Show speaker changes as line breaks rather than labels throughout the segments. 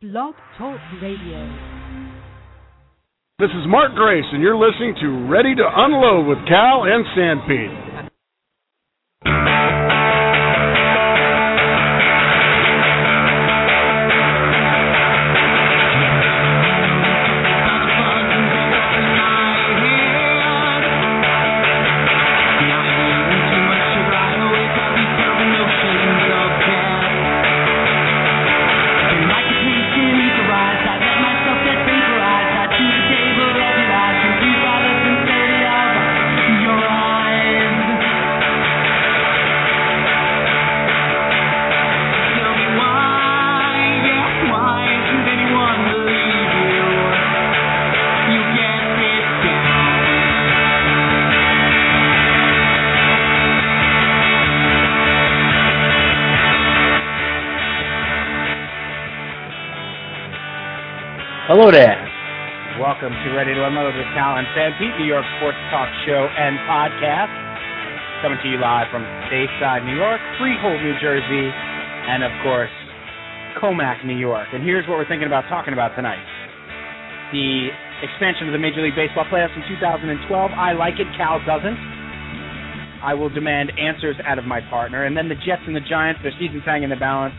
Blog Talk Radio.
This is Mark Grace, and you're listening to Ready to Unload with Cal and Sandpete.
Hello there. Welcome to Ready to Unload with Cal and Sam Pete, New York Sports Talk Show and Podcast. Coming to you live from Bayside, New York, Freehold, New Jersey, and of course, Comac, New York. And here's what we're thinking about talking about tonight the expansion of the Major League Baseball playoffs in 2012. I like it, Cal doesn't. I will demand answers out of my partner. And then the Jets and the Giants, their seasons hang in the balance.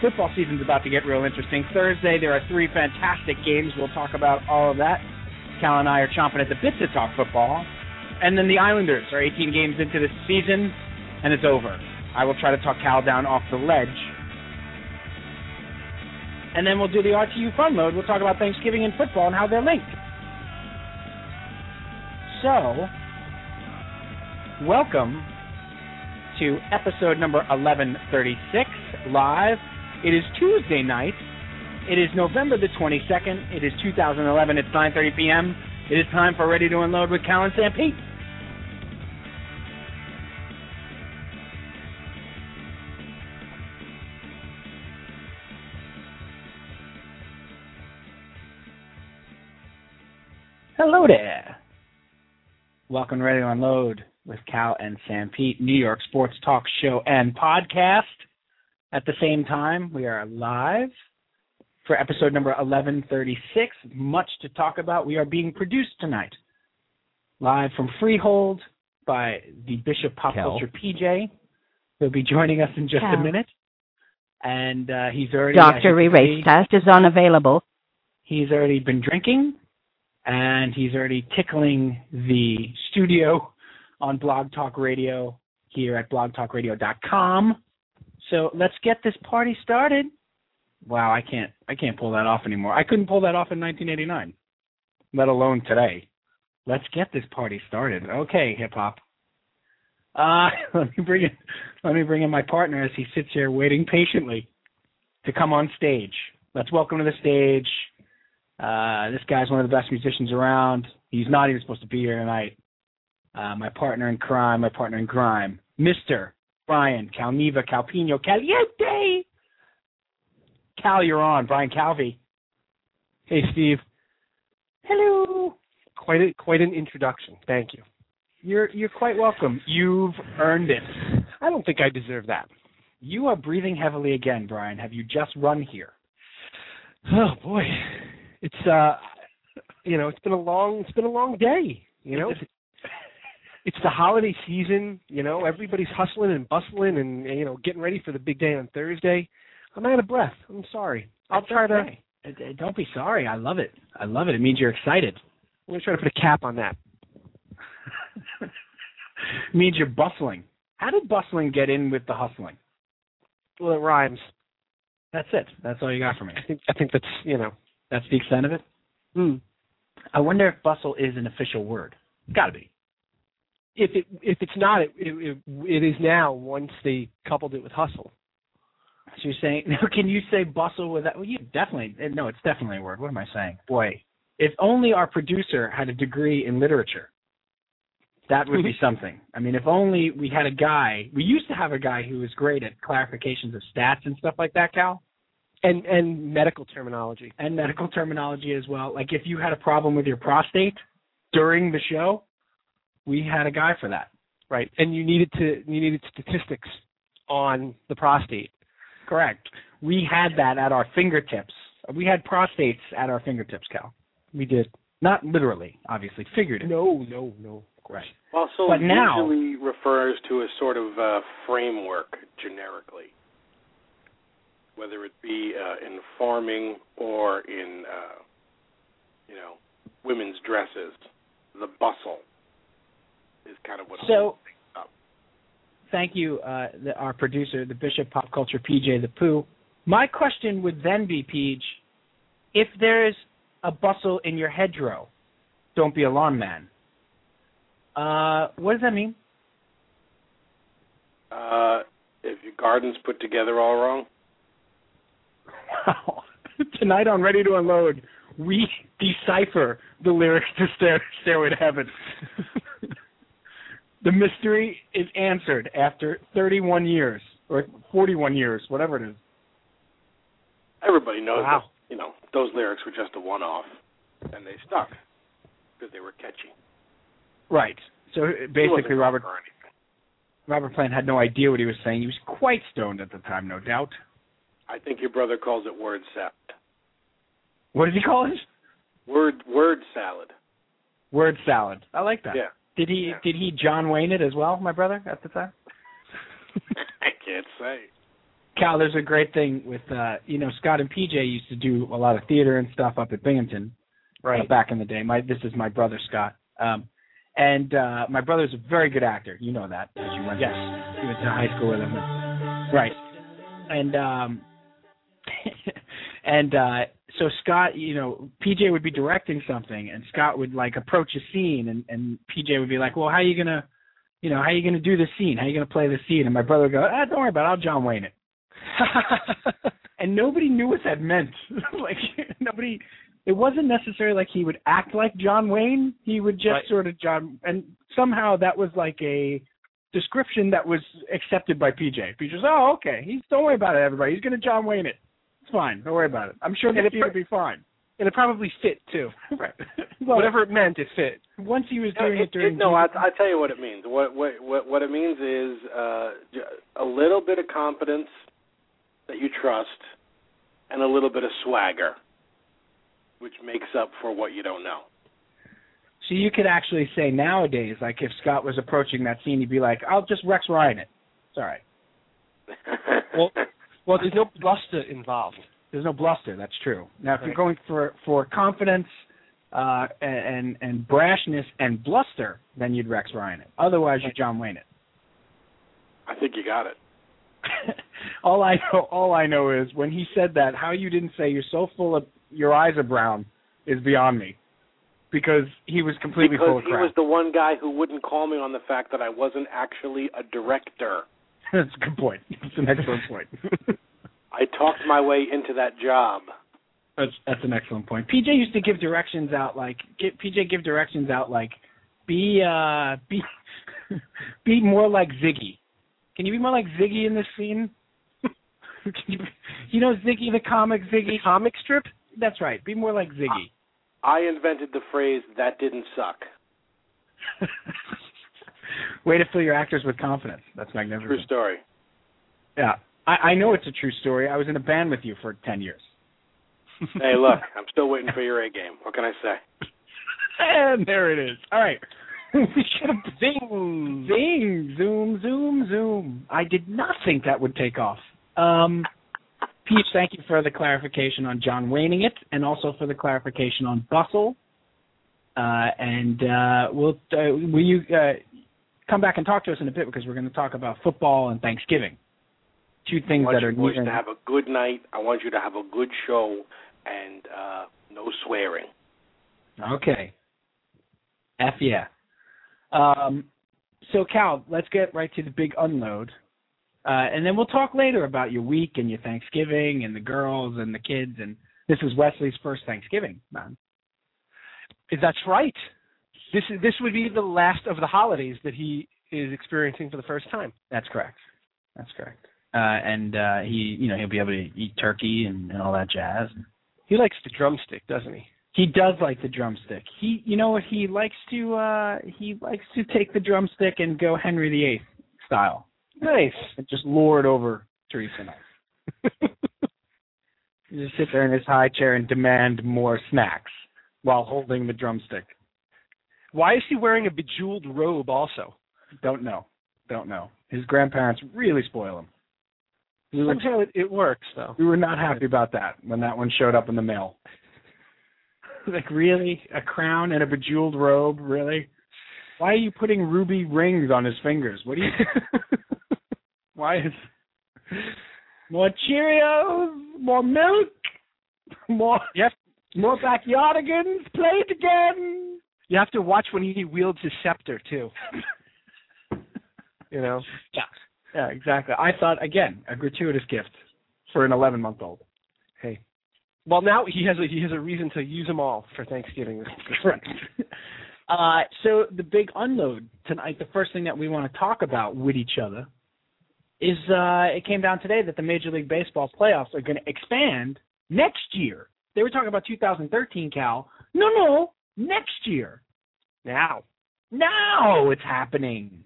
Football season's about to get real interesting. Thursday, there are three fantastic games. We'll talk about all of that. Cal and I are chomping at the bit to talk football. And then the Islanders are 18 games into the season, and it's over. I will try to talk Cal down off the ledge. And then we'll do the RTU fun mode. We'll talk about Thanksgiving and football and how they're linked. So, welcome to episode number 1136 live. It is Tuesday night. It is November the 22nd. It is 2011. It's 9:30 p.m. It is time for Ready to Unload with Cal and Sam Pete. Hello there. Welcome to Ready to Unload with Cal and Sam Pete, New York Sports Talk Show and Podcast. At the same time, we are live for episode number 1136. Much to talk about. We are being produced tonight live from Freehold by the Bishop Pop
Cal.
Culture PJ. He'll be joining us in just a
Cal.
minute. And uh, he's already. I
Dr.
hate to
Erase
see-
test is unavailable.
He's already been drinking, and he's already tickling the studio on Blog Talk Radio here at blogtalkradio.com. So let's get this party started. Wow, I can't I can't pull that off anymore. I couldn't pull that off in 1989, let alone today. Let's get this party started. Okay, hip hop. Uh, let me bring in, let me bring in my partner as he sits here waiting patiently to come on stage. Let's welcome to the stage. Uh, this guy's one of the best musicians around. He's not even supposed to be here tonight. Uh, my partner in crime, my partner in crime, Mr. Brian Calneva Calpino Caliente. Cal, you're on. Brian Calvi.
Hey, Steve.
Hello.
Quite a, quite an introduction. Thank you.
You're you're quite welcome. You've earned it.
I don't think I deserve that.
You are breathing heavily again, Brian. Have you just run here?
Oh boy, it's uh, you know, it's been a long, it's been a long day. You know, it's the holiday season. You know, everybody's hustling and bustling and you know getting ready for the big day on Thursday. I'm out of breath. I'm sorry. I'll try to. I'm
to. Uh, Don't be sorry. I love it. I love it. It means you're excited.
gonna try to put a cap on that.
It means you're bustling. How did bustling get in with the hustling?
Well, it rhymes.
That's it. That's all you got for me.
I think I think that's you know.
That's the extent of it.
Hmm.
I wonder if bustle is an official word. Got to be.
If it if it's not, it, it it is now once they coupled it with hustle.
So you're saying, now can you say bustle without? Well, you definitely. eh, No, it's definitely a word. What am I saying? Boy, if only our producer had a degree in literature, that would be something. I mean, if only we had a guy. We used to have a guy who was great at clarifications of stats and stuff like that, Cal,
And and medical terminology.
and medical terminology as well. Like if you had a problem with your prostate during the show, we had a guy for that.
Right. And you needed to you needed statistics on the prostate.
Correct. We had that at our fingertips We had prostates at our fingertips, Cal. We did. Not literally, obviously, figuratively.
No, no, no. Of course.
Also,
But now-
usually refers to a sort of uh, framework generically, whether it be uh, in farming or in, uh, you know, women's dresses. The bustle is kind of what.
So, uh, thank you, uh, the, our producer, the Bishop Pop Culture, PJ the Pooh. My question would then be, Peach, if there's a bustle in your hedgerow, don't be alarmed, man. Uh, what does that mean?
uh, if your garden's put together all wrong,
Wow. Tonight on Ready to Unload, we decipher the lyrics to Stair- Stairway to Heaven. the mystery is answered after 31 years, or 41 years, whatever it is.
everybody knows.
Wow.
That, you know, those lyrics were just a one-off, and they stuck because they were catchy.
Right. So uh,
He wasn't
basically,
drunk
Robert
or anything.
Robert Plant had no idea what he was saying. He was quite stoned at the time, no doubt.
I think your brother calls it word salad.
What did he call it?
Word word salad.
Word salad. I like that.
Yeah.
Did he
Yeah.
did he John Wayne it as well, my brother, at the time?
I can't say.
Cal, there's a great thing with uh you know, Scott and PJ used to do a lot of theater and stuff up at Binghamton uh, back in the day. My this is my brother Scott. Um and uh my brother's a very good actor, you know that. 'cause You went yes. you went to high school with him. Right. And um and uh so Scott, you know, PJ would be directing something and Scott would like approach a scene and, and PJ would be like, Well, how are you gonna you know, how are you gonna do this scene? How are you gonna play the scene? And my brother would go, Ah, don't worry about it, I'll John Wayne it. and nobody knew what that meant. like nobody it wasn't necessarily like he would act like John Wayne. He would just
Right.
sort of John and somehow that was like a description that was accepted by PJ. PJ's, oh, okay. He's don't worry about it, everybody. He's gonna John Wayne it. It's fine. Don't worry about it. I'm sure the
And it
scene will
pro-
be fine.
And it probably fit too.
right. Well,
Whatever it meant, it fit.
Once he was
No,
doing
it-
it,
it-
during
no, I, I tell you what it means. What what what, what it means is uh, j- a little bit of competence that you trust, and a little bit of swagger, which makes up for what you don't know.
So you could actually say nowadays, like if Scott was approaching that scene, he'd be like, "I'll just Rex Ryan it." It's all right.
Well- Well, there's no bluster involved.
There's no bluster. That's true. Now, if you're
Right.
going for for confidence uh, and and brashness and bluster, then you'd Rex Ryan it. Otherwise, you John Wayne it.
I think you got it.
all I know, all I know is when he said that, how you didn't say you're so full of your eyes are brown is beyond me, because he was completely full
because
of
he
crap.
was the one guy who wouldn't call me on the fact that I wasn't actually a director.
That's a good point. That's an excellent point.
I talked my way into that job.
That's that's an excellent point. PJ used to give directions out like give, PJ give directions out like be uh be be more like Ziggy. Can you be more like Ziggy in this scene? Can you, be- you know Ziggy the comic Ziggy comic strip? That's right. Be more like Ziggy.
I invented the phrase "that didn't suck."
Way to fill your actors with confidence. That's magnificent.
True story.
Yeah. I, I know it's a true story. I was in a band with you for ten years.
Hey, look, I'm still waiting for your A game. What can I say?
And there it is. All right. we should have zing, zing, zoom, zoom, zoom. I did not think that would take off. Um, Peach, thank you for the clarification on John Waning it, and also for the clarification on Bustle. Uh, and uh, we'll uh, will you uh, come back and talk to us in a bit because we're going to talk about football and Thanksgiving, two
I
things
want
that
you
are
boys
near-
to have a good night. I want you to have a good show and uh no swearing.
Okay. F yeah. Um, so Cal, let's get right to the big unload, uh, and then we'll talk later about your week and your Thanksgiving and the girls and the kids. And this is Wesley's first Thanksgiving, man.
That's right. This is this would be the last of the holidays that he is experiencing for the first time.
That's correct. That's correct. Uh, and uh, he, you know, he'll be able to eat turkey and, and all that jazz.
He likes the drumstick, doesn't he?
He does like the drumstick. He, you know what? He likes to uh, he likes to take the drumstick and go Henry VIII style
Nice.
and just lord over Teresa and I. just sit there in his high chair and demand more snacks while holding the drumstick.
Why is he wearing a bejeweled robe also?
Don't know. Don't know. His grandparents really spoil him. We were,
Somehow it, it works though.
we were not happy about that when that one showed up in the mail. like really, a crown and a bejeweled robe, really? Why are you putting ruby rings on his fingers? What do you? Why is more Cheerios, more milk, more
Yep.
more backyardigans played again?
You have to watch when he wields his scepter too. you know.
Yeah, exactly. I thought again a gratuitous gift for an 11 month old.
Hey. Well, now he has a, he has a reason to use them all for Thanksgiving.
Correct. Uh, so the big unload tonight, the first thing that we want to talk about with each other is uh, it came down today that the Major League Baseball playoffs are going to expand next year. They were talking about 2013, Cal. No, no, next year.
Now.
Now it's happening.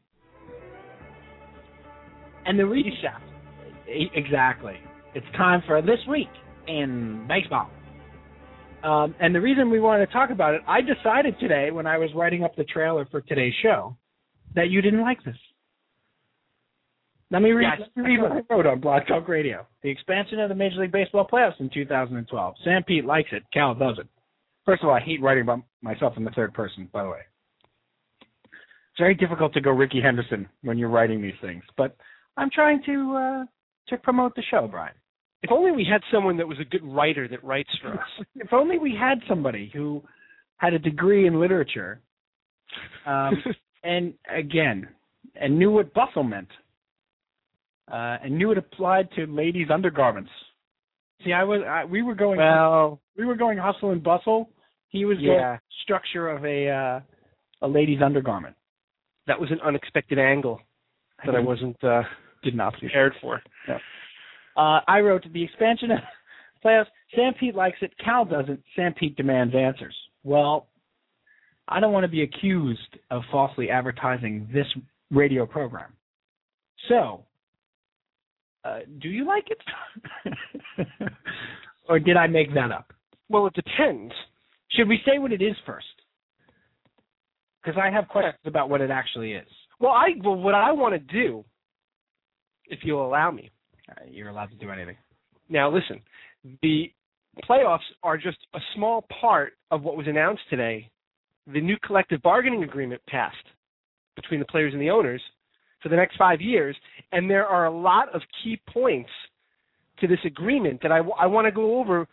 And the reason, E- exactly, it's time for this week in baseball. Um, and the reason we wanted to talk about it, I decided today when I was writing up the trailer for today's show that you didn't like this. Let me read,
Yes.
let me read what I wrote on Blog Talk Radio. The expansion of the Major League Baseball playoffs in 2012. Sam Pete likes it. Cal doesn't. First of all, I hate writing about myself in the third person, by the way. It's very difficult to go Ricky Henderson when you're writing these things, but I'm trying to uh, to promote the show, Brian.
If only we had someone that was a good writer that writes for us.
If only we had somebody who had a degree in literature, um, and again, and knew what bustle meant, uh, and knew it applied to ladies' undergarments. See, I was I, we were going
well,
we were going hustle and bustle. He was going
yeah,
structure of a uh, a lady's undergarment
that was an unexpected angle that I wasn't uh,
did not see.
prepared for.
Uh, I wrote the expansion of playoffs. Sam Pete likes it. Cal doesn't. Sam Pete demands answers. Well, I don't want to be accused of falsely advertising this radio program. So, uh, do you like it? or did I make that up?
Well, it depends.
Should we say what it is first? Because I have questions about what it actually is.
Well, I well, what I want to do, if you'll allow me.
Uh, you're allowed to do anything.
Now, listen, the playoffs are just a small part of what was announced today. The new collective bargaining agreement passed between the players and the owners for the next five years, and there are a lot of key points to this agreement that I, want to go over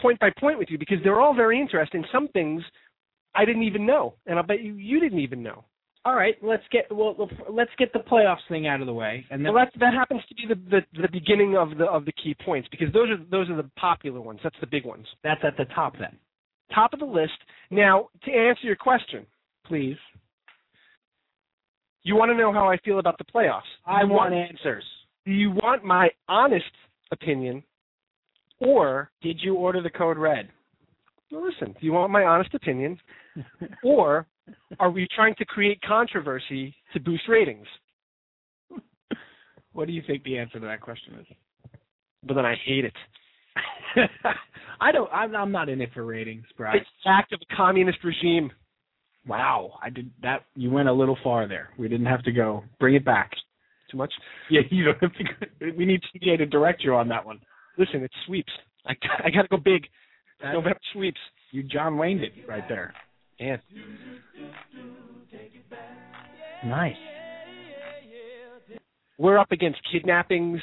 point by point with you because they're all very interesting. Some things I didn't even know, and I bet you you didn't even know.
All right, let's get well. Let's get the playoffs thing out of the way, and then
Well, that that happens to be the, the the beginning of the of the key points because those are those are the popular ones. That's the big ones.
that's at the top then.
top of the list. Now, to answer your question,
Please.
you want to know how I feel about the playoffs.
I
You
want answers.
Do you want my honest opinion, or
Did you order the code red?
well, listen? Do you want my honest opinion, or are we trying to create controversy to boost ratings?
What do you think the answer to that question is?
But then I hate it.
I don't. I'm, I'm not in it for ratings, Bryce.
It's an act of a communist regime.
Wow, I did that. You went a little far there. We didn't have to go. Bring it back.
Too much.
Yeah, you don't have to. Go. We need CJ to direct you on that one.
Listen, it's sweeps. I I gotta go big.
That-
November sweeps.
You John Wayne it right there.
Man.
Nice.
We're up against kidnappings,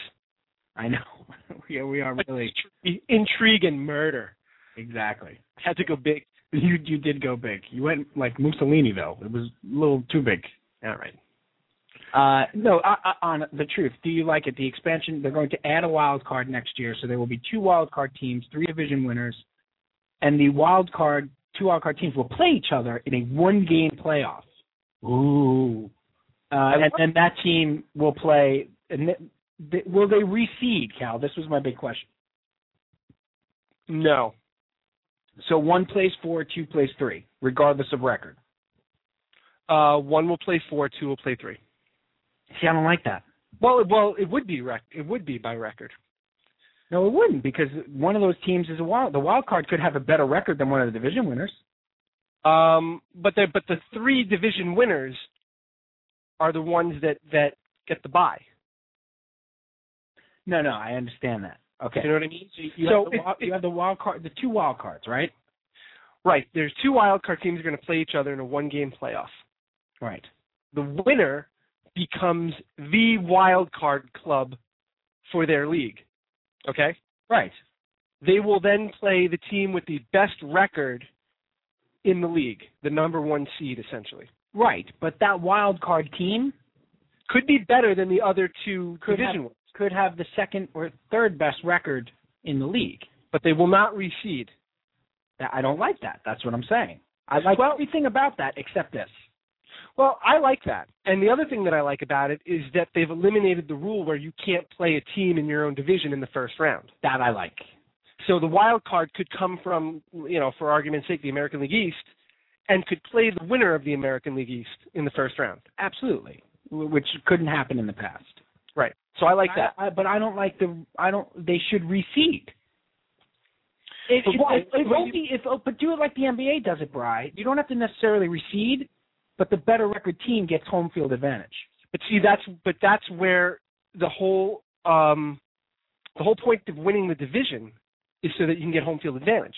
I know. yeah, we are really
intrigue, and murder.
exactly.
I had to go big.
You you did go big. You went like Mussolini though. It was a little too big.
All right.
Uh, no, I, I, on the truth, do you like it? The expansion, they're going to add a wild card next year, so there will be two wild card teams, three division winners, and the wild card, two wild card teams will play each other in a one game playoff. Ooh. Uh, and then that team will play, and th- th- will they reseed, Cal? This was my big question.
No.
So one plays four, two plays three, regardless of record.
Uh, one will play four, two will play three.
See, I don't like that.
Well, it, well, it would be rec- it would be by record.
No, it wouldn't because one of those teams is a wild. The wild card could have a better record than one of the division winners.
Um, but the but the three division winners are the ones that that get the bye.
No, no, I understand that. Okay.
You know what I mean? So, you
so
have the
it,
wild-
you have the wild card, the two wild cards, right?
right, there's two wild card teams are going to play each other in a one game playoff.
Right.
The winner becomes the wild card club for their league. Okay?
Right.
They will then play the team with the best record in the league, the number 1 seed essentially.
Right. But that wild card team
Could be better than the other two
Could
division
have-
ones,
could have the second or third best record in the league.
but they will not reseed.
That- I don't like that. That's what I'm saying. I like
Well-
everything about that except this.
Well, I like that. And the other thing that I like about it is that they've eliminated the rule where you can't play a team in your own division in the first round.
That I like.
So the wild card could come from, you know, for argument's sake, the American League East and could play the winner of the American League East in the first round.
Absolutely. Wh- Which couldn't happen in the past.
Right. So I like
I-
that.
I, but I don't like the. I don't. They should reseed. If,
But
if,
why?
if, if
Why do
only if oh, but do it like the NBA does it, Bry. You don't have to necessarily reseed, but the better record team gets home field advantage.
But see that's but that's where the whole um the whole point of winning the division is so that you can get home field advantage.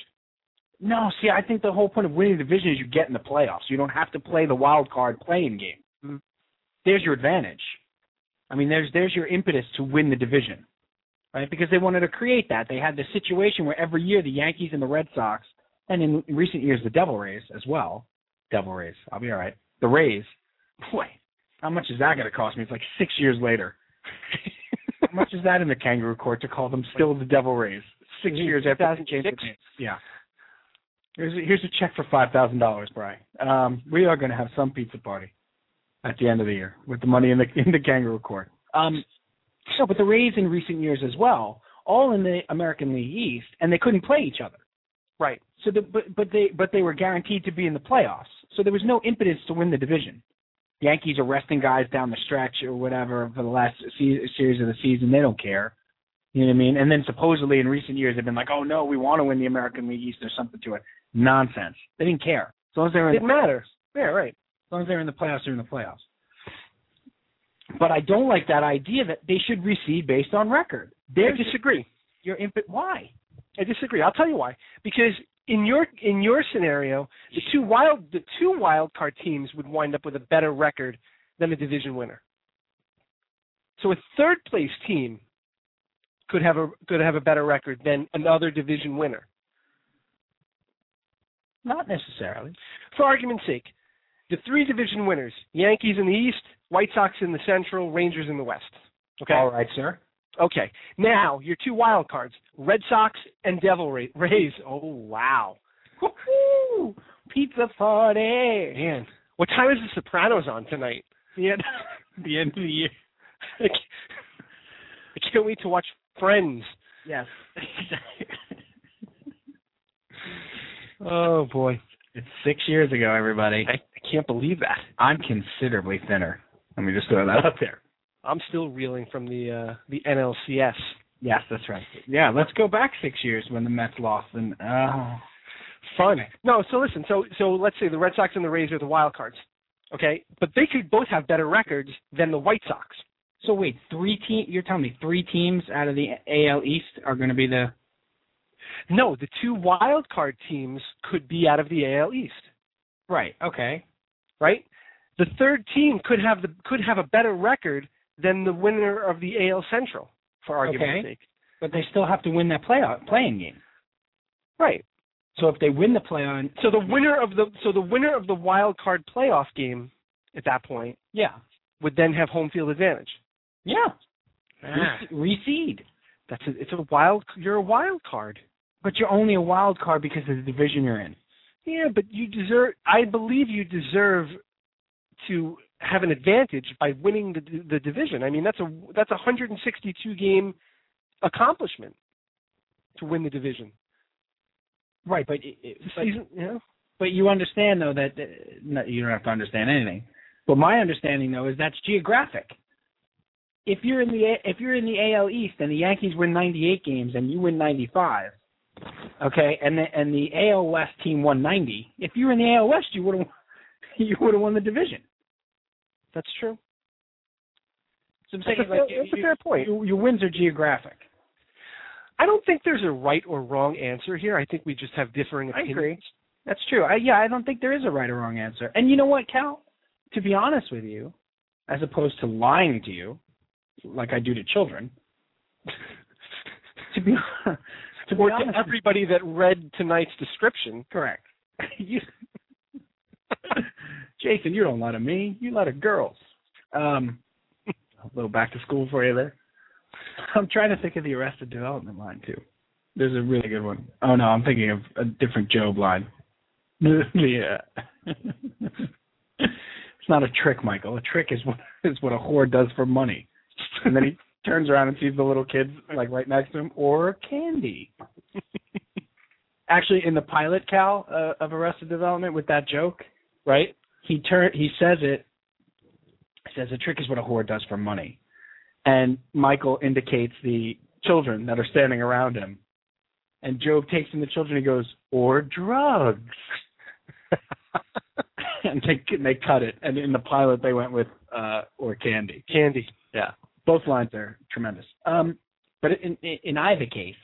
No, see, I think the whole point of winning the division is you get in the playoffs. You don't have to play the wild card playing game.
Mhm.
There's your advantage. I mean, there's there's your impetus to win the division, right? Because they wanted to create that. They had the situation where every year the Yankees and the Red Sox, and in recent years the Devil Rays as well. Devil Rays, I'll be all right. The Rays, boy, how much is that going to cost me? It's like six years later. how much is that in the kangaroo court to call them still the Devil Rays? Six years after they changed the
2006?
name. Yeah. Here's a, here's a check for five thousand dollars, Bry. Um, we are going to have some pizza party at the end of the year with the money in the in the kangaroo court. Um, so, but the Rays in recent years as well, all in the American League East, and they couldn't play each other.
Right.
So, the, but but they but they were guaranteed to be in the playoffs. So there was no impetus to win the division. Yankees are resting guys down the stretch or whatever for the last se- series of the season. They don't care. You know what I mean? And then supposedly in recent years they've been like, oh no, we want to win the American League East. There's something to it. Nonsense. They didn't care. As long as they were in the
Didn't matter. Yeah, right.
as long as they're in the playoffs, they're in the playoffs. But I don't like that idea that they should receive based on record.
I
There's
disagree.
your input. Why?
I disagree. I'll tell you why. Because in your in your scenario, the two wild the two wild card teams would wind up with a better record than a division winner. So a third place team could have a could have a better record than another division winner.
Not necessarily.
For argument's sake, the three division winners, Yankees in the East, White Sox in the Central, Rangers in the West. Okay.
All right, sir.
Okay. Now your two wild cards, Red Sox and Devil Ra- Rays. Oh wow.
Woo! Pizza party.
Man, what time is The Sopranos on tonight?
The end. the end of the year.
I can't, I can't wait to watch Friends.
Yes.
Oh boy,
it's six years ago, everybody.
I, I can't believe that.
I'm considerably thinner. Let me just throw that out there.
I'm still reeling from the uh the NLCS.
Yes, that's right. Yeah, let's go back six years when the Mets lost and uh
Fun. No, so listen. So so let's say the Red Sox and the Rays are the wild cards. Okay, but they could both have better records than the White Sox.
So wait, three team. You're telling me three teams out of the AL East are going to be the.
No, the two wild card teams could be out of the AL East,
Right. Okay.
right? The third team could have the could have a better record than the winner of the AL Central, for argument's
Okay.
sake.
But they still have to win that playoff playing game.
Right.
So if they win the playoff,
So the winner of the so the winner of the wild card playoff game at that point
yeah,
would then have home field advantage.
yeah, Re- reseed.
That's a, it's a wild you're a wild card.
But you're only a wild card because of the division you're in.
Yeah, but you deserve I believe you deserve to have an advantage by winning the the division. I mean that's a that's a 162 game accomplishment to win the division.
Right, but it, it,
It's a
but,
season, you know?
but you understand though that uh, no, you don't have to understand anything. But my understanding though is that's geographic. if you're in the if you're in the AL East and the Yankees win 98 games and you win 95, okay, and the and the AL West team won 90. If you were in the AL West, you would have you would have won the division.
That's true.
So I'm saying
That's a
like
fair- that's a fair point.
Your, your wins are geographic.
I don't think there's a right or wrong answer here. I think we just have differing
I
opinions.
agree. That's true. I, yeah, I don't think there is a right or wrong answer. And you know what, Cal? To be honest with you, as opposed to lying to you, like I do to children, to be to be
Or
honest,
to everybody that read tonight's description.
correct. you, Jason, you don't lie to me. You lie to girls. Um, a little back to school for you there. I'm trying to think of the Arrested Development line too. There's a really good one. Oh no, I'm thinking of a different Job line. yeah. it's not a trick, Michael. A trick is what is what a whore does for money. And then he turns around and sees the little kids like right next to him, or candy. Actually, in the pilot, Cal uh, of Arrested Development, with that joke, right? He turn he says it. He says a trick is what a whore does for money, and Michael indicates the children that are standing around him, and Job takes in the children. He goes or drugs, and they they cut it. And in the pilot, they went with uh, or candy
Candy.
both lines are tremendous. Um, but in, in, in either case,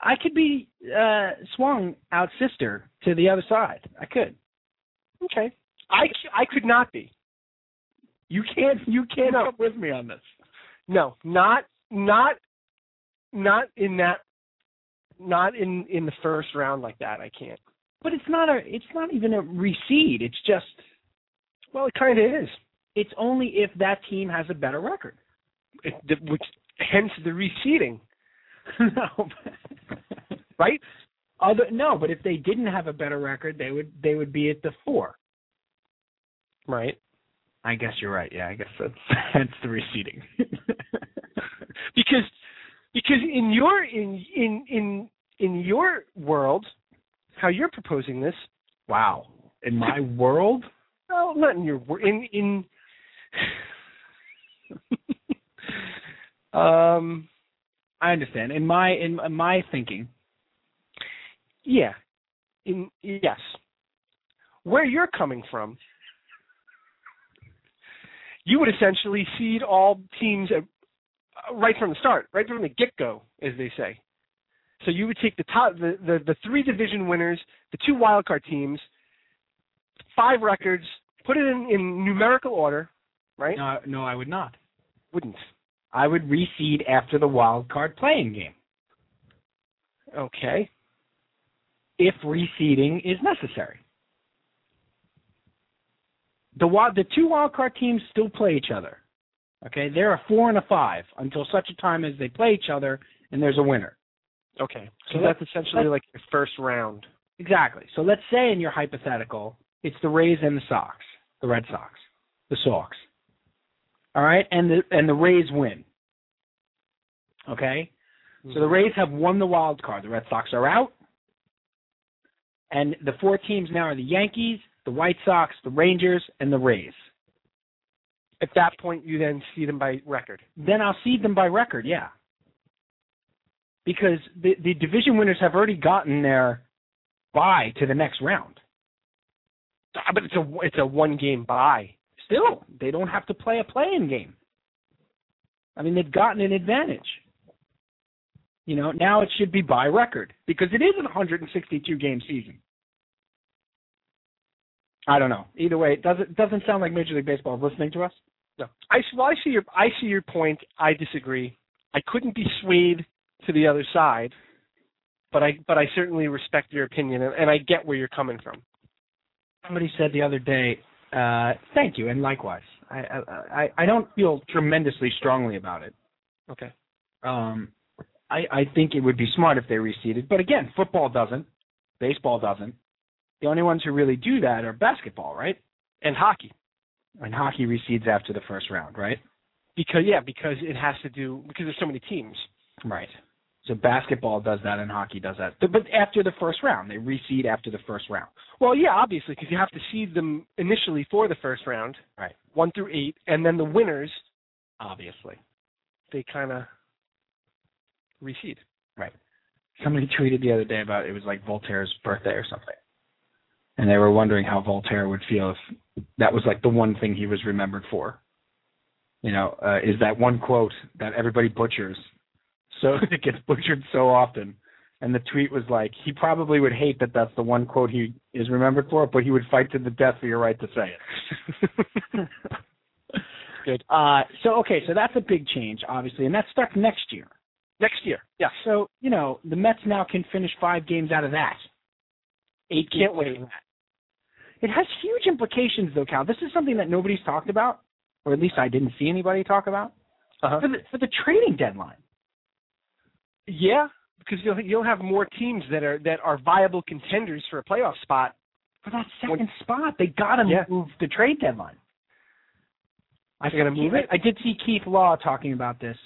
I could be uh, swung out sister to the other side. I could.
Okay. I, c- I could not be.
You can't. You can't come with me on this.
No, not not not in that not in in the first round like that. I can't.
But it's not a. It's not even a recede. It's just.
Well, it kind of is.
It's only if that team has a better record.
It, the, which hence the receding,
no.
right?
Other no, but if they didn't have a better record, they would they would be at the four.
Right.
I guess you're right. Yeah, I guess that's that's the receding.
Because because in your in in in in your world, how you're proposing this,
wow. In my world,
well, not in your wor- in in um
I understand. In my in my thinking,
Yeah. In yes. Where you're coming from, you would essentially seed all teams uh, uh, right from the start, right from the get-go, as they say. So you would take the top, the, the, the three division winners, the two wildcard teams, five records, put it in, in numerical order, right?
no, no, I would not.
Wouldn't.
I would reseed after the wild card playing game
Okay.
if reseeding is necessary. The wild, the two wild card teams still play each other. Okay, they're a four and a five until such a time as they play each other and there's a winner.
Okay.
So
So
let-
that's essentially
let-
like your first round.
Exactly. So let's say in your hypothetical, it's the Rays and the Sox, the Red Sox, the Sox. All right, and the and the Rays win. Okay, so the Rays have won the wild card. The Red Sox are out, and the four teams now are the Yankees, the White Sox, the Rangers, and the Rays.
At that point, you then see them by record.
Then I'll seed them by record, yeah, because the the division winners have already gotten their bye to the next round.
Ah, but it's a it's a one game bye.
still they don't have to play a play-in game. I mean, they've gotten an advantage. You know, now it should be by record because it is an 162 game season. I don't know. Either way, it doesn't doesn't sound like Major League Baseball is listening to us.
No, I s- well, I see your I see your point. I disagree. I couldn't be swayed to the other side, but I but I certainly respect your opinion and, and I get where you're coming from.
Somebody said the other day, uh, "Thank you," and likewise. I, I I I don't feel tremendously strongly about it.
Okay.
Um, I, I think it would be smart if they reseeded, but again, football doesn't, baseball doesn't. The only ones who really do that are basketball, right?
And hockey
And hockey reseeds after the first round, right?
because yeah because it has to do because there's so many teams.
Right. So basketball does that and hockey does that, but but after the first round, they reseed after the first round.
Well, yeah, obviously because you have to seed them initially for the first round,
Right.
One through eight, and then the winners
Obviously.
they kind of recede.
Somebody tweeted the other day about it was like Voltaire's birthday or something. And they were wondering how Voltaire would feel if that was like the one thing he was remembered for. You know, uh, is that one quote that everybody butchers. So it gets butchered so often. And the tweet was like, he probably would hate that that's the one quote he is remembered for, but he would fight to the death for your right to say it.
Good.
Uh, so, okay, so that's a big change, obviously, and that's stuck next year.
Next year, yeah.
So, you know, the Mets now can finish five games out of that. 8
Can't
games out of that. It has huge implications, though, Cal. This is something that nobody's talked about, or at least I didn't see anybody talk about,
Uh-huh.
for, the, for the trading deadline.
Yeah, because you'll you'll have more teams that are that are viable contenders for a playoff spot.
For that second
When-
spot, they got to
Yeah.
move the trade deadline. I
They're gonna move
I-
it?
I did see Keith Law talking about this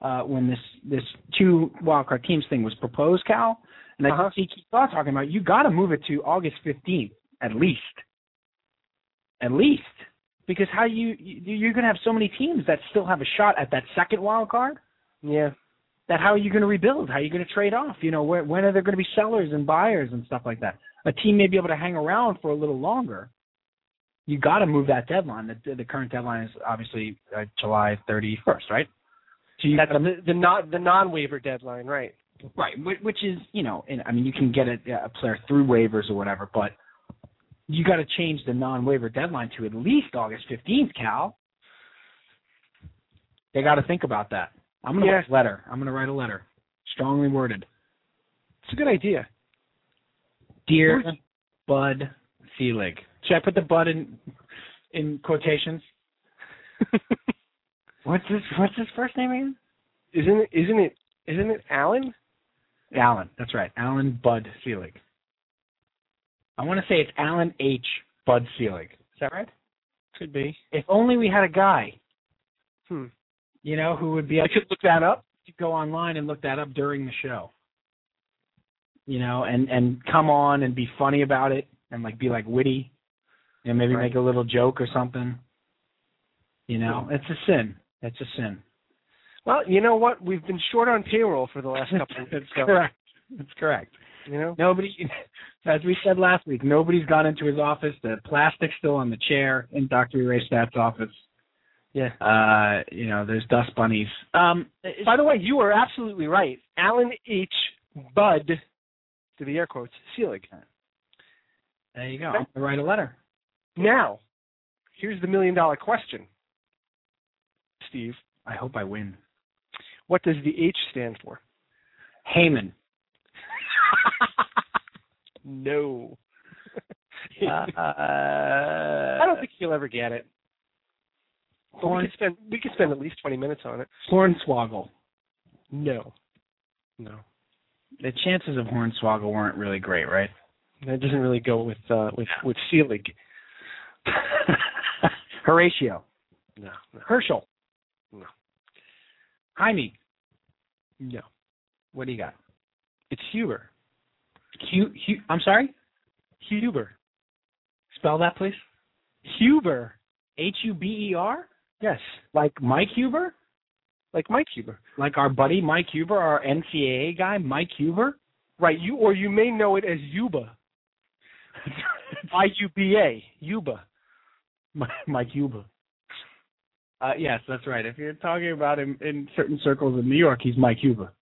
uh, when this this two wildcard teams thing was proposed, Cal. And I
Uh-huh.
did see Keith Law talking about you got to move it to August fifteenth at least, at least because how you you- you're going to have so many teams that still have a shot at that second wild card
Yeah,
that how are you going to rebuild? How are you going to trade off? You know, where, when are there going to be sellers and buyers and stuff like that? A team may be able to hang around for a little longer. You got to move that deadline. The, the current deadline is obviously uh, July 31st, right? So you
that's the the non the non waiver deadline, right?
right, whi- which is you know, and, I mean, you can get a, a player through waivers or whatever, but you got to change the non-waiver deadline to at least August 15th, Cal. They got to think about that. I'm gonna
Yeah.
write a letter. I'm gonna write a letter, strongly worded.
It's a good idea.
Dear
Who's-
Bud Selig. Should I put the Bud in in quotations? What's his What's his first name again?
Isn't it? Isn't it? Isn't it Allen?
Alan. That's right. Alan Bud Selig. I want to say it's Alan H. Bud Selig. Is that right?
Could be.
If only we had a guy,
Hmm.
you know, who would be. I could look that up. Go online and look that up during the show. You know, and and come on and be funny about it and like be like witty, and maybe
Right.
make a little joke or something. You know, it's a sin. It's a sin.
Well, you know what? We've been short on payroll for the last couple of weeks. So,
correct. That's correct.
you know,
Nobody, as we said last week, nobody's gone into his office. The plastic's still on the chair in Dr. Eraystat's office.
Yeah.
Uh, you know, there's dust bunnies. Um,
By the way, you are absolutely right. Alan H. Bud, to the air quotes, Selig.
there you go. I'm gonna write a letter.
Now, here's the million dollar question, Steve.
I hope I win.
What does the H stand for?
Heyman.
No.
Uh,
I
I
don't think you'll ever get it. But we
Horn,
could spend we could spend at least twenty minutes on it.
Hornswoggle.
No. No.
The chances of Hornswoggle weren't really great, right?
That doesn't really go with uh with with Selig.
Horatio.
No. No.
Herschel.
No.
Jaime.
No.
What do you got?
It's Huber.
Hu Hu I'm sorry?
Huber.
Spell that, please.
Huber.
H U B E R?
Yes.
Like Mike Huber?
Like Mike Huber.
Like our buddy Mike Huber, our NCAA guy, Mike Huber?
Right, you or you may know it as Yuba. I U B A. Yuba.
Mi- Mike Huber. Uh, yes, that's right. If you're talking about him in certain circles in New York, he's Mike Huber.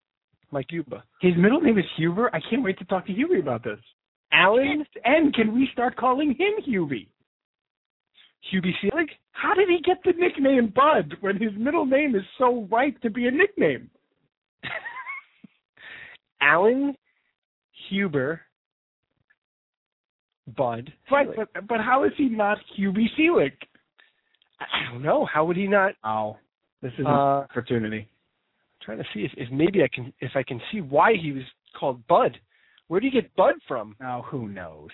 Mike Yuba.
His middle name is Huber. I can't wait to talk to Huber about this.
Alan
And, and can we start calling him Hubie?
Hubie Selig?
How did he get the nickname Bud when his middle name is so ripe to be a nickname?
Alan Huber Bud.
Right,
Selig.
but but how is he not Hubie Selig?
I don't know. How would he not
Oh, this is
uh
opportunity.
trying to see if, if maybe I can if I can see why he was called Bud. Where do you get Bud from?
Oh, who knows?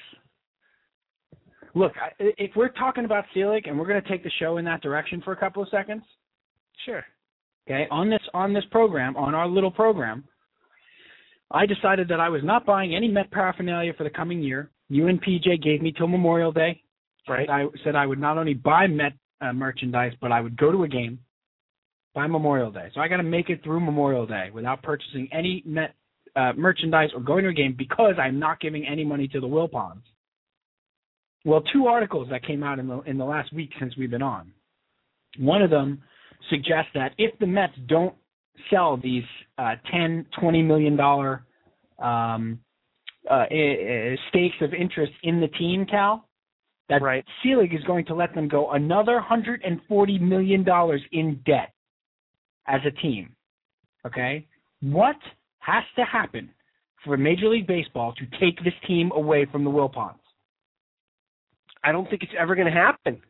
Look, I, if we're talking about Selig and we're going to take the show in that direction for a couple of seconds,
Sure.
okay? On this on this program, on our little program, I decided that I was not buying any Met paraphernalia for the coming year. You and PJ gave me till Memorial Day.
Right.
I said I would not only buy Met uh, merchandise, but I would go to a game by Memorial Day. So I got to make it through Memorial Day without purchasing any met, uh, merchandise or going to a game because I'm not giving any money to the Wilpons. Well, two articles that came out in the in the last week since we've been on. One of them suggests that if the Mets don't sell these uh, 10, 20 million dollar um, uh, i- i- stakes of interest in the team, Cal, that
Right.
Selig is going to let them go another hundred and forty million dollars in debt as a team. Okay, what has to happen for Major League Baseball to take this team away from the Wilpons?
I don't think it's ever going to happen.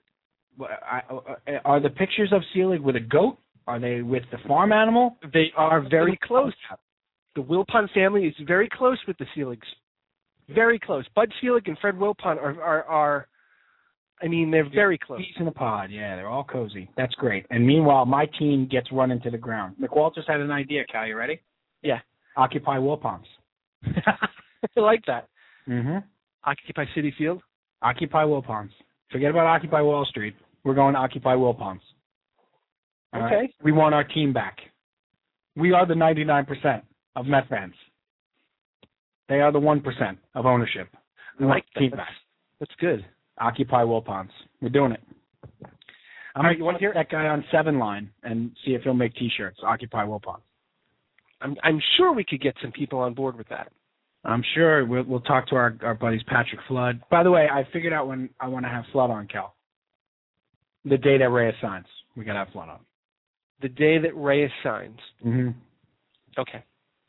Wha- I- I- Are the pictures of Selig with a goat? Are they with the farm animal?
They
Are very close.
The Wilpon family is very close with the Seeligs. Very close. Bud Selig and Fred Wilpon are are, are I mean, they're very close.
Peas in a pod. Yeah, they're all cozy. That's great. And meanwhile, my team gets run into the ground. McWalters had an idea, Cal. You ready?
Yeah.
Occupy Wilpons.
I like that.
Mm-hmm.
Occupy City Field.
Occupy Wilpons. Forget about Occupy Wall Street. We're going to Occupy Wilpons. All right?
Okay.
We want our team back. We are the 99% of Met fans. They are the 1% of ownership. We
I
want
like
the team
that.
back.
That's good.
Occupy Wilpons. We're doing it. I'm
All
going
right, you wanna
to hear that guy on Seven Line and see if he'll make T-shirts. Occupy Wilpons.
I'm I'm sure we could get some people on board with that.
I'm sure we'll, we'll talk to our, our buddies Patrick Flood. By the way, I figured out when I want to have Flood on, Cal. The day that Ray signs, we got to have Flood on.
The day that Reyes signs.
Mm-hmm.
Okay.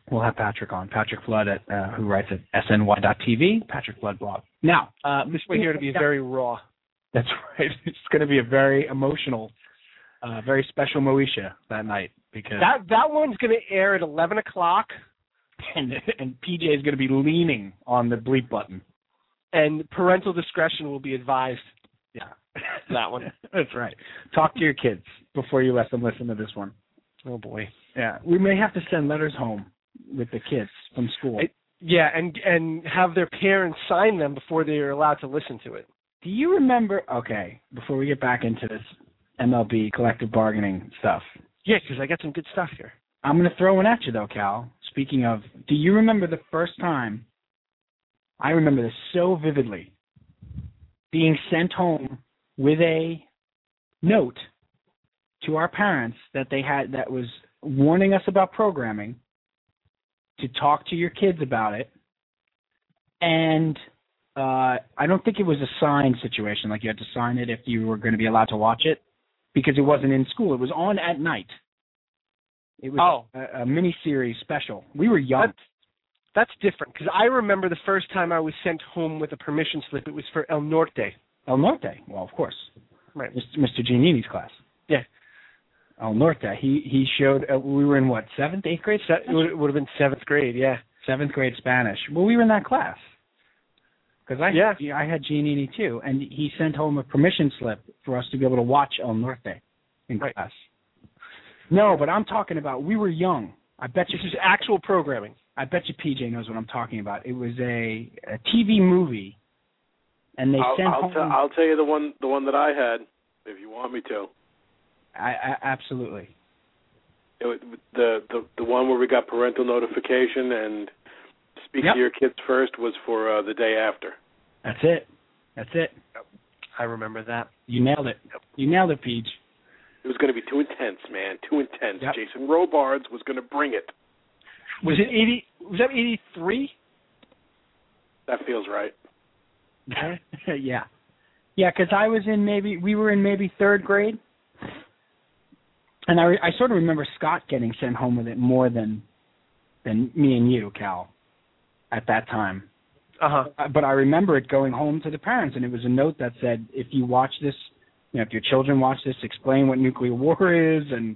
We'll have Patrick on. Patrick Flood, at, uh, who writes at SNY.TV, Patrick Flood blog. Now, uh,
This way here to be very raw.
That's right. It's going to be a very emotional, uh, very special Moesha that night because
That that one's going to air at 11 o'clock,
and, and PJ is going to be leaning on the bleep button.
and parental discretion will be advised.
Yeah,
That one.
That's right. Talk to your kids before you let them listen to this one.
Oh boy.
Yeah, we may have to send letters home with the kids from school.
I- Yeah, and and have their parents sign them before they are allowed to listen to it.
Do you remember? Okay, before we get back into this MLB collective bargaining stuff,
Yeah, because I got some good stuff here.
I'm going to throw one at you though, Cal. Speaking of, do you remember the first time? I remember this so vividly. Being sent home with a note to our parents that they had that was warning us about programming to talk to your kids about it. And uh, I don't think it was a signed situation, like you had to sign it if you were going to be allowed to watch it, because it wasn't in school. It was on at night. It was
Oh,
a, a mini series special. We were young.
That's- that's different because I remember the first time I was sent home with a permission slip. It was for El Norte.
El Norte, well, of course,
Right.
Mr. Mr. Giannini's class.
Yeah.
El Norte. He he showed. Uh, we were in what seventh, eighth grade,
So it would, it would have been seventh grade. Yeah.
seventh grade Spanish. Well, we were in that class. Because I
Yeah.
I had Giannini too, and he sent home a permission slip for us to be able to watch El Norte in
Right.
class. No, but I'm talking about we were young. I bet you
This is actual programming.
I bet you PJ knows what I'm talking about. It was a, a TV movie, and they
I'll,
sent
I'll,
home.
t- I'll tell you the one the one that I had, if you want me to.
I, I, absolutely.
It, was- the the the one where we got parental notification and speak
Yep.
to your kids first was for uh, the day after.
That's it. That's it.
I remember that.
You nailed it. You nailed it, Peach.
It was going to be too intense, man. Too intense.
Yep.
Jason Robards was going to bring it.
Was it eighty? Was that eighty three?
That feels right.
yeah. Yeah, because I was in maybe we were in maybe third grade, and I re- I sort of remember Scott getting sent home with it more than than me and you, Cal, at that time.
Uh huh.
Uh, but I remember it going home to the parents, and it was a note that said, "If you watch this, you know, if your children watch this, explain what nuclear war is and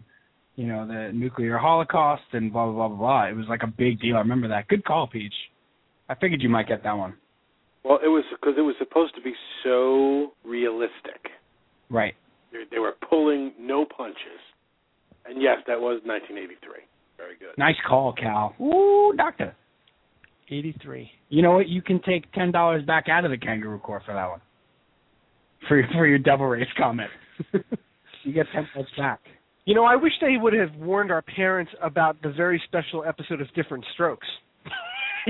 you know the nuclear holocaust and blah blah blah blah blah." It was like a big deal. I remember that. Good call, Peach. I figured you might get that one.
Well, it was because it was supposed to be so realistic.
Right.
They, they were pulling no punches. And yes, that was 1983. Very good.
Nice call, Cal. Ooh, doctor.
Eighty three.
You know what? You can take ten dollars back out of the kangaroo court for that one. For your, for your double race comment, you get ten bucks back.
You know, I wish they would have warned our parents about the very special episode of Different Strokes.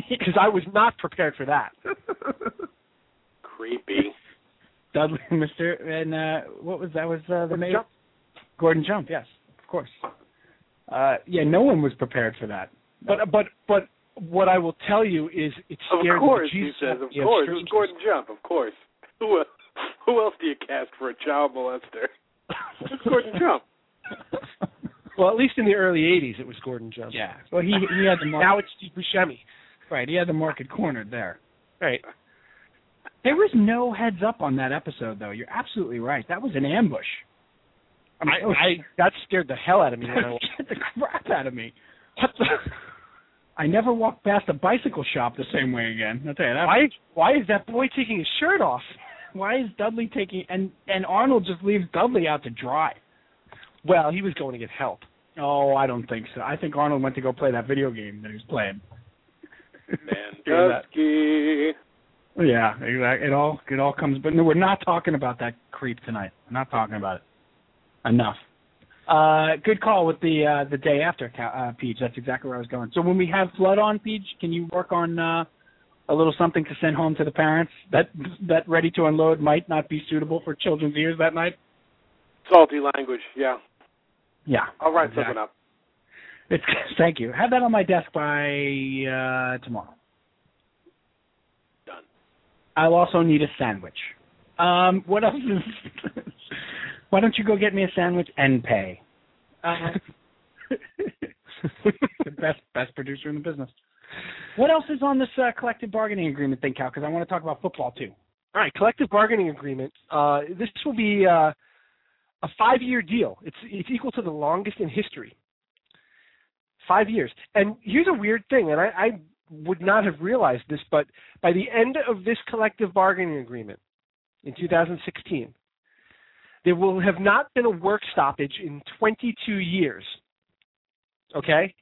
Because I was not prepared for that.
Creepy.
Dudley, Mister, and uh, what was that? Was uh, the
Gordon
mayor?
Jump.
Gordon Jump. Yes, of course. Uh, yeah, no one was prepared for that.
But but but what I will tell you is it
Of
scared
course,
the
he
Jesus
says. Of course, it was Gordon Jump. Of course. Who el- who else do you cast for a child molester? It's Gordon Jump.
Well, at least in the early '80s, it was Gordon Jump.
yeah. Well, he he had the market
Now it's Steve Buscemi.
right. He had the market cornered there.
Right.
There was no heads up on that episode, though. You're absolutely right. That was an ambush.
I,
mean, it was-
I that scared the hell out of me. When I,
That scared the crap out of me.
what the?
I never walked past a bicycle shop the same way again. I'll tell you that.
Why why is that boy taking his shirt off?
Why is Dudley taking and and Arnold just leaves Dudley out to dry?
Well, he was going to get help.
Oh, I don't think so. I think Arnold went to go play that video game that he was playing. Hear that.
Sandusky.
Yeah, exactly. It all it all comes, but no, we're not talking about that creep tonight. We're not talking about it enough. Uh, good call with the uh, the day after Ca- uh, Peach. That's exactly where I was going. So when we have flood on Peach, can you work on uh, a little something to send home to the parents that that ready to unload might not be suitable for children's ears that night?
Salty language. Yeah.
Yeah,
I'll write
Exactly.
something up.
it's, thank you. Have that on my desk by uh, tomorrow.
Done.
I'll also need a sandwich. Um, what else is? Why don't you go get me a sandwich and pay? the best best producer in the business. What else is on this uh, collective bargaining agreement thing, Cal? Because I want to talk about football too.
All right, collective bargaining agreement. Uh, this will be uh, a five-year deal. It's it's equal to the longest in history. Five years. And here's a weird thing, and I, I would not have realized this, but by the end of this collective bargaining agreement in 2016, there will have not been a work stoppage in 22 years. Okay.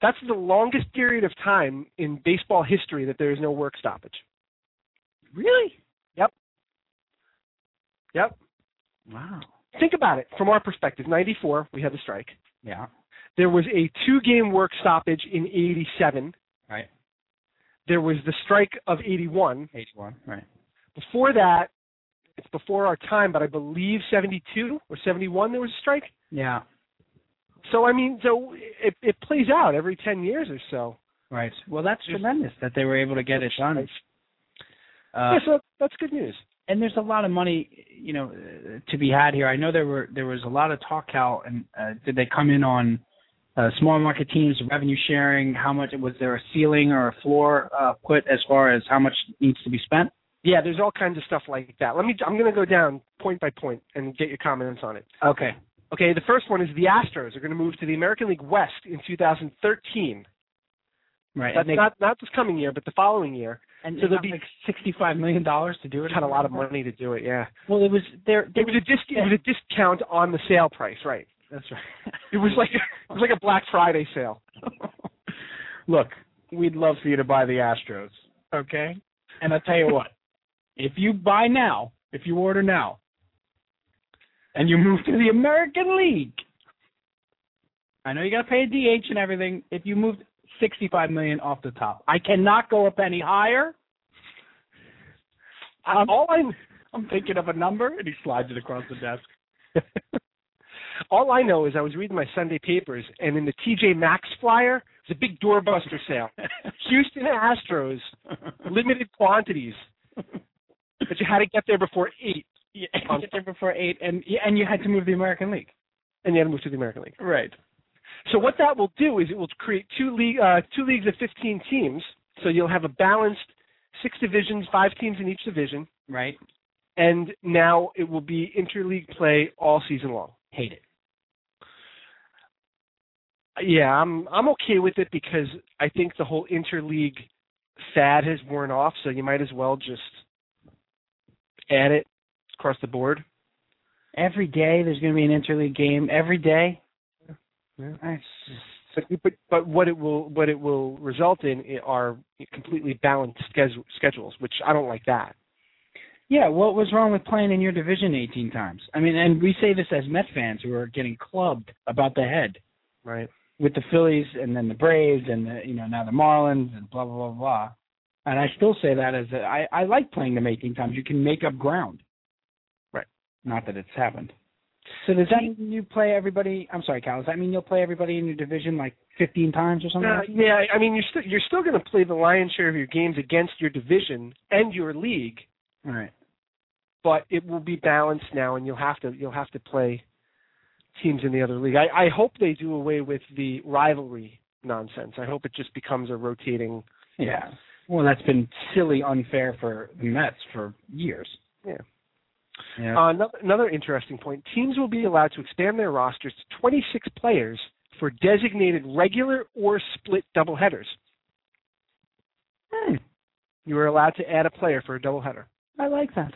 That's the longest period of time in baseball history that there is no work stoppage.
Really?
Yep.
Wow.
think about it from our perspective. 94, we had the strike.
Yeah.
There was a two game work stoppage in 87.
Right.
There was the strike of 81.
Eighty-one. Right.
Before that, it's before our time, but I believe 72 or 71 there was a strike.
Yeah.
So, I mean, so it, it plays out every 10 years or so.
Right. Well, that's tremendous that they were able to get it done.
yeah,
Uh,
so that's good news.
and there's a lot of money, you know, uh, to be had here. I know there were there was a lot of talk out, and uh, did they come in on uh, small market teams, revenue sharing? How much was there a ceiling or a floor uh, put as far as how much needs to be spent?
Yeah, there's all kinds of stuff like that. Let me. I'm going to go down point by point and get your comments on it.
Okay.
Okay, the first one is the Astros are going to move to the American League West in 2013.
Right.
That's
and they,
not not this coming year, but the following year.
and
so
they
there'll
got
be-
like sixty-five million dollars to do it.
Got a lot of money to do it. Yeah,
Well, it was there.
it was a dis- it was a discount on the sale price, right?
That's right.
It was like it was like a Black Friday sale.
Look, we'd love for you to buy the Astros. Okay. And I tell you what, if you buy now, if you order now, and you move to the American League, I know you got to pay a DH and everything. If you moved 65 million off the top, I cannot go a penny higher. I'm, all I'm, I'm thinking of a number, and he slides it across the desk.
All I know is I was reading my Sunday papers, and in the TJ Maxx flyer, it's a big doorbuster sale. Houston Astros, limited quantities, but you had to get there before eight,
Yeah, get there before eight, and yeah, and you had to move the American League.
and you had to move to the American League.
Right.
So what that will do is it will create two league uh, two leagues of 15 teams. So you'll have a balanced six divisions, five teams in each division,
Right.
and now it will be interleague play all season long.
Hate it.
Yeah, I'm I'm okay with it because I think the whole interleague fad has worn off. So you might as well just add it across the board.
Every day there's going to be an interleague game. Every day.
Yeah.
That's just-
But but, but what it will what it will eh, result in are completely balanced schedule, schedules, which I don't like that.
Yeah, what was wrong with playing in your division 18 times? I mean, and we say this as Met fans who are getting clubbed about the head
Right.
with the Phillies and then the Braves and the you know now the Marlins and blah blah blah blah. And I still say that as a, I I like playing them 18 times. You can make up ground.
Right.
Not that it's happened. So does that mean you play everybody? I'm sorry, Cal. Does that mean you'll play everybody in your division like 15 times or something?
Uh,
like that?
yeah, I mean you're still you're still going to play the lion's share of your games against your division and your league,
All right.
but it will be balanced now, and you'll have to you'll have to play teams in the other league. I, I hope they do away with the rivalry nonsense. I hope it just becomes a rotating.
Yeah. Well, that's been silly unfair for the Mets for years.
Yeah.
Yeah.
Uh, another, another interesting point: teams will be allowed to expand their rosters to 26 players for designated regular or split doubleheaders.
Hmm,
You are allowed to add a player for a doubleheader.
I like that.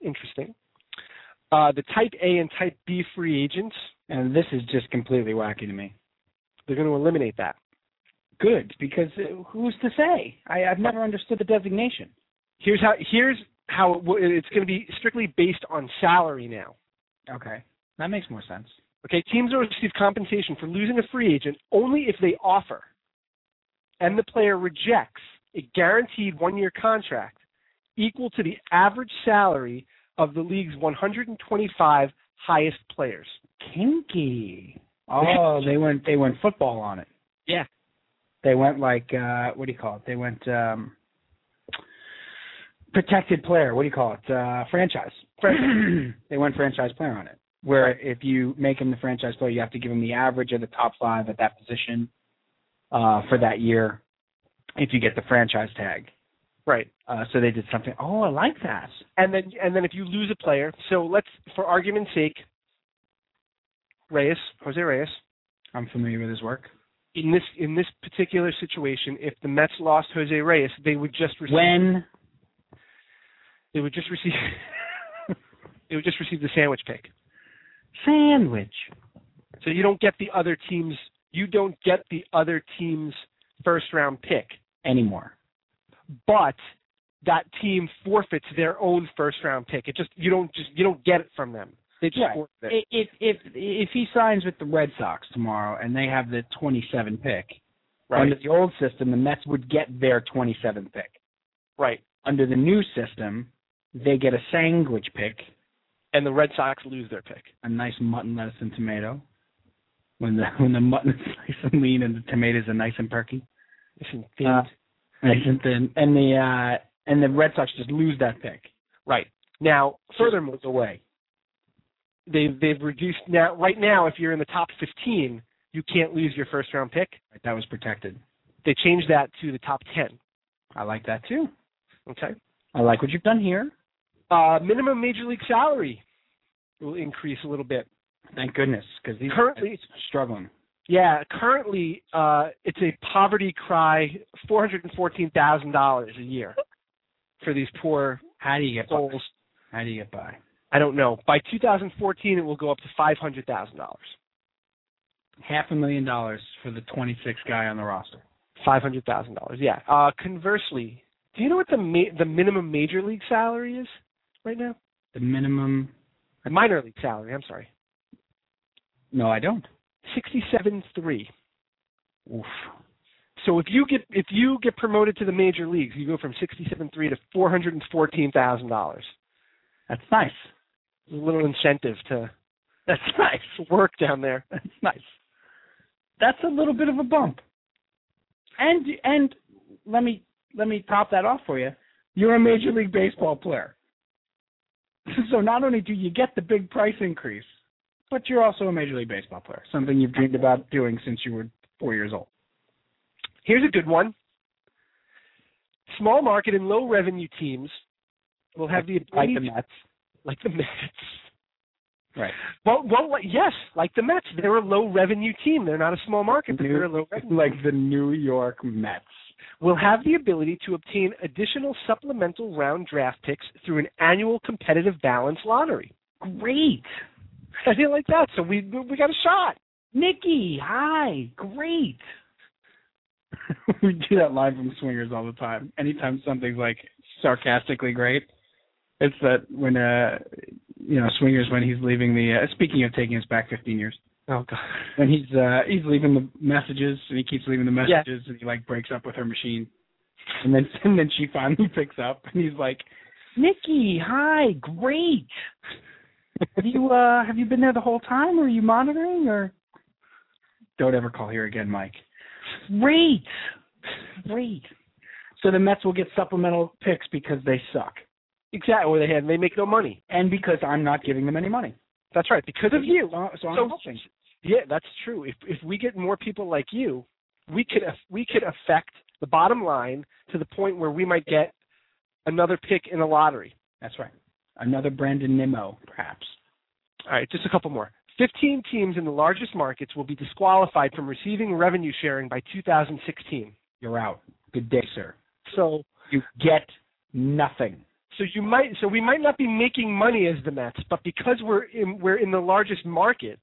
Interesting. Uh, the Type A and Type B free agents,
And this is just completely wacky to me.
they're going to eliminate that.
Good, because uh, who's to say? I, I've never understood the designation.
Here's how. Here's how it, wo- it's going to be strictly based on salary now.
Okay, that makes more sense.
Okay, teams will receive compensation for losing a free agent only if they offer and the player rejects a guaranteed one year contract equal to the average salary of the league's 125 highest players.
Kinky. Oh, they went they went football on it.
Yeah.
They went like uh what do you call it? They went um protected player. What do you call it? Uh franchise. they went franchise player on it. Where if you make him the franchise player, you have to give him the average of the top 5 at that position uh for that year if you get the franchise tag.
Right.
Uh so they did something. Oh, I like that.
And then and then if you lose a player, so let's for argument's sake, Reyes, Jose Reyes,
I'm familiar with his work.
in this in this particular situation, if the Mets lost Jose Reyes, they would just receive
When
they would just receive they would just receive the sandwich pick.
sandwich.
So you don't get the other team's you don't get the other team's first round pick,
Anymore.
but that team forfeits their own first round pick. It just you don't just you don't get it from them. They just
Right.
forfeit it.
I- if if if he signs with the Red Sox tomorrow and they have the 27 pick under the old system, the Mets would get their 27 pick.
Right.
Under the new system, they get a sandwich pick,
And the Red Sox lose their pick.
a nice mutton, lettuce, and tomato. When the when the mutton is nice and lean and the tomatoes are nice and perky,
Listen,
Uh, nice and thin, and the uh, and the Red Sox just lose that pick.
right. Now, furthermore,
Furthermore, away.
they've they've reduced now right now if you're in the top 15, you can't lose your first round pick.
That was protected.
They changed that to the top 10,
I like that too.
okay?
I like what you've done here.
Uh minimum major league salary will increase a little bit.
Thank goodness, because these
Currently-
guys are struggling.
Yeah, currently uh, it's a poverty cry, four hundred and fourteen thousand dollars a year for these poor
How do you get by?
souls.
How do you get by?
I don't know. By 2014, it will go up to five hundred thousand dollars.
Half a million dollars for the 26th guy on the roster.
Five hundred thousand dollars. Yeah. Uh, conversely, do you know what the ma- the minimum major league salary is right now?
The minimum?
Minor league salary. I'm sorry,
No, I don't.
sixty-seven three.
Oof.
So if you get if you get promoted to the major leagues, you go from sixty-seven three to four hundred and fourteen thousand dollars.
That's nice.
A little incentive to
That's nice.
to work down there.
That's nice. That's a little bit of a bump. And and let me let me top that off for you. You're a major league baseball player. So not only do you get the big price increase, but you're also a major league baseball player, something you've dreamed about doing since you were 4 years old.
Here's a good one. Small market and low revenue teams will have the
Like
ability
the Mets.
to- like the Mets.
Right.
Well, well, like- yes, like the Mets. They're a low revenue team. They're not a small market, but they're a low revenue.
like the New York Mets.
Will have the ability to obtain additional supplemental round draft picks through an annual competitive balance lottery.
Great.
I feel like that. So we we got a shot.
Nikki, hi. Great. we do that live from Swingers all the time. Anytime something's like sarcastically great,
it's that when uh you know swingers when he's leaving the uh, speaking of taking us back 15 years
Oh god.
when he's uh he's leaving the messages and he keeps leaving the messages and he like breaks up with her machine and then and then she finally picks up and he's like
Nikki, hi, great. Have you uh have you been there the whole time? Or are you monitoring or
don't ever call here again Mike
great. Great. So the Mets will get supplemental picks because they suck.
Exactly. Where they had they make no money.
And because I'm not giving them any money.
That's right. Because of you.
So, so I'm
So-
helping.
Yeah, that's true. If if we get more people like you, we could aff- we could affect the bottom line to the point where we might get another pick in the lottery.
That's right. Another Brandon Nimmo, perhaps.
All right, just a couple more. 15 teams in the largest markets will be disqualified from receiving revenue sharing by 2016.
You're out. Good day, sir.
So
You get nothing.
so you might so we might not be making money as the Mets, but because we're in we're in the largest market,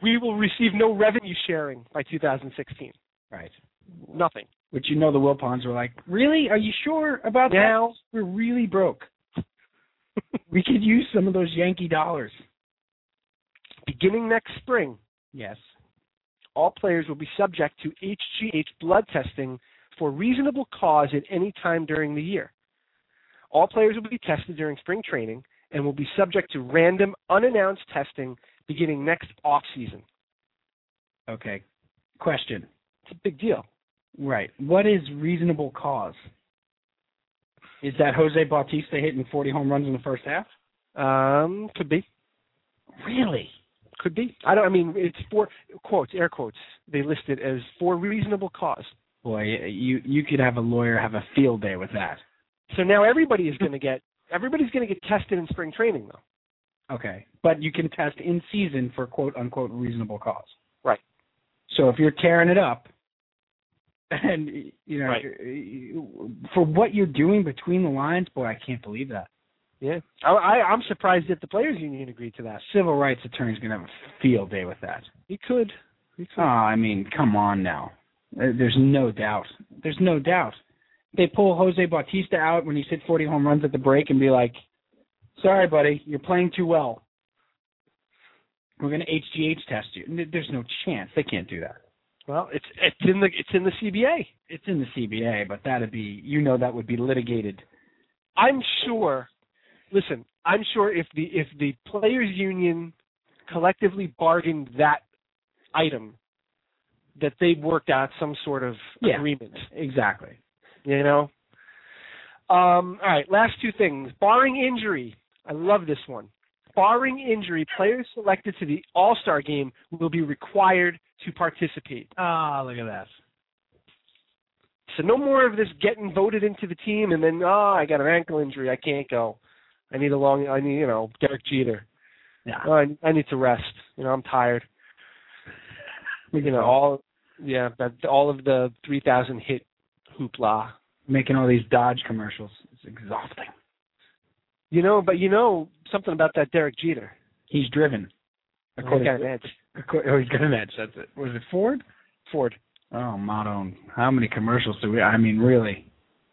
we will receive no revenue sharing by 2016.
Right.
Nothing.
Which you know the Wilpons were like, Really? Are you sure about
Now
that? We're really broke. we could use some of those Yankee dollars.
beginning next spring,
Yes.
all players will be subject to HGH blood testing for reasonable cause at any time during the year. All players will be tested during spring training and will be subject to random, unannounced testing beginning next off season.
Okay. Question.
It's a big deal.
Right. What is reasonable cause? Is that Jose Bautista hitting 40 home runs in the first half?
Um, could be,
Really?
could be. I don't. I mean, it's for quotes, air quotes. They list it as for reasonable cause.
Boy, you you could have a lawyer have a field day with that.
So now everybody is going to get everybody's going to get tested in spring training, though.
Okay. But you can test in season for quote unquote reasonable cause.
Right.
So if you're tearing it up and you know
Right.
you- for what you're doing between the lines, boy, I can't believe that.
Yeah, I, I, I'm surprised that the players' union agreed to that.
Civil rights attorney's going to have a field day with that.
He could. He
Oh,
could.
I mean, come on now. Uh, There's no doubt. There's no doubt. They pull Jose Bautista out when he's hit 40 home runs at the break and be like, "Sorry, buddy, you're playing too well. We're going to HGH test you." N- There's no chance. They can't do that.
Well, it's it's in the it's in the CBA.
It's in the CBA, but that'd be you know that would be litigated.
I'm sure. Listen, I'm sure if the if the players union collectively bargained that item, that they worked out some sort of
Yeah.
agreement.
Exactly.
You know. Um, all right, last two things. Barring injury, I love this one. Barring injury, players selected to the All Star game will be required to participate.
Ah, look at that.
So no more of this getting voted into the team and then oh I got an ankle injury I can't go. I need a long I need you know Derek Jeter.
Yeah.
Oh, I, I need to rest. You know I'm tired. You know all yeah that all of the 3,000 hit hoopla.
Making all these Dodge commercials is exhausting.
You know but you know something about that Derek Jeter.
He's driven.
I
According,
got an edge.
acco- oh, he's got an edge. That's it. Was it Ford?
Ford.
oh my
Madone, how many commercials do we? I mean, really,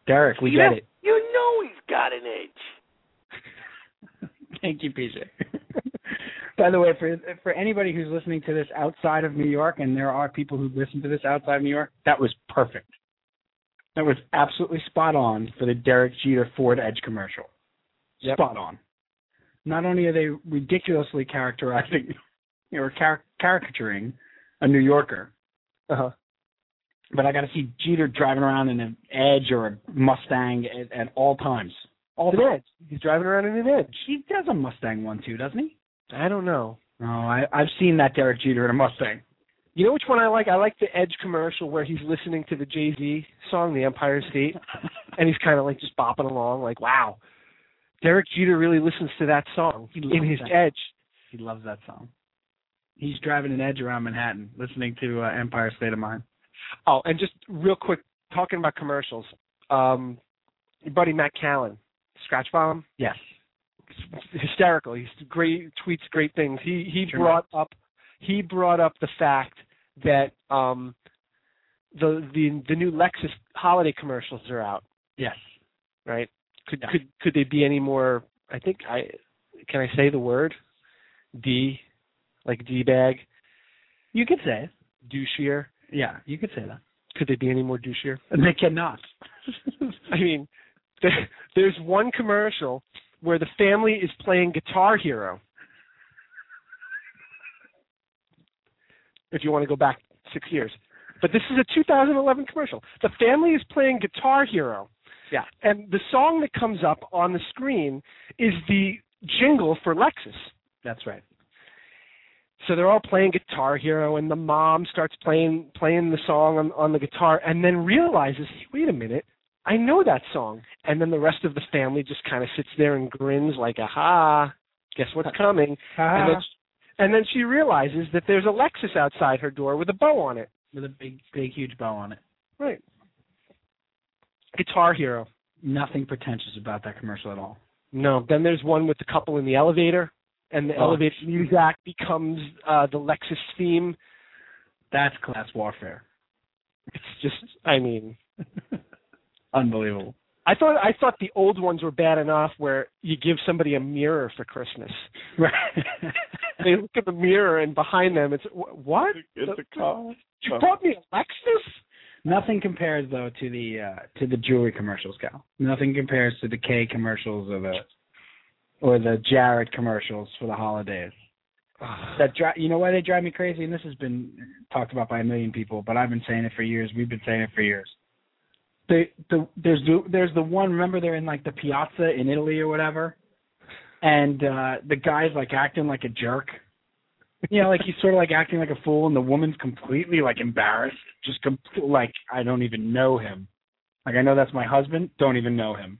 Derek, we get it.
You know he's got an edge.
Thank you, PJ. By the way, for for anybody who's listening to this outside of New York, and there are people who listen to this outside of New York, that was perfect. That was absolutely spot on for the Derek Jeter Ford Edge commercial.
Yep.
Spot on. Not only are they ridiculously characterizing or car- caricaturing a New Yorker,
Uh-huh.
but I got to see Jeter driving around in an Edge or a Mustang at, at all times. All
An edge. He's driving around in an edge.
He does a Mustang one too, doesn't he?
I don't know.
Oh, I, I've seen that Derek Jeter in a Mustang.
You know which one I like? I like the Edge commercial where he's listening to the Jay Z song, The Empire State, and he's kind of like just bopping along, like, wow, Derek Jeter really listens to that song
He
in
loves
his
that.
Edge.
He loves that song. He's driving an Edge around Manhattan, listening to uh, Empire State of Mind.
Oh, and just real quick, talking about commercials, um, your buddy Matt Callan, Scratch Bomb,
Yes.
hysterical. He's great, tweets great things. He he
Sure.
brought up he brought up the fact that um, the the the new Lexus holiday commercials are out.
Yes.
right? Could
Yeah.
could could they be any more I think I can I say the word D, like D bag,
You could say it.
douchier.
Yeah, you could say that.
Could they be any more douchier?
They cannot.
I mean, there, there's one commercial where the family is playing Guitar Hero. If you want to go back six years, but this is a 2011 commercial. The family is playing Guitar Hero.
Yeah.
And the song that comes up on the screen is the jingle for Lexus.
That's right.
So they're all playing Guitar Hero, and the mom starts playing playing the song on, on the guitar, and then realizes, hey, wait a minute, I know that song. And then the rest of the family just kind of sits there and grins like, aha, guess what's coming?
Uh-huh.
And, then, and then she realizes that there's a Lexus outside her door with a bow on it.
With a big, big, huge bow on it.
Right. Guitar Hero.
Nothing pretentious about that commercial at all.
No. Then there's one with the couple in the elevator, and the
Oh.
elevator music becomes uh, the Lexus theme.
That's class warfare.
It's just, I mean.
Unbelievable.
I thought I thought the old ones were bad enough where you give somebody a mirror for Christmas.
Right.
They look at the mirror and behind them it's "Wh- what?
It's a car.
You brought me a Lexus?
Nothing compares though to the uh to the jewelry commercials, Cal. Nothing compares to the K commercials or the or the Jared commercials for the holidays. That dri- you know why they drive me crazy, and this has been talked about by a million people, but I've been saying it for years. We've been saying it for years. They, the there's the, there's the one. Remember, they're in like the piazza in Italy or whatever, and uh the guy's like acting like a jerk. You know, like he's sort of like acting like a fool, and the woman's completely like embarrassed, just com- like I don't even know him. Like I know that's my husband, don't even know him.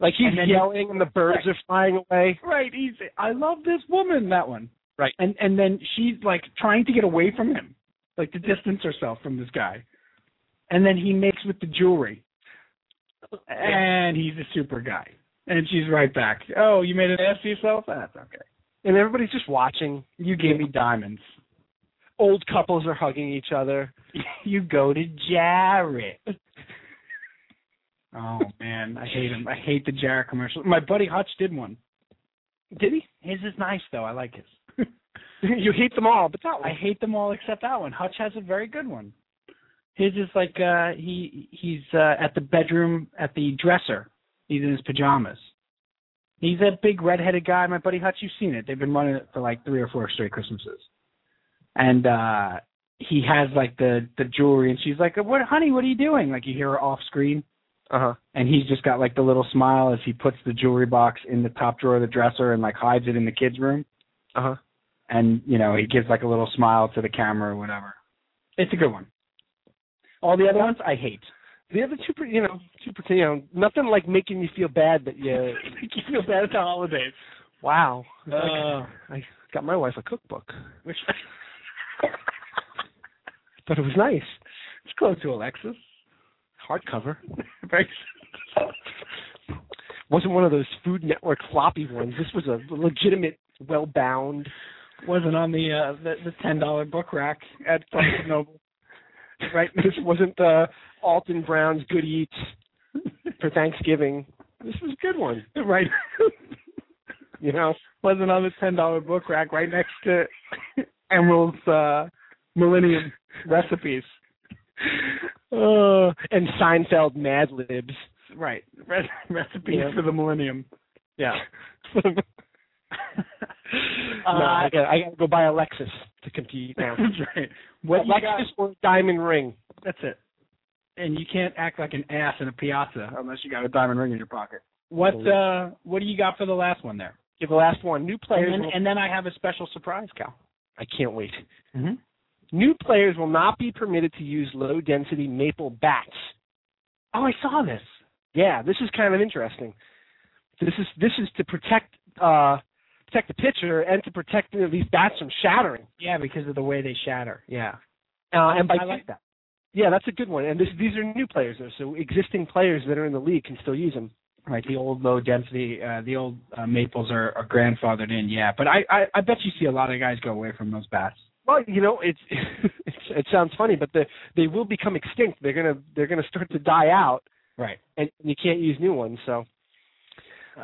Like he's
And then-
yelling and the birds are flying away.
Right, he's I love this woman, that one.
Right.
And and then she's like trying to get away from him, like to distance herself from this guy. And then he makes with the jewelry. And he's a super guy. And she's right back. Oh, you made an ass of yourself? That's okay.
And everybody's just watching.
You gave me diamonds.
Old couples are hugging each other.
you go to Jarrett. oh man, I hate him. I hate the Jarrett commercial. My buddy Hutch did one.
Did he?
His is nice though. I like his.
you hate them all, but that
I
one.
hate them all except that one. Hutch has a very good one. His is like uh he he's uh at the bedroom at the dresser. He's in his pajamas. He's that big redheaded guy, my buddy Hutch, you've seen it. They've been running it for like three or four straight Christmases. And uh he has like the the jewelry and she's like, What honey, what are you doing? Like you hear her off screen
Uh-huh.
and he's just got like the little smile as he puts the jewelry box in the top drawer of the dresser and like hides it in the kids' room
Uh-huh.
and you know he gives like a little smile to the camera or whatever. It's a good one. All the other ones I hate.
The other two, pre- you know, two, pre- you know, nothing like making you feel bad that you
Make you feel bad at the holidays.
Wow.
Uh.
I got my wife a cookbook.
Which
Thought it was nice.
it's close to Alexis.
Hardcover.
Very-
Wasn't one of those Food Network floppy ones. This was a legitimate, well bound.
Wasn't on the uh the, the ten dollar book rack at Barnes and Noble.
Right. This wasn't uh, Alton Brown's Good Eats for Thanksgiving. This was a good one.
Right.
You know.
Wasn't on the ten dollar book rack right next to Emerald's uh Millennium recipes.
Uh, and Seinfeld Mad Libs.
Right. Re- recipes
Yeah.
for the Millennium.
Yeah. no,
Uh,
I gotta, I gotta go buy a Lexus to compete now.
That's right. What
A
you got-
Lexus or a diamond ring.
That's it. And you can't act like an ass in a piazza unless you got a diamond ring in your pocket. What uh what do you got for the last one there?
Give the last one. New players.
And then,
will-
and then I have a special surprise, Cal.
I can't wait.
Mm-hmm.
New players will not be permitted to use low density maple bats.
Oh, I saw this.
Yeah, this is kind of interesting. This is this is to protect uh, protect the pitcher and to protect you know, these bats from shattering.
Yeah, because of the way they shatter. Yeah.
Uh, and by
I like that.
yeah, that's a good one. And this, these are new players though, so existing players that are in the league can still use them.
Right, the old low density, uh, the old uh, maples are, are grandfathered in, yeah. But I, I, I bet you see a lot of guys go away from those bats.
Well, you know, it's, it's it sounds funny, but the, they will become extinct. They're gonna they're gonna start to die out,
Right.
and you can't use new ones. So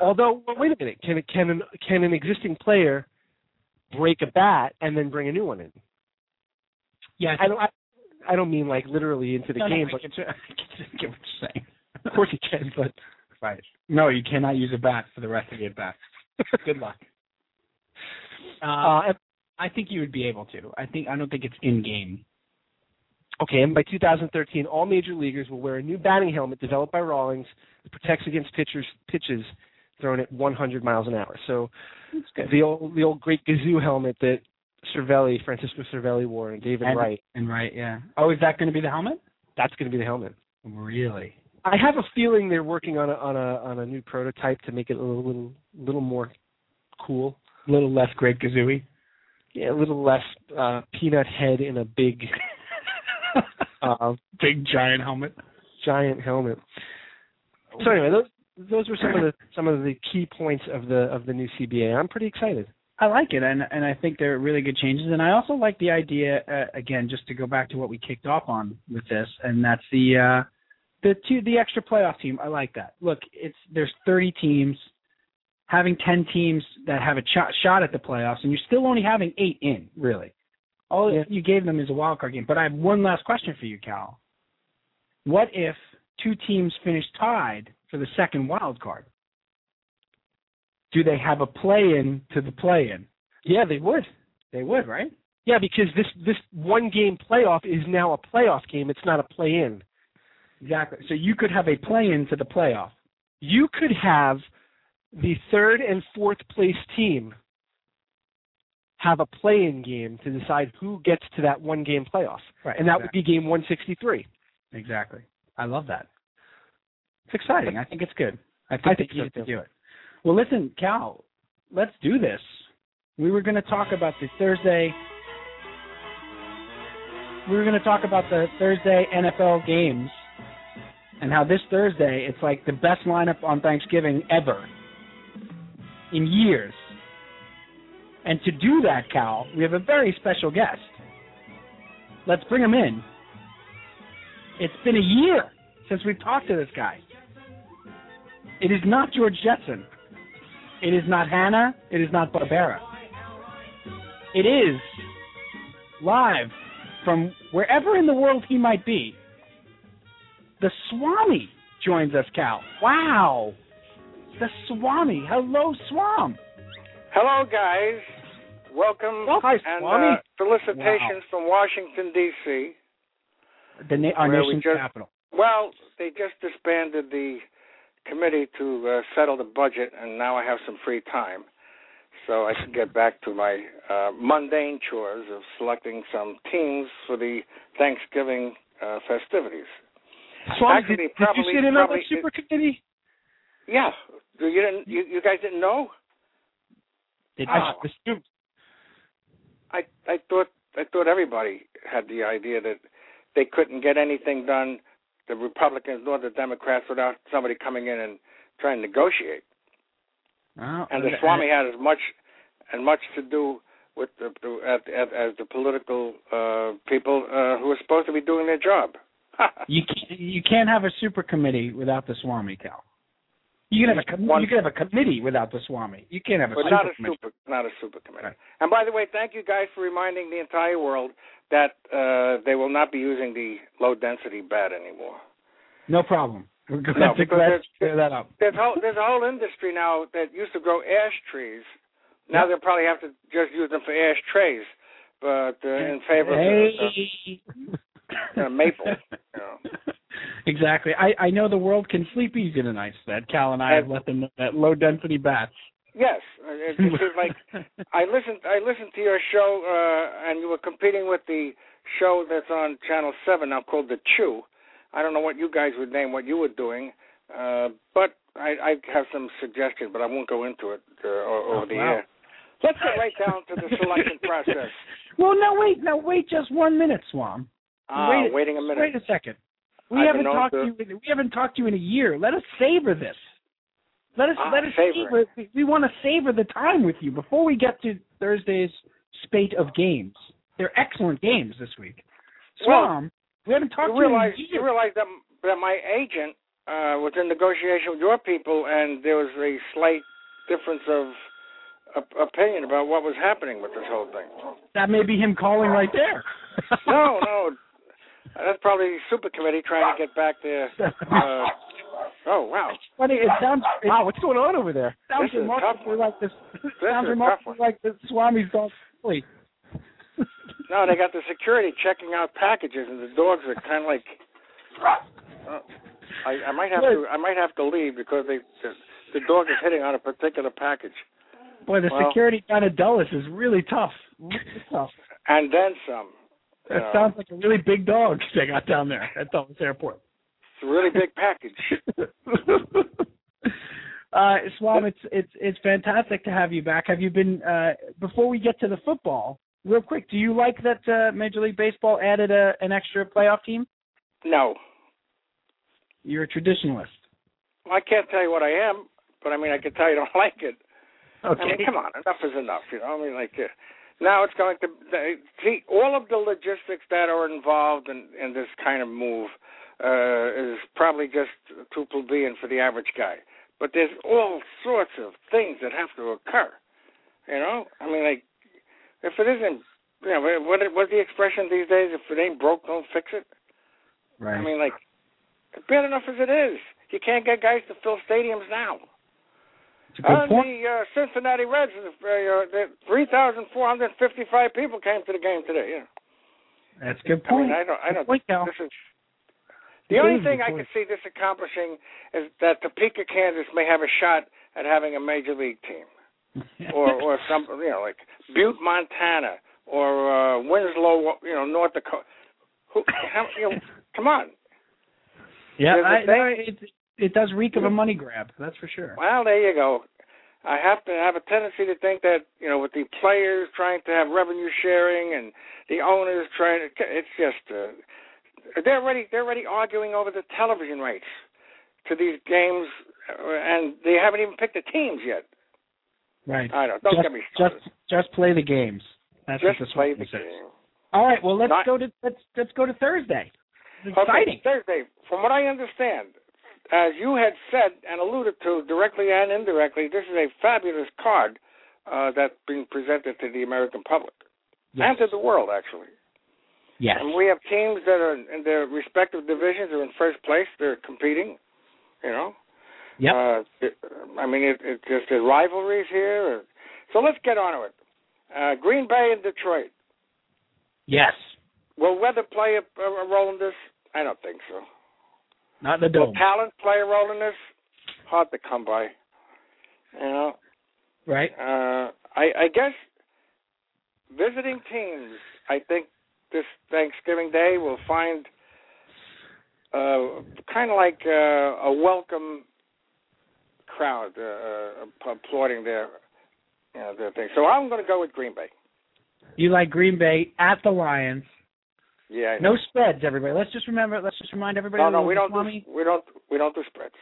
Although, well, wait a minute, can it can an can an existing player break a bat and then bring a new one in?
Yeah,
I don't I, I don't mean like literally into the
No, no,
game,
I
but
get, you- I get you- I get what you're saying.
of course he can. But
Right. No, you cannot use a bat for the rest of the at bat. Good luck. Uh,
uh, and-
I think you would be able to. I think I don't think it's in game.
okay, and by 2013, all major leaguers will wear a new batting helmet developed by Rawlings that protects against pitchers pitches thrown at 100 miles an hour. So
That's
the old the old great Gazoo helmet that Cervelli, Francisco Cervelli wore, and David
And-
Wright.
And right, yeah. Oh, is that going to be the helmet?
That's going to be the helmet.
Really?
I have a feeling they're working on a on a on a new prototype to make it a little little, little more cool.
A little less great Kazooie.
Yeah, a little less uh peanut head in a big uh
Big giant helmet.
giant helmet. So anyway, those those were some of the some of the key points of the of the new CBA. I'm pretty excited.
I like it, and and I think they're really good changes. And I also like the idea uh, again, just to go back to what we kicked off on with this, and that's the uh, the two the extra playoff team. I like that. Look, it's there's 30 teams, having 10 teams that have a shot shot at the playoffs, and you're still only having eight in really. All
Yeah.
you gave them is a wild card game. But I have one last question for you, Cal. What if two teams finish tied for the second wild card? Do they have a play in to the play in?
Yeah, they would.
They would, right?
Yeah, because this this one game playoff is now a playoff game. It's not a play in.
Exactly. So you could have a play in to the playoff.
You could have the third and fourth place team have a play in game to decide who gets to that one game playoff.
Right.
And that would be game one sixty three.
be exactly. I love that.
It's exciting.
I think it's good. I think,
I
they
think so,
needed to
too.
do it. Well, listen, Cal, let's do this. We were going to talk about the Thursday. We were going to talk about the Thursday NFL games and how this Thursday it's like the best lineup on Thanksgiving ever in years. And to do that, Cal, we have a very special guest. Let's bring him in. It's been a year since we've talked to this guy. It is not George Jetson. It is not Hannah. It is not Barbara. It is live from wherever in the world he might be. The Swami joins us, Cal. Wow. The Swami. Hello, Swam.
Hello, guys. Welcome
Oh, hi,
and
Swami.
uh, felicitations from Washington D.C.
The na- our
Where we
nation's
just-
capital.
Well, they just disbanded the committee to uh, settle the budget, and now I have some free time, so I can get back to my uh, mundane chores of selecting some teams for the Thanksgiving uh, festivities.
Swami,
Actually,
did, did
probably-
you sit in on the
probably-
super committee?
Yeah, you didn't. You, you guys didn't know?
Did
I- I I thought I thought everybody had the idea that they couldn't get anything done, the Republicans nor the Democrats, without somebody coming in and trying to negotiate.
Oh,
And the
and-
Swami had as much and much to do with the, the at, at, as the political uh, people uh, who are supposed to be doing their job.
You can't, you can't have a super committee without the Swami, Cal. You can have a com-
One-
you can have a committee without the Swami. You can't have a
but
super
not a
committee.
super not a super committee.
Right.
And by the way, thank you guys for reminding the entire world that uh, they will not be using the low density bat anymore.
No problem. We're glad
No,
to
because
glad to
there's-
clear that up.
there's whole there's a whole industry now that used to grow ash trees. Now they'll probably have to just use them for ash trays, but uh, in favor of uh, uh, maple. you know.
Exactly. I, I know the world can sleep easier than I said. Cal and I have let them know that low density bats.
Yes, uh, it, it's just like I listened I listened to your show uh, and you were competing with the show that's on Channel Seven now called the Chew. I don't know what you guys would name what you were doing, uh, but I, I have some suggestions, but I won't go into it uh, o- over the
Oh, wow.
air. Let's get right down to the selection process.
well, no, wait, no, wait, just one minute, Swam.
Ah,
Wait-
waiting a minute.
Wait a second. We
I've
haven't
been on
talked
the-
to you. In, we haven't talked to you in a year. Let us savor this. Let us
Ah,
let us
savoring.
savor. We, we want to savor the time with you before we get to Thursday's spate of games. They're excellent games this week.
Well,
Swam, we haven't talked to
you
you in a
realize
year.
you realize that that my agent uh, was in negotiation with your people, and there was a slight difference of op- opinion about what was happening with this whole thing.
That may be him calling right there.
no, no, that's probably the super committee trying to get back there. Uh, oh wow,
Funny, it sounds it
Wow, what's going on over there?
sounds
This is a tough
remarkably
one.
like this. sounds
is a
remarkably
tough one.
like the Swami's dog. Really.
no, they got the security checking out packages, and the dogs are kind of like. Uh, I, I might have to. I might have to leave because they the, the dog is hitting on a particular package,
Boy, the
Well-
security kind of Dulles is really tough. Really tough.
and then some.
That
Yeah.
sounds like a really big dog they got down there at Dulles Airport.
It's a really big package.
uh, Swam, it's it's it's fantastic to have you back. Have you been uh, before we get to the football? Real quick, do you like that uh, Major League Baseball added a, an extra playoff team?
No,
You're a traditionalist.
Well, I can't tell you what I am, but I mean, I can tell you don't like it.
Okay.
I mean, come on, enough is enough. You know, I mean, like uh, now it's going to they- see all of the logistics that are involved in in this kind of move uh, is probably just too plebeian for the average guy. But there's all sorts of things that have to occur. You know, I mean, like if it isn't, you know, what what's the expression these days? If it ain't broke, don't fix it.
right.
I mean, like, bad enough as it is. You can't get guys to fill stadiums now.
It's a good
On
point.
the uh, Cincinnati Reds, uh, uh, the 3,455 people came to the game today. Yeah.
That's a good
I mean,
point.
I don't, I don't.
Point, Cal.
This is, the
It
only
is a
thing I
point.
could see this accomplishing is that Topeka, Kansas, may have a shot at having a major league team, or or some, you know, like Butte, Montana, or uh, Winslow, you know, North Dakota. Who, how, you know, come on.
yeah,
there's a
I,
thing-
no, it it does reek of a money grab. That's for sure.
Well, there you go. I have to have a tendency to think that you know, with the players trying to have revenue sharing and the owners trying to, it's just uh, they're already they're already arguing over the television rights to these games, uh, and they haven't even picked the teams yet.
Right.
I don't. Don't
just,
get me
just
started.
just play the games. That's what this
play
one
the
says.
game.
All right. Well, let's
Not-
go to let's let's go to Thursday. It's
Okay,
exciting.
Thursday, from what I understand, as you had said and alluded to directly and indirectly, this is a fabulous card uh, that's being presented to the American public and to the world, actually.
Yes.
And we have teams that are in their respective divisions are in first place. They're competing, you know.
Yep.
Uh, it- I mean, it, it just the rivalries here. So let's get on to it. Uh, Green Bay and Detroit.
Yes.
Will weather play a, a role in this? I don't think so.
Not the
Will
dome.
talent play a role in this? Hard to come by. You know,
Right.
uh, I, I guess visiting teams. I think this Thanksgiving Day will find uh, kind of like uh, a welcome crowd uh, uh, applauding their you know, their thing. So I'm going to go with Green Bay.
You like Green Bay at the Lions.
Yeah. I
No spreads, everybody. Let's just remember. Let's just remind everybody.
know. no,
that
no, we don't. Do,
Swami
we don't. We don't do spreads.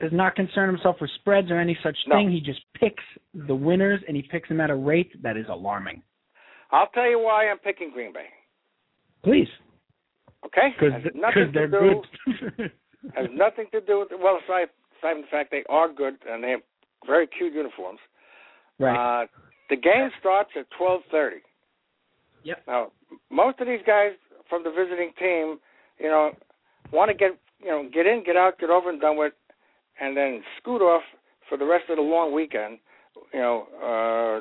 does not concern himself with spreads or any such
No.
thing. He just picks the winners and he picks them at a rate that is alarming.
I'll tell you why I'm picking Green Bay.
Please.
Okay. Has nothing to
they're
do- uh,
good.
has nothing to do with well, aside, aside from the fact they are good and they have very cute uniforms.
right.
Uh, the game starts at twelve thirty.
Yep.
Now, most of these guys from the visiting team, you know, want to get you know get in, get out, get over and done with, and then scoot off for the rest of the long weekend. You know,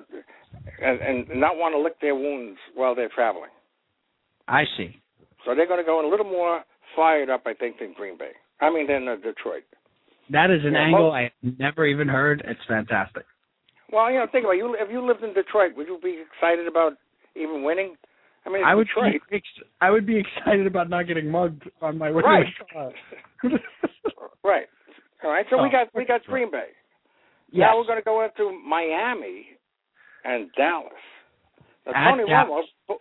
uh, and and not want to lick their wounds while they're traveling.
I see.
So they're going to go in a little more fired up, I think, than Green Bay. I mean, than uh, Detroit.
That is an
Yeah,
angle
most-
I have never even heard. It's fantastic.
Well, you know, think about it. you. If you lived in Detroit, would you be excited about even winning? I mean, it's
I would
Detroit.
be ex- I would be excited about not getting mugged on my way. to
Right.
the car.
Right. All right. So
Oh,
we got we got Green Bay.
yes.
Now we're going to go into Miami and Dallas. Now,
At
Tony
Dallas.
Romo.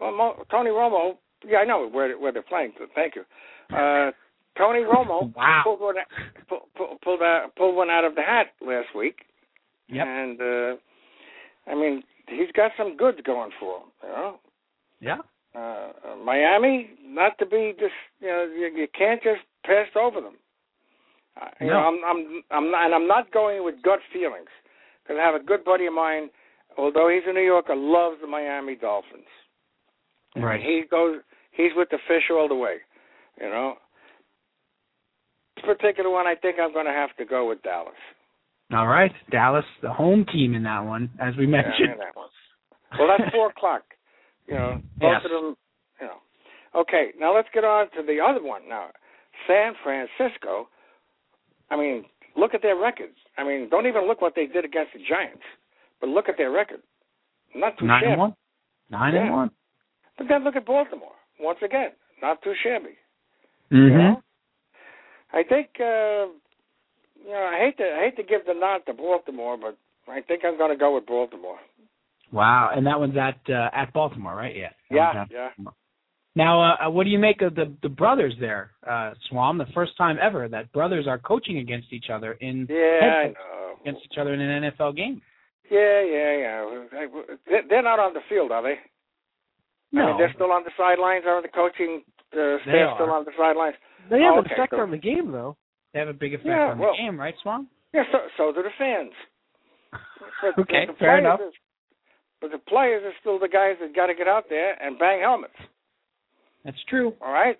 Well, Mo, Tony Romo. Yeah, I know where where they're playing. So thank you. Uh, Tony Romo
Wow.
pulled one pulled, pulled, out, pulled one out of the hat last week.
Yep.
And uh, I mean, he's got some goods going for him. You know.
Yeah.
uh, Miami, not to be just you know you, you can't just pass over them. Uh, you know, I'm I'm I'm not, and I'm not going with gut feelings because I have a good buddy of mine, although he's a New Yorker, loves the Miami Dolphins.
Right.
He goes. He's with the fish all the way. You know. This particular one, I think I'm going to have to go with Dallas.
All right, Dallas, the home team in that one, as we
Yeah, I
mentioned.
know that one. Well, that's four o'clock. You know, both
Yes.
of them. You know. Okay, now let's get on to the other one. Now, San Francisco. I mean, look at their records. I mean, don't even look what they did against the Giants, but look at their record. Not too
Nine
shabby.
and one. Nine
Yeah.
and one.
But then look at Baltimore once again. Not too shabby. You
Mm-hmm.
know? I think uh, you know I hate to I hate to give the nod to Baltimore, but I think I'm going to go with Baltimore.
Wow, and that one's at uh, at Baltimore, right? Yeah. That one's
Yeah,
at-
yeah.
Now, uh, what do you make of the the brothers there, uh, Swam? The first time ever that brothers are coaching against each other in
Yeah, I
head coach
know.
against each other in an NFL game.
Yeah, yeah, yeah. They- they- They're not on the field, are they? I
No,
mean, they're still on the sidelines. Are the coaching uh,
They
staff still
are.
on the sidelines?
They have
Oh,
an
okay,
effect
cool.
on the game, though.
they have a big effect
Yeah,
on
well-
the game, right, Swam?
Yeah, so so do the fans. But,
Okay,
but the
fair
players
enough.
Is, but the players are still the guys that got to get out there and bang helmets.
That's true.
All right.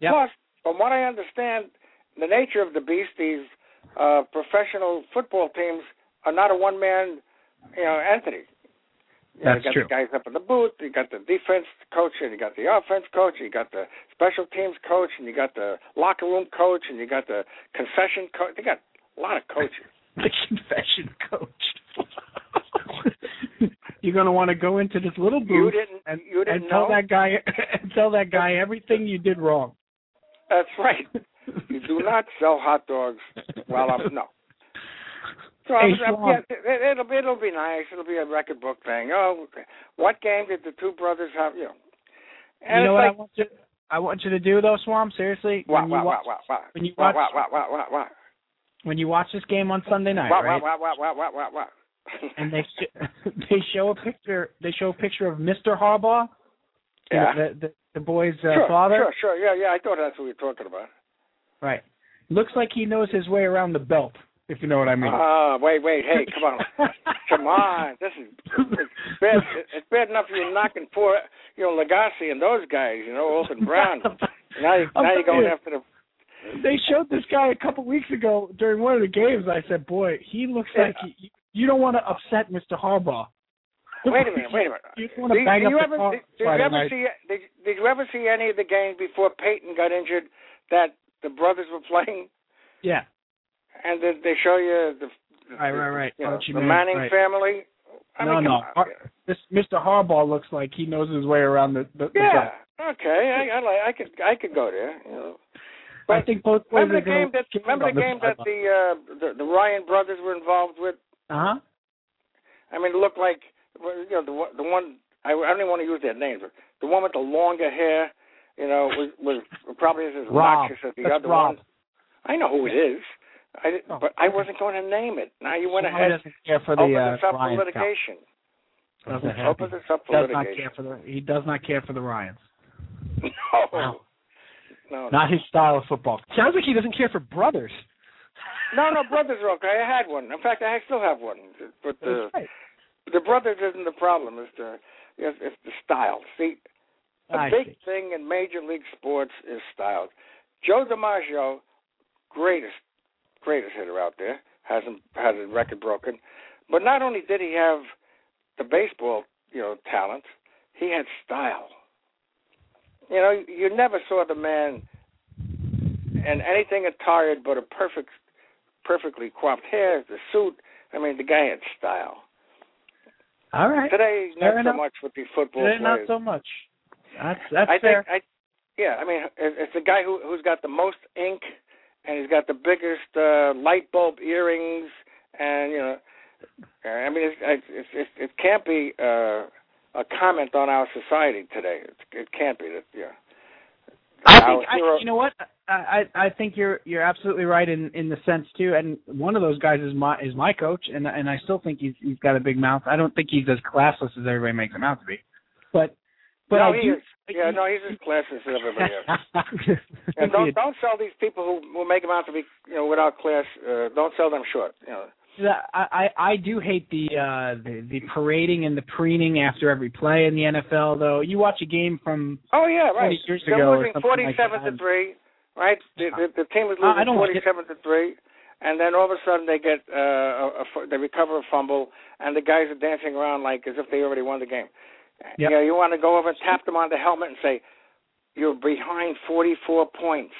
Yeah.
Plus, from what I understand, the nature of the beast, these uh, professional football teams are not a one-man, you know, entity. You know,
That's
you got
true.
the guys up in the booth. You got the defense coach, and you got the offense coach. You got the special teams coach, and you got the locker room coach, and you got the concession coach. They got a lot of coaches.
The confession coach. You're gonna want to go into this little
You
booth
didn't.
and
you didn't
and tell
know.
that guy and tell that guy everything you did wrong.
That's right. You do not sell hot dogs while I'm um, no. So I
Hey,
was,
Sean.
yeah, it, it'll be it'll be nice. It'll be a record book thing. Oh, what game did the two brothers have? You know, and
you know what
it's like
I want you I want you to do though, Swam? Seriously,
wow,
when you
wow, wow,
watch
wow, wow,
when you
wow,
watch-
wow, wow, wow, wow, wow,
when you watch this game on Sunday night,
wow, wow,
right?
wow, wow, wow, wow, wow, wow.
And they sh- they show a picture they show a picture of Mr. Harbaugh, you know,
yeah,
the, the the boy's uh,
sure,
father.
sure, sure, yeah, yeah. I thought that's what we were talking about.
Right. Looks like he knows his way around the belt, if you know what I mean.
Ah, wait, wait, hey, come on, come on. This is it's bad. It's bad enough you're knocking poor, you know, Legacy and those guys, you know, Olson Brown. Now you
I'm
now you're going
telling
after the
you, They showed this guy a couple weeks ago during one of the games. I said, "Boy, he looks like he, you don't want to upset Mr. Harbaugh."
Wait a minute, wait a minute.
You
Did,
want to bang
did
up
you
the
ever
car
did, did you
Friday
ever
night.
see did, did you ever see any of the games before Peyton got injured that the brothers were playing
Yeah.
and then they show you the the,
Right, right, right.
you know,
Archie
the
Manning,
Manning
right.
family? I
no,
mean,
no.
come on.
Har- this Mr. Harbaugh looks like he knows his way around the. the, the
yeah.
belt.
Okay, I, I like I could I could go there. You know.
I
But
think both
remember the
players are
game that
gonna get
remember
on
the game that
sideline.
the uh the, the Ryan brothers were involved with.
Uh-huh.
I mean, it looked like well, you know the one- the one I, I don't even want to use their names, but the one with the longer hair, you know, was was probably as
Rob.
obnoxious as the
That's
other
Rob.
one. I know who it is, I didn't-
Oh,
but I wasn't going to name it. Now you went
Swam
ahead,
doesn't care for the
opened
uh,
this up
Ryan
for litigation.
count. Doesn't happen.
Opened this up for
does not
litigation.
care for the he does not care for the Ryans.
No,
Wow.
no, no,
Not his style of football.
Sounds like he doesn't care for brothers.
no, no, brothers are okay. I had one. In fact, I still have one. But the
That's right.
the brothers isn't the problem. It's the it's, it's the style. See, the
I
big
see.
thing in major league sports is styles. Joe DiMaggio, greatest greatest hitter out there, hasn't has a record broken. But not only did he have the baseball, you know, talent, he had style. You know, you never saw the man in anything attired but a perfect perfectly cropped hair, the suit. I mean the guy had style.
All right.
Today
Fair
not so
enough.
much with the football
Today,
players.
Eh, not so much. That's that's
I
fair.
think I yeah, I mean it- it's the guy who who's got the most ink and he's got the biggest uh light bulb earrings and you know uh, I mean it's it's, it's, it's it can't be uh a comment on our society today. It, it can't be that yeah.
I
Our
think I,
hero-
you know what I, I I think you're you're absolutely right in in the sense too. And one of those guys is my is my coach, and and I still think he's he's got a big mouth. I don't think he's as classless as everybody makes him out to be, but But
no,
I
he
do.
is. Yeah, no, he's as classless as everybody else. And don't don't sell these people who will make them out to be you know without class. Uh, don't sell them short. You know.
I, I I do hate the uh the, the parading and the preening after every play in the NFL though. You watch a game from
Oh yeah, right.
20 years
They're
ago or
losing
something like
forty-seven
that.
to three, right? The, the, the team is
Uh, I
losing
don't like it.
forty-seven to three, and then all of a sudden they get uh, a, a, fu- they recover a fumble, and the guys are dancing around like as if they already won the game. Yeah, You, know, you want to go over and tap them on the helmet and say, "You're behind forty-four points."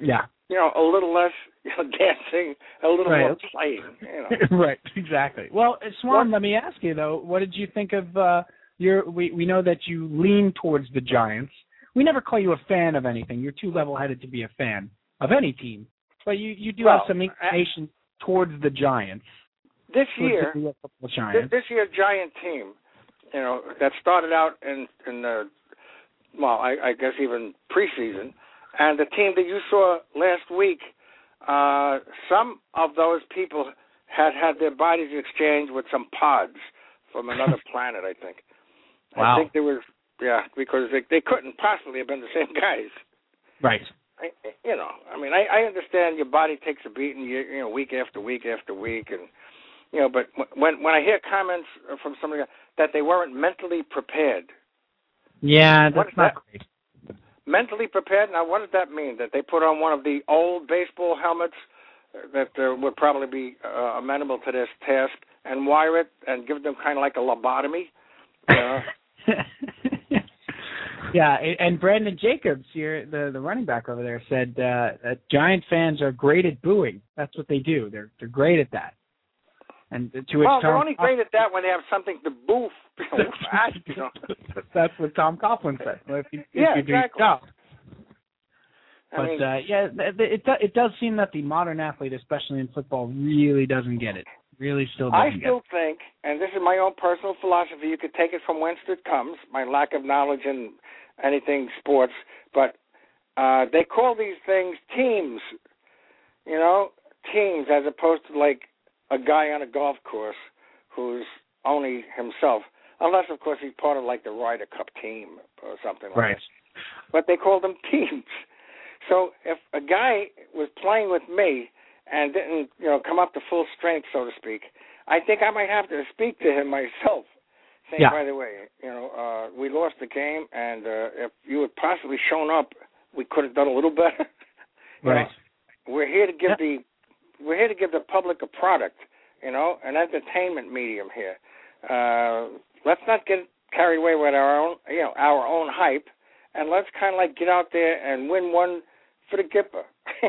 yeah
You know, a little less you know, dancing, a little
Right.
more playing. You know.
right exactly. Well, uh, Swan, let me ask you though, what did you think of uh your? We we know that you lean towards the Giants. We never call you a fan of anything. You're too level-headed to be a fan of any team, but you you do have
Well,
some inclination towards the Giants.
This
towards
year,
the New York Football
Th-
Giants.
This year's giant team, you know, that started out in in uh, well, I, I guess even preseason, and the team that you saw last week, uh, some of those people had had their bodies exchanged with some pods from another planet, I think.
Wow.
I think there was yeah, because they they couldn't possibly have been the same guys.
Right.
I, you know, I mean, I, I understand your body takes a beating, you, you know, week after week after week, and you know, but when when I hear comments from somebody that they weren't mentally prepared,
Yeah,
What
that's
is
not
that?
great.
mentally prepared. Now, what does that mean? That they put on one of the old baseball helmets that uh, would probably be uh, amenable to this task and wire it and give them kind of like a lobotomy. You know?
yeah, a- and Brandon Jacobs, here, the the running back over there, said uh, that Giant fans are great at booing. That's what they do. They're they're great at that. And to which
well, they're
Tom
only great at that when they have something to boof. You know, at, you know.
that's what Tom Coughlin said. Well, if you, if
Yeah,
you do your
exactly.
job.
I
But
mean,
uh, yeah, th- th- it do- it does seem that the modern athlete, especially in football, really doesn't get it. Really, still doesn't
I
get
still think, and this is my own personal philosophy, you could take it from whence it comes, my lack of knowledge in anything sports, but uh they call these things teams. You know, teams as opposed to like a guy on a golf course who's only himself. Unless of course he's part of like the Ryder Cup team or something
it.
like that but they call them teams. So if a guy was playing with me and didn't, you know, come up to full strength, so to speak, I think I might have to speak to him myself. Saying,
Yeah.
by the way, you know, uh, we lost the game, and uh, if you had possibly shown up, we could have done a little better. You
Right.
know, we're here to give
Yeah.
the we're here to give the public a product, you know, an entertainment medium here. Uh, let's not get carried away with our own, you know, our own hype, and let's kind of like get out there and win one for the Gipper.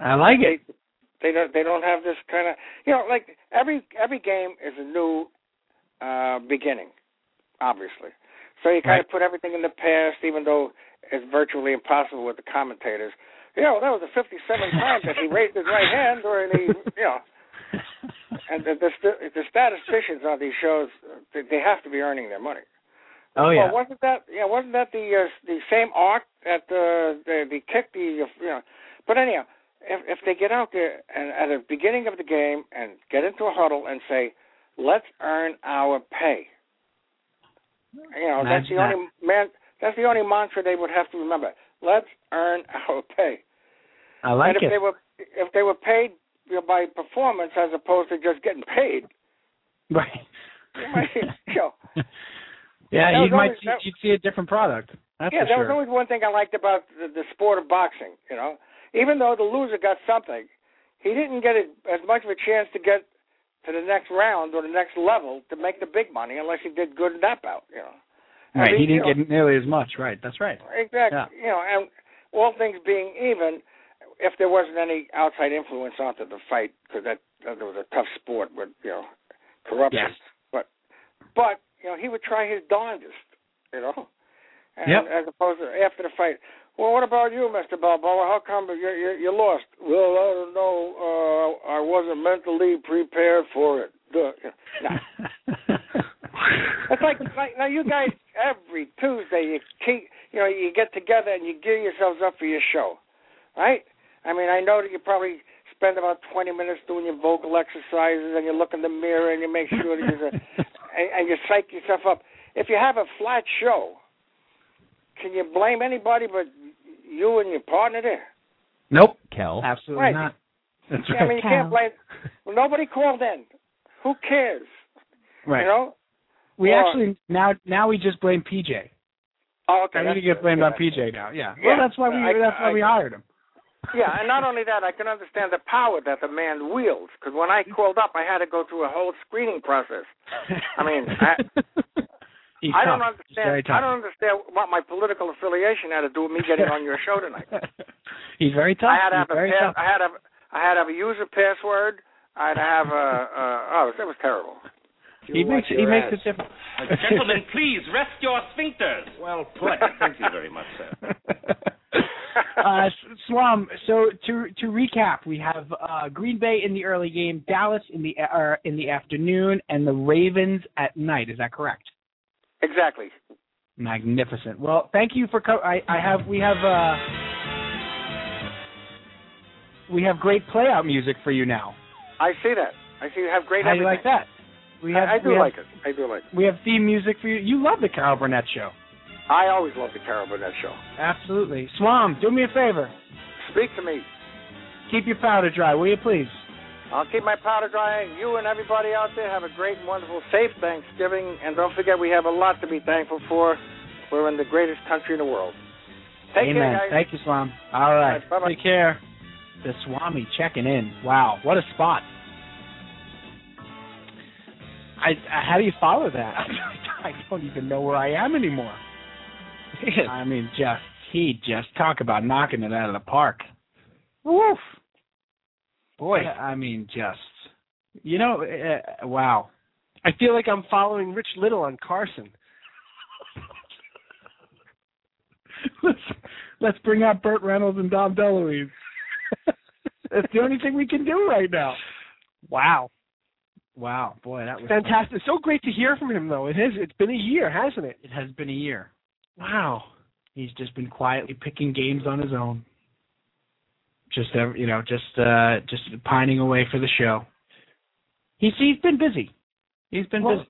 I like it.
they don't they don't have this kind of you know like every every game is a new uh beginning, obviously. So you kind of put everything in the past, even though it's virtually impossible with the commentators. You know that was the 57th time that he raised his right hand, or he you know. And the, the st- the statisticians on these shows, uh, they they have to be earning their money.
Oh yeah.
Well, wasn't that yeah? Wasn't that the uh, the same art at the the, the kick the you know? But anyhow, if if they get out there and at the beginning of the game and get into a huddle and say, "Let's earn our pay," you know, that's
Imagine
the only man. That's the only mantra they would have to remember. Let's earn our pay.
I like
and if
it.
they were if they were paid you know, by performance as opposed to just getting paid,
Right.
you might, you know,
yeah,
That
you
was
might
always-
see,
that-
you'd see a different product. That's for
yeah, that
sure.
was always one thing I liked about the, the sport of boxing. You know, even though the loser got something, he didn't get it as much of a chance to get to the next round or the next level to make the big money unless he did good in that bout. You know, I
right,
mean,
he didn't
you know,
get nearly as much. Right, that's right.
exactly.
Yeah.
You know, and all things being even, if there wasn't any outside influence onto the fight, because that, that was a tough sport with you know corruption.
Yes.
But but you know he would try his darndest. You know, and
Yep.
as opposed to after the fight. Well, what about you, Mr. Balboa? How come you you, you lost? Well, I don't know. Uh, I wasn't mentally prepared for it. Duh. No. It's like, like now you guys every Tuesday you keep you know you get together and you gear yourselves up for your show, right? I mean I know that you probably spend about twenty minutes doing your vocal exercises and you look in the mirror and you make sure that you're and, and you psych yourself up. If you have a flat show, can you blame anybody but you and your partner there?
Nope.
Kel.
Absolutely
Right.
not.
That's
Yeah,
right.
I mean, you can't blame. Well, nobody called in. Who cares?
right.
You know?
We
Or-
actually now now we just blame PJ.
Oh, okay.
Now
that's
we get
good.
blamed on
Yeah.
PJ now. Yeah.
Yeah.
Well, that's why we
I-
that's why
I-
we hired him.
Yeah, and not only that, I can understand the power that the man wields. Because when
Mm-hmm.
I called up, I had to go through a whole screening process. I mean, I,
He's
I don't
tough. He's very
understand.
tough.
I don't understand what my political affiliation had to do with me getting on your show tonight.
He's very tough.
I had to
He's
have a
very
pa-
tough.
I had to have- I had to have a user password. I had to have a. uh, oh, that was terrible.
He makes he makes a difference.
Gentlemen, please rest your sphincters. Well put. Thank you very much, sir.
uh, S- Slum. So to to recap, we have uh, Green Bay in the early game, Dallas in the a- or in the afternoon, and the Ravens at night. Is that correct?
Exactly.
Magnificent. Well, thank you for. Co- I I have we have uh we have great playout music for you now.
I see that. I see you have great.
How do you
everything.
like that? We have
I, I
we
do
have,
like it. I do like it.
we have theme music for you. You love the Carol Burnett show.
I always love the Carol Burnett show.
Absolutely. Swam, do me a favor.
Speak to me.
Keep your powder dry, will you please?
I'll keep my powder dry. You and everybody out there have a great, wonderful, safe Thanksgiving. And don't forget, we have a lot to be thankful for. We're in the greatest country in the world. Take
Amen.
care, guys.
Thank you, Swam. All right.
All right, bye-bye.
Take care. The Swami checking in. Wow, what a spot. I, I how do you follow that? I don't even know where I am anymore. I mean, just he just talk about knocking it out of the park. Woof. Boy, I mean, just you know, uh, wow.
I feel like I'm following Rich Little on Carson.
let's let's bring out Burt Reynolds and Dom DeLuise. That's the only thing we can do right now. Wow, wow, boy, that was
Fantastic. So great to hear from him, though. It has. It's been a year, hasn't it?
It has been a year.
Wow.
He's just been quietly picking games on his own. Just ev- you know, just uh just pining away for the show. He's he's been busy. He's been
Well-
busy.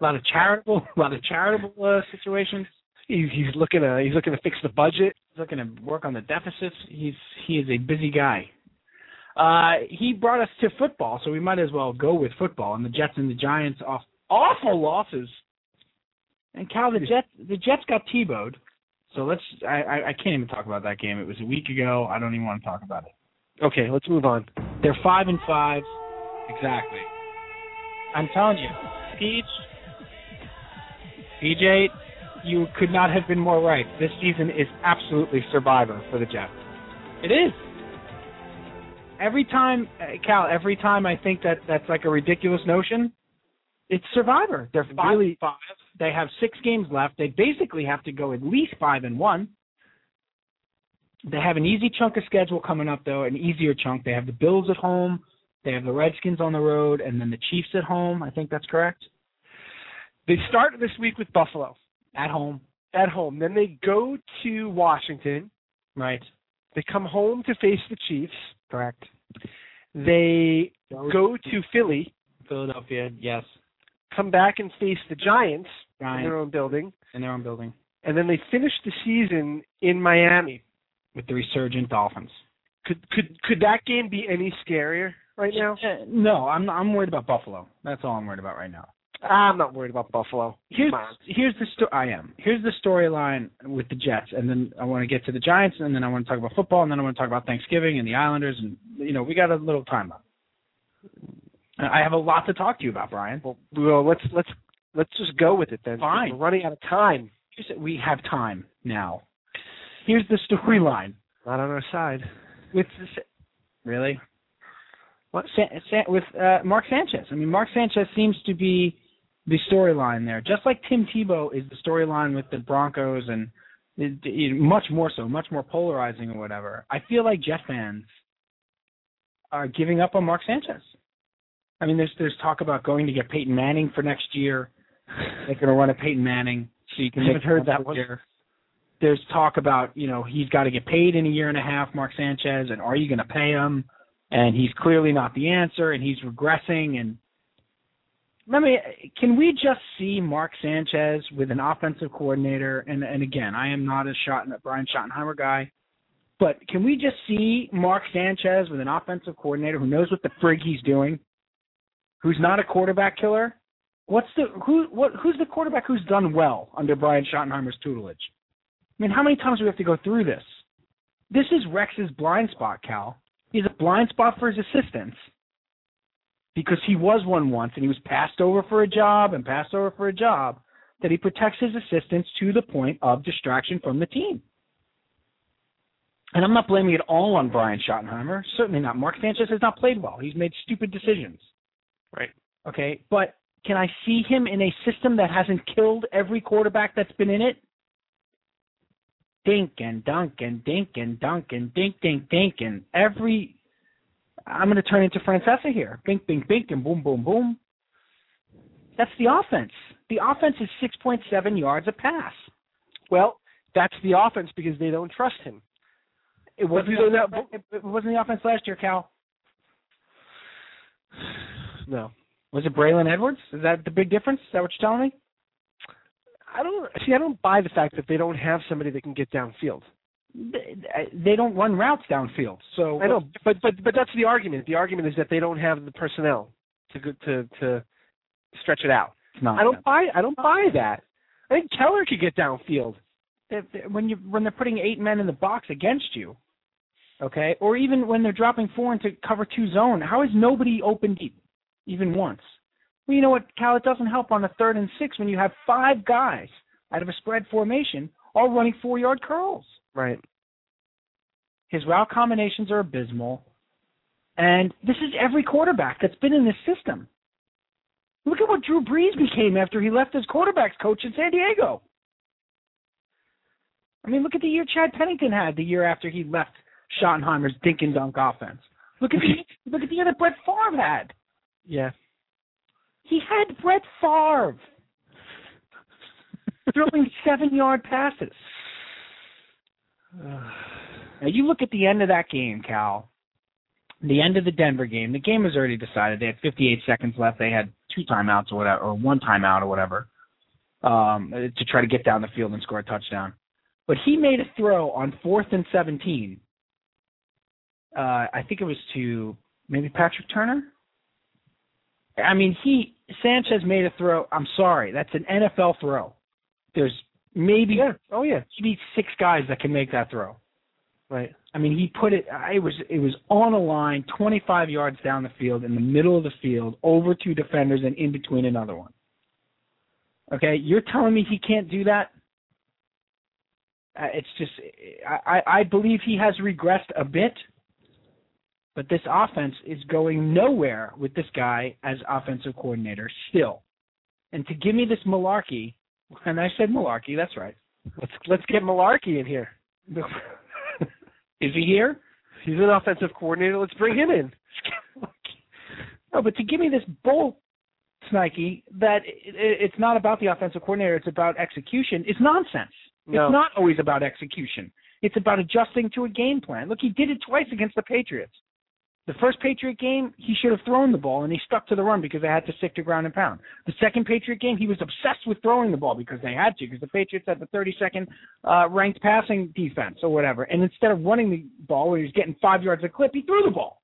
A lot of charitable, a lot of charitable uh, situations.
He's he's looking to he's looking to fix the budget.
He's looking to work on the deficits. He's he is a busy guy. Uh, he brought us to football, so we might as well go with football. And the Jets and the Giants off awful losses. And Cal, the Jets the Jets got T-bowed. So let's I, I I can't even talk about that game. It was a week ago. I don't even want to talk about it.
Okay, let's move on.
They're five and five. Exactly. I'm telling you, Peach, PJ, you could not have been more right. This season is absolutely survivor for the Jets. It is. Every time, uh, Cal, every time I think that that's like a ridiculous notion, it's survivor. They're five
Really-
and five. They have six games left. They basically have to go at least five and one. They have an easy chunk of schedule coming up, though, an easier chunk. They have the Bills at home, they have the Redskins on the road, and then the Chiefs at home. I think that's correct.
They start this week with Buffalo
At home,
at home. Then they go to Washington.
right?
They come home to face the Chiefs.
Correct.
They go to Philly,
Philadelphia, yes.
come back and face the Giants in their
Giants
own building,
in their own building
and then they finish the season in Miami.
with the resurgent Dolphins.
Could could could that game be any scarier right now?
Uh, no, I'm I'm worried about Buffalo. That's all I'm worried about right now.
I'm not worried about Buffalo.
Here's
Come on.
here's the story. I am. Here's the storyline with the Jets, and then I want to get to the Giants, and then I want to talk about football, and then I want to talk about Thanksgiving and the Islanders, and you know we got a little time left. And I have a lot to talk to you about, Brian.
Well, well, let's let's let's just go with it then.
Fine.
We're running out of time.
You said we have time now. Here's the storyline.
Not on our side.
with the, Sa- really
What?
Sa- Sa- with uh, Mark Sanchez. I mean, Mark Sanchez seems to be the storyline there, just like Tim Tebow is the storyline with the Broncos, and it, it- much more so, much more polarizing or whatever. I feel like Jet fans are giving up on Mark Sanchez. I mean, there's there's talk about going to get Peyton Manning for next year. They're going to run a Peyton Manning, so you can.
Haven't
make
heard
another
that one.
year. There's talk about you know he's got to get paid in a year and a half, Mark Sanchez, and are you going to pay him? And he's clearly not the answer, and he's regressing, and let me can we just see Mark Sanchez with an offensive coordinator and and again I am not a shot a Brian Schottenheimer guy, but can we just see Mark Sanchez with an offensive coordinator who knows what the frig he's doing, who's not a quarterback killer? What's the who what who's the quarterback who's done well under Brian Schottenheimer's tutelage? I mean, how many times do we have to go through this? This is Rex's blind spot, Cal. He's a blind spot for his assistants because he was one once and he was passed over for a job and passed over for a job that he protects his assistants to the point of distraction from the team. And I'm not blaming it all on Brian Schottenheimer. Certainly not. Mark Sanchez has not played well. He's made stupid decisions.
Right.
Okay. But can I see him in a system that hasn't killed every quarterback that's been in it? Dink and dunk and dink and dunk and dink dink dink and every I'm going to turn into Francesa here. Bink, bink, bink, and boom, boom, boom. That's the offense. The offense is 6.7 yards a pass.
Well, that's the offense because they don't trust him.
It wasn't, the, not, it wasn't the offense last year, Cal.
No.
Was it Braylon Edwards? Is that the big difference? Is that what you're telling me?
I don't see. I don't buy the fact that they don't have somebody that can get downfield
they don't run routes downfield. So
I know, but but but that's the argument. The argument is that they don't have the personnel to to to stretch it out. I don't buy. I don't buy that. I think Keller could get downfield
when you when they're putting eight men in the box against you. Okay, or even when they're dropping four into cover two zone, how is nobody open deep, even once? Well, you know what, Cal, it doesn't help on the third and six when you have five guys out of a spread formation all running four yard curls.
Right.
His route combinations are abysmal. And this is every quarterback that's been in this system. Look at what Drew Brees became after he left as quarterback's coach in San Diego. I mean, look at the year Chad Pennington had the year after he left Schottenheimer's dink and dunk offense. Look at the look at the year that Brett Favre had.
Yeah.
He had Brett Favre throwing seven yard passes. Now you look at the end of that game, Cal. The end of the Denver game. The game was already decided. They had 58 seconds left. They had two timeouts or whatever, or one timeout or whatever, um, to try to get down the field and score a touchdown. But he made a throw on fourth and 17. Uh, I think it was to maybe Patrick Turner. I mean, he Sanchez made a throw. I'm sorry, that's an NFL throw. There's maybe
yeah. oh yeah
maybe six guys that can make that throw
right
i mean he put it it was it was on a line 25 yards down the field in the middle of the field over two defenders and in between another one okay you're telling me he can't do that uh, it's just I, I i believe he has regressed a bit but this offense is going nowhere with this guy as offensive coordinator still and to give me this malarkey and I said malarkey. That's right.
Let's let's get malarkey in here.
Is he here?
He's an offensive coordinator. Let's bring him in.
no, but to give me this bull snikey that it, it, it's not about the offensive coordinator. It's about execution. It's nonsense.
No.
It's not always about execution. It's about adjusting to a game plan. Look, he did it twice against the Patriots. The first Patriot game, he should have thrown the ball and he stuck to the run because they had to stick to ground and pound. The second Patriot game, he was obsessed with throwing the ball because they had to because the Patriots had the 32nd uh, ranked passing defense or whatever. And instead of running the ball where he was getting five yards a clip, he threw the ball.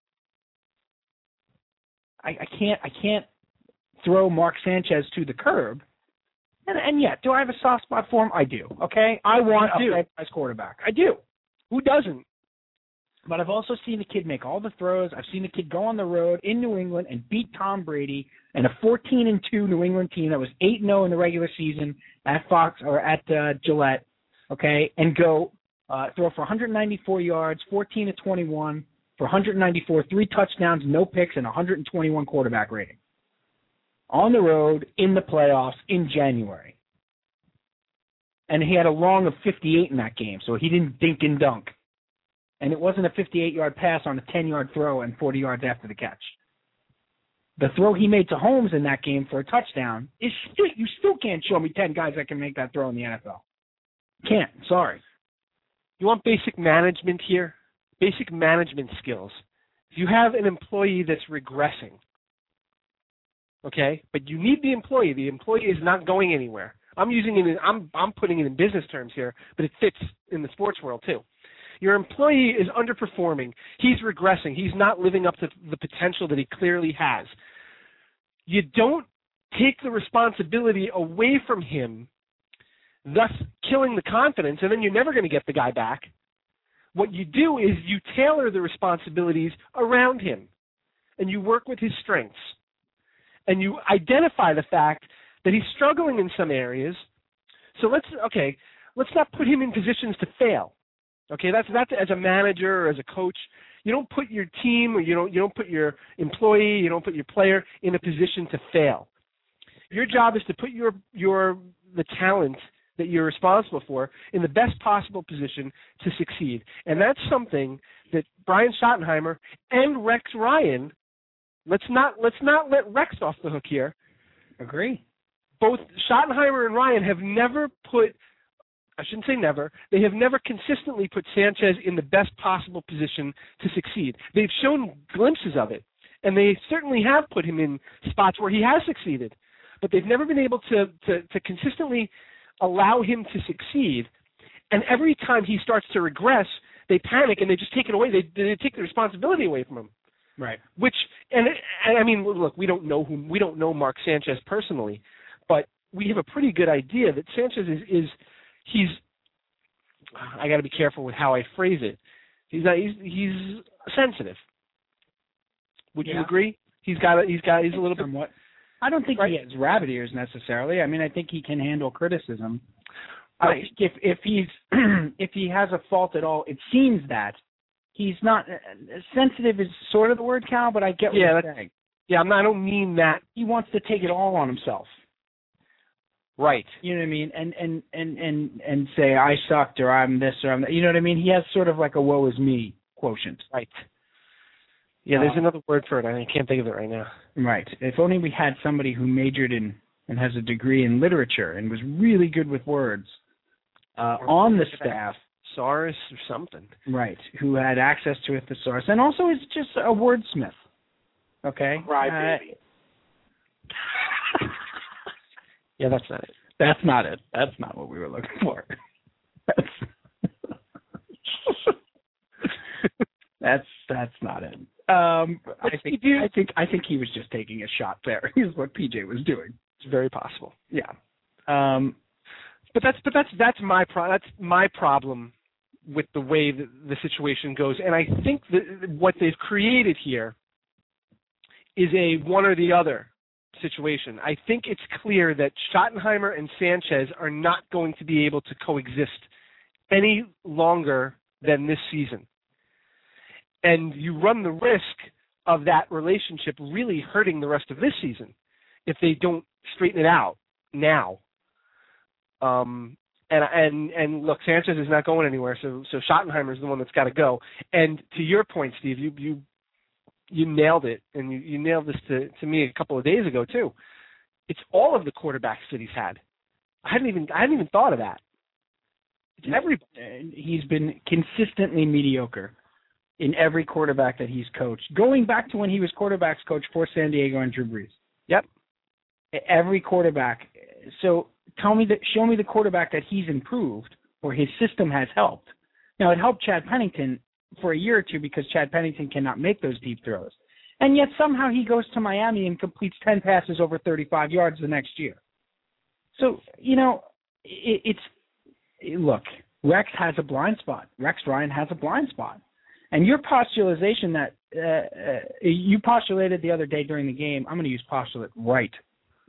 I, I can't I can't throw Mark Sanchez to the curb. And, and yet, do I have a soft spot for him? I do. Okay, I want
I do.
a franchise quarterback. I do.
Who doesn't?
But I've also seen the kid make all the throws. I've seen the kid go on the road in New England and beat Tom Brady and a 14 and two New England team that was 8 0 in the regular season at Fox or at uh, Gillette, okay, and go uh, throw for 194 yards, 14 to 21 for 194, three touchdowns, no picks, and 121 quarterback rating on the road in the playoffs in January. And he had a long of 58 in that game, so he didn't dink and dunk and it wasn't a 58 yard pass on a 10 yard throw and 40 yards after the catch. The throw he made to Holmes in that game for a touchdown is still, you still can't show me 10 guys that can make that throw in the NFL. Can't. Sorry.
You want basic management here? Basic management skills. If you have an employee that's regressing,
okay? But you need the employee. The employee is not going anywhere. I'm using it. In, I'm I'm putting it in business terms here, but it fits in the sports world too. Your employee is underperforming. He's regressing. He's not living up to the potential that he clearly has. You don't take the responsibility away from him, thus killing the confidence, and then you're never going to get the guy back. What you do is you tailor the responsibilities around him and you work with his strengths and you identify the fact that he's struggling in some areas. So let's okay, let's not put him in positions to fail. Okay, that's that's as a manager or as a coach, you don't put your team or you don't you don't put your employee, you don't put your player in a position to fail. Your job is to put your your the talent that you're responsible for in the best possible position to succeed. And that's something that Brian Schottenheimer and Rex Ryan let's not let's not let Rex off the hook here.
Agree.
Both Schottenheimer and Ryan have never put I shouldn't say never. They have never consistently put Sanchez in the best possible position to succeed. They've shown glimpses of it, and they certainly have put him in spots where he has succeeded, but they've never been able to to, to consistently allow him to succeed. And every time he starts to regress, they panic and they just take it away. They they take the responsibility away from him.
Right.
Which and, and I mean, look, we don't know whom we don't know Mark Sanchez personally, but we have a pretty good idea that Sanchez is is he's I got to be careful with how I phrase it. He's not he's he's sensitive. Would
Yeah.
you agree? He's got a- he's got he's a little bit
Somewhat. I don't think
Right.
he has rabbit ears necessarily. I mean, I think he can handle criticism. I
Right.
think if if he's if he has a fault at all, it seems that he's not sensitive is sort of the word Cal, but I get what
Yeah,
you're
that's-
saying.
yeah. I'm not, I don't mean that
He wants to take it all on himself.
right.
You know what I mean? And and and and and say I sucked or I'm this or I'm that. You know what I mean? He has sort of like a woe is me quotient.
Right. Yeah, there's
Uh,
another word for it. I can't think of it right now.
Right. If only we had somebody who majored in and has a degree in literature and was really good with words uh,
Or-
on the staff.
Saurus or something.
Right, who had access to a thesaurus and also is just a wordsmith. Okay? Uh,
Crybaby.
Yeah, that's not it.
that's not it. That's not what we were looking for. That's that's, that's not it. Um, I
What's he
think
do?
I think I think he was just taking a shot there. Is what PJ was doing.
It's very possible.
Yeah. Um,
But that's but that's that's my pro- that's my problem with the way that the situation goes, and I think that what they've created here is a one or the other situation. I think it's clear that Schottenheimer and Sanchez are not going to be able to coexist any longer than this season, and you run the risk of that relationship really hurting the rest of this season if they don't straighten it out now. Um, and and and look, Sanchez is not going anywhere, so so Schottenheimer is the one that's got to go. And to your point, Steve, you you you nailed it, and you, you nailed this to to me a couple of days ago too. It's all of the quarterbacks that he's had. I hadn't even I hadn't even thought of that. It's every
and he's been consistently mediocre in every quarterback that he's coached, going back to when he was quarterbacks coach for San Diego and Drew Brees. E,
Yep.
Every quarterback. So tell me that, show me the quarterback that he's improved or his system has helped. Now it helped Chad Pennington for a year or two because Chad Pennington cannot make those deep throws, and yet somehow he goes to Miami and completes ten passes over 35 yards the next year. So you know, it, it's look, Rex has a blind spot. Rex Ryan has a blind spot. And your postulation that uh, uh, you postulated the other day during the game, I'm going to use postulate right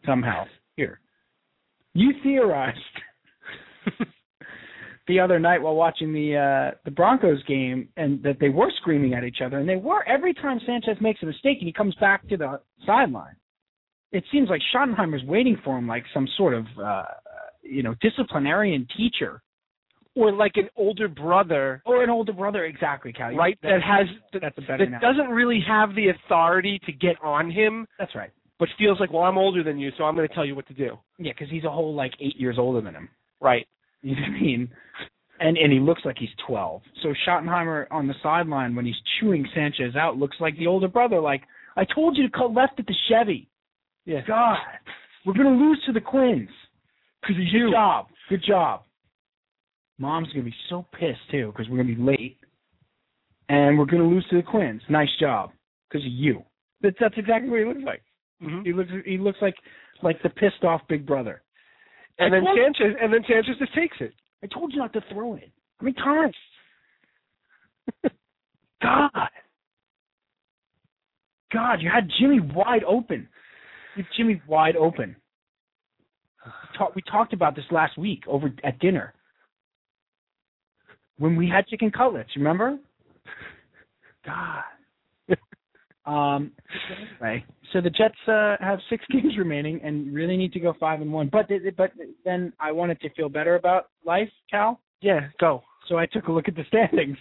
somehow here. You theorized the other night while watching the uh, the Broncos game, and that they were screaming at each other, and they were every time Sanchez makes a mistake and he comes back to the sideline. It seems like Schottenheimer's waiting for him like some sort of uh, you know disciplinarian teacher
or like an older brother,
or an older brother, exactly, Cal. You-
right? That has that,
that's a better.
that
analogy.
doesn't really have the authority to get on him,
That's right.
but feels like, well, I'm older than you, so I'm going to tell you what to do.
Yeah, because he's a whole like eight years older than him.
Right.
You know what I mean? And and he looks like he's twelve. So Schottenheimer on the sideline when he's chewing Sanchez out looks like the older brother. Like I told you to cut left at the Chevy.
Yeah.
God, we're gonna lose to the Quins.
Because of
Good
you.
job. Good job. Mom's gonna be so pissed too because we're gonna be late, and we're gonna lose to the Quins. Nice job, because of you. That's that's exactly what he looks like.
Mhm.
He looks he looks like like the pissed off Big Brother.
And then
I told,
Sanchez and then Sanchez just takes it.
I told you not to throw it. How many times? God, God, you had Jimmy wide open. You had Jimmy wide open. We talk- we talked about this last week over at dinner when we had chicken cutlets. Remember? God. um. Anyway, so the Jets uh, have six games remaining and really need to go five and one. But th- but then I wanted to feel better about life, Cal.
Yeah, go.
So I took a look at the standings.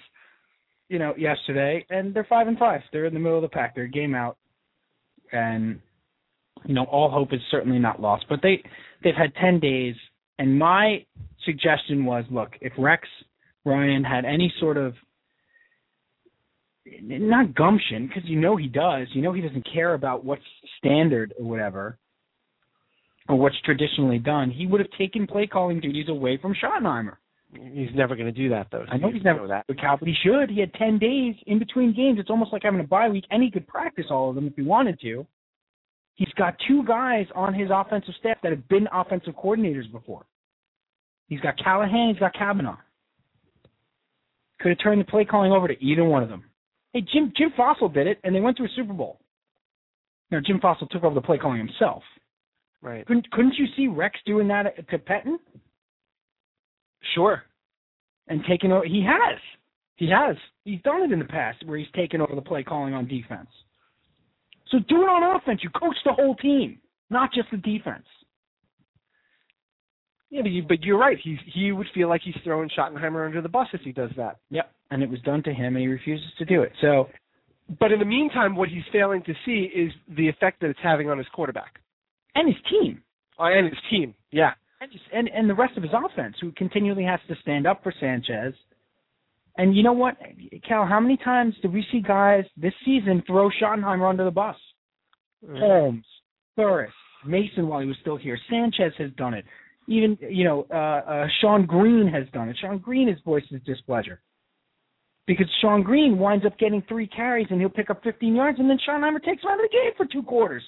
You know, yesterday, and they're five and five. They're in the middle of the pack. They're a game out, and you know, all hope is certainly not lost. But they they've had ten days, and my suggestion was, look, if Rex Ryan had any sort of n- not gumption, because you know he does. You know he doesn't care about what's standard or whatever, or what's traditionally done. He would have taken play calling duties away from Schottenheimer.
He's never going to do that though.
I know he's
You
never
know that.
But Cal, but he should. He had ten days in between games. It's almost like having a bye week, and he could practice all of them if he wanted to. He's got two guys on his offensive staff that have been offensive coordinators before. He's got Callahan. He's got Kavanaugh. Could have turned the play calling over to either one of them. Hey, Jim Jim Fossil did it, and they went to a Super Bowl. No, Jim Fossil took over the play calling himself.
Right.
Couldn't couldn't you see Rex doing that to Petton
Sure.
and taking over? He has. He has. He's done it in the past where he's taken over the play calling on defense. So do it on offense. You coach the whole team, not just the defense.
Yeah, but, you, but you're right. He's he would feel like he's throwing Schottenheimer under the bus if he does that.
Yep. And it was done to him, and he refuses to do it. So
But in the meantime, what he's failing to see is the effect that it's having on his quarterback
and his team,
uh, and his team. Yeah.
and just, and and the rest of his offense, who continually has to stand up for Sanchez. And you know what, Cal? How many times did we see guys this season throw Schottenheimer under the bus?
Mm-hmm. Oh,
Holmes, Burris, Mason while he was still here. Sanchez has done it. Even you know uh, uh, Sean Green has done it. Sean Green has voiced his displeasure because Sean Green winds up getting three carries and he'll pick up 15 yards, and then Sean Heimer takes him out of the game for two quarters.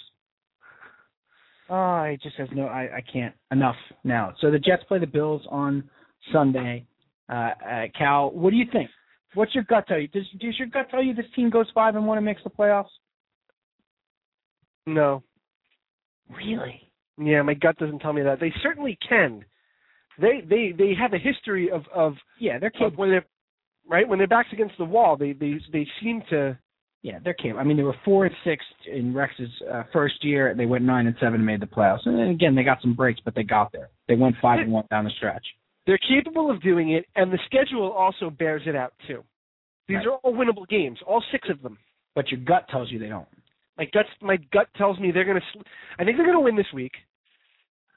Oh, I just has no. I, I can't enough now. So the Jets play the Bills on Sunday. Uh, uh, Cal, what do you think? What's your gut tell you? Does, does your gut tell you this team goes five and one and makes the playoffs?
No.
Really?
Yeah, my gut doesn't tell me that. They certainly can. They they they have a history of of
Yeah, they're capable.
of when they're right when their backs against the wall. They they they seem to.
Yeah, they're capable. I mean, they were four and six in Rex's uh, first year. They went nine and seven and made the playoffs. And then again, they got some breaks, but they got there. They went five and one down the stretch.
They're capable of doing it, and the schedule also bears it out too. These
Right.
are all winnable games, all six of them.
But your gut tells you they don't.
My guts, my gut tells me they're going to. Sl- I think they're going to win this week.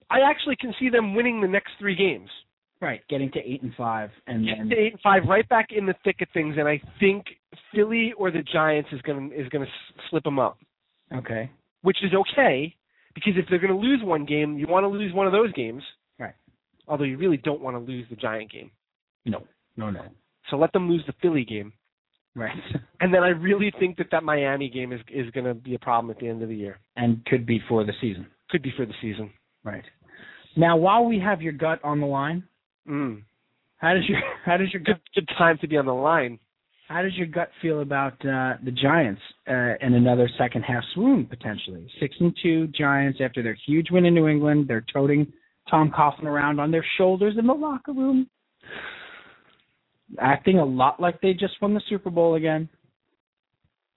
I actually can see them winning the next three games.
Right, getting to eight and five, and
Get
then
to eight and five, right back in the thick of things, and I think Philly or the Giants is going to is going to slip them up,
okay,
which is okay because if they're going to lose one game, you want to lose one of those games.
Right.
Although you really don't want to lose the Giant game,
no, no, no,
so let them lose the Philly game,
right,
and then I really think that that Miami game is is going to be a problem at the end of the year.
and could be for the season.
Could be for the season.
Right. Now, while we have your gut on the line,
Mm.
how does your how does your gut
Good good time to be on the line.
How does your gut feel about uh, the Giants uh, and another second half swoon potentially? Six and two Giants after their huge win in New England. They're toting Tom Coughlin around on their shoulders in the locker room, acting a lot like they just won the Super Bowl again.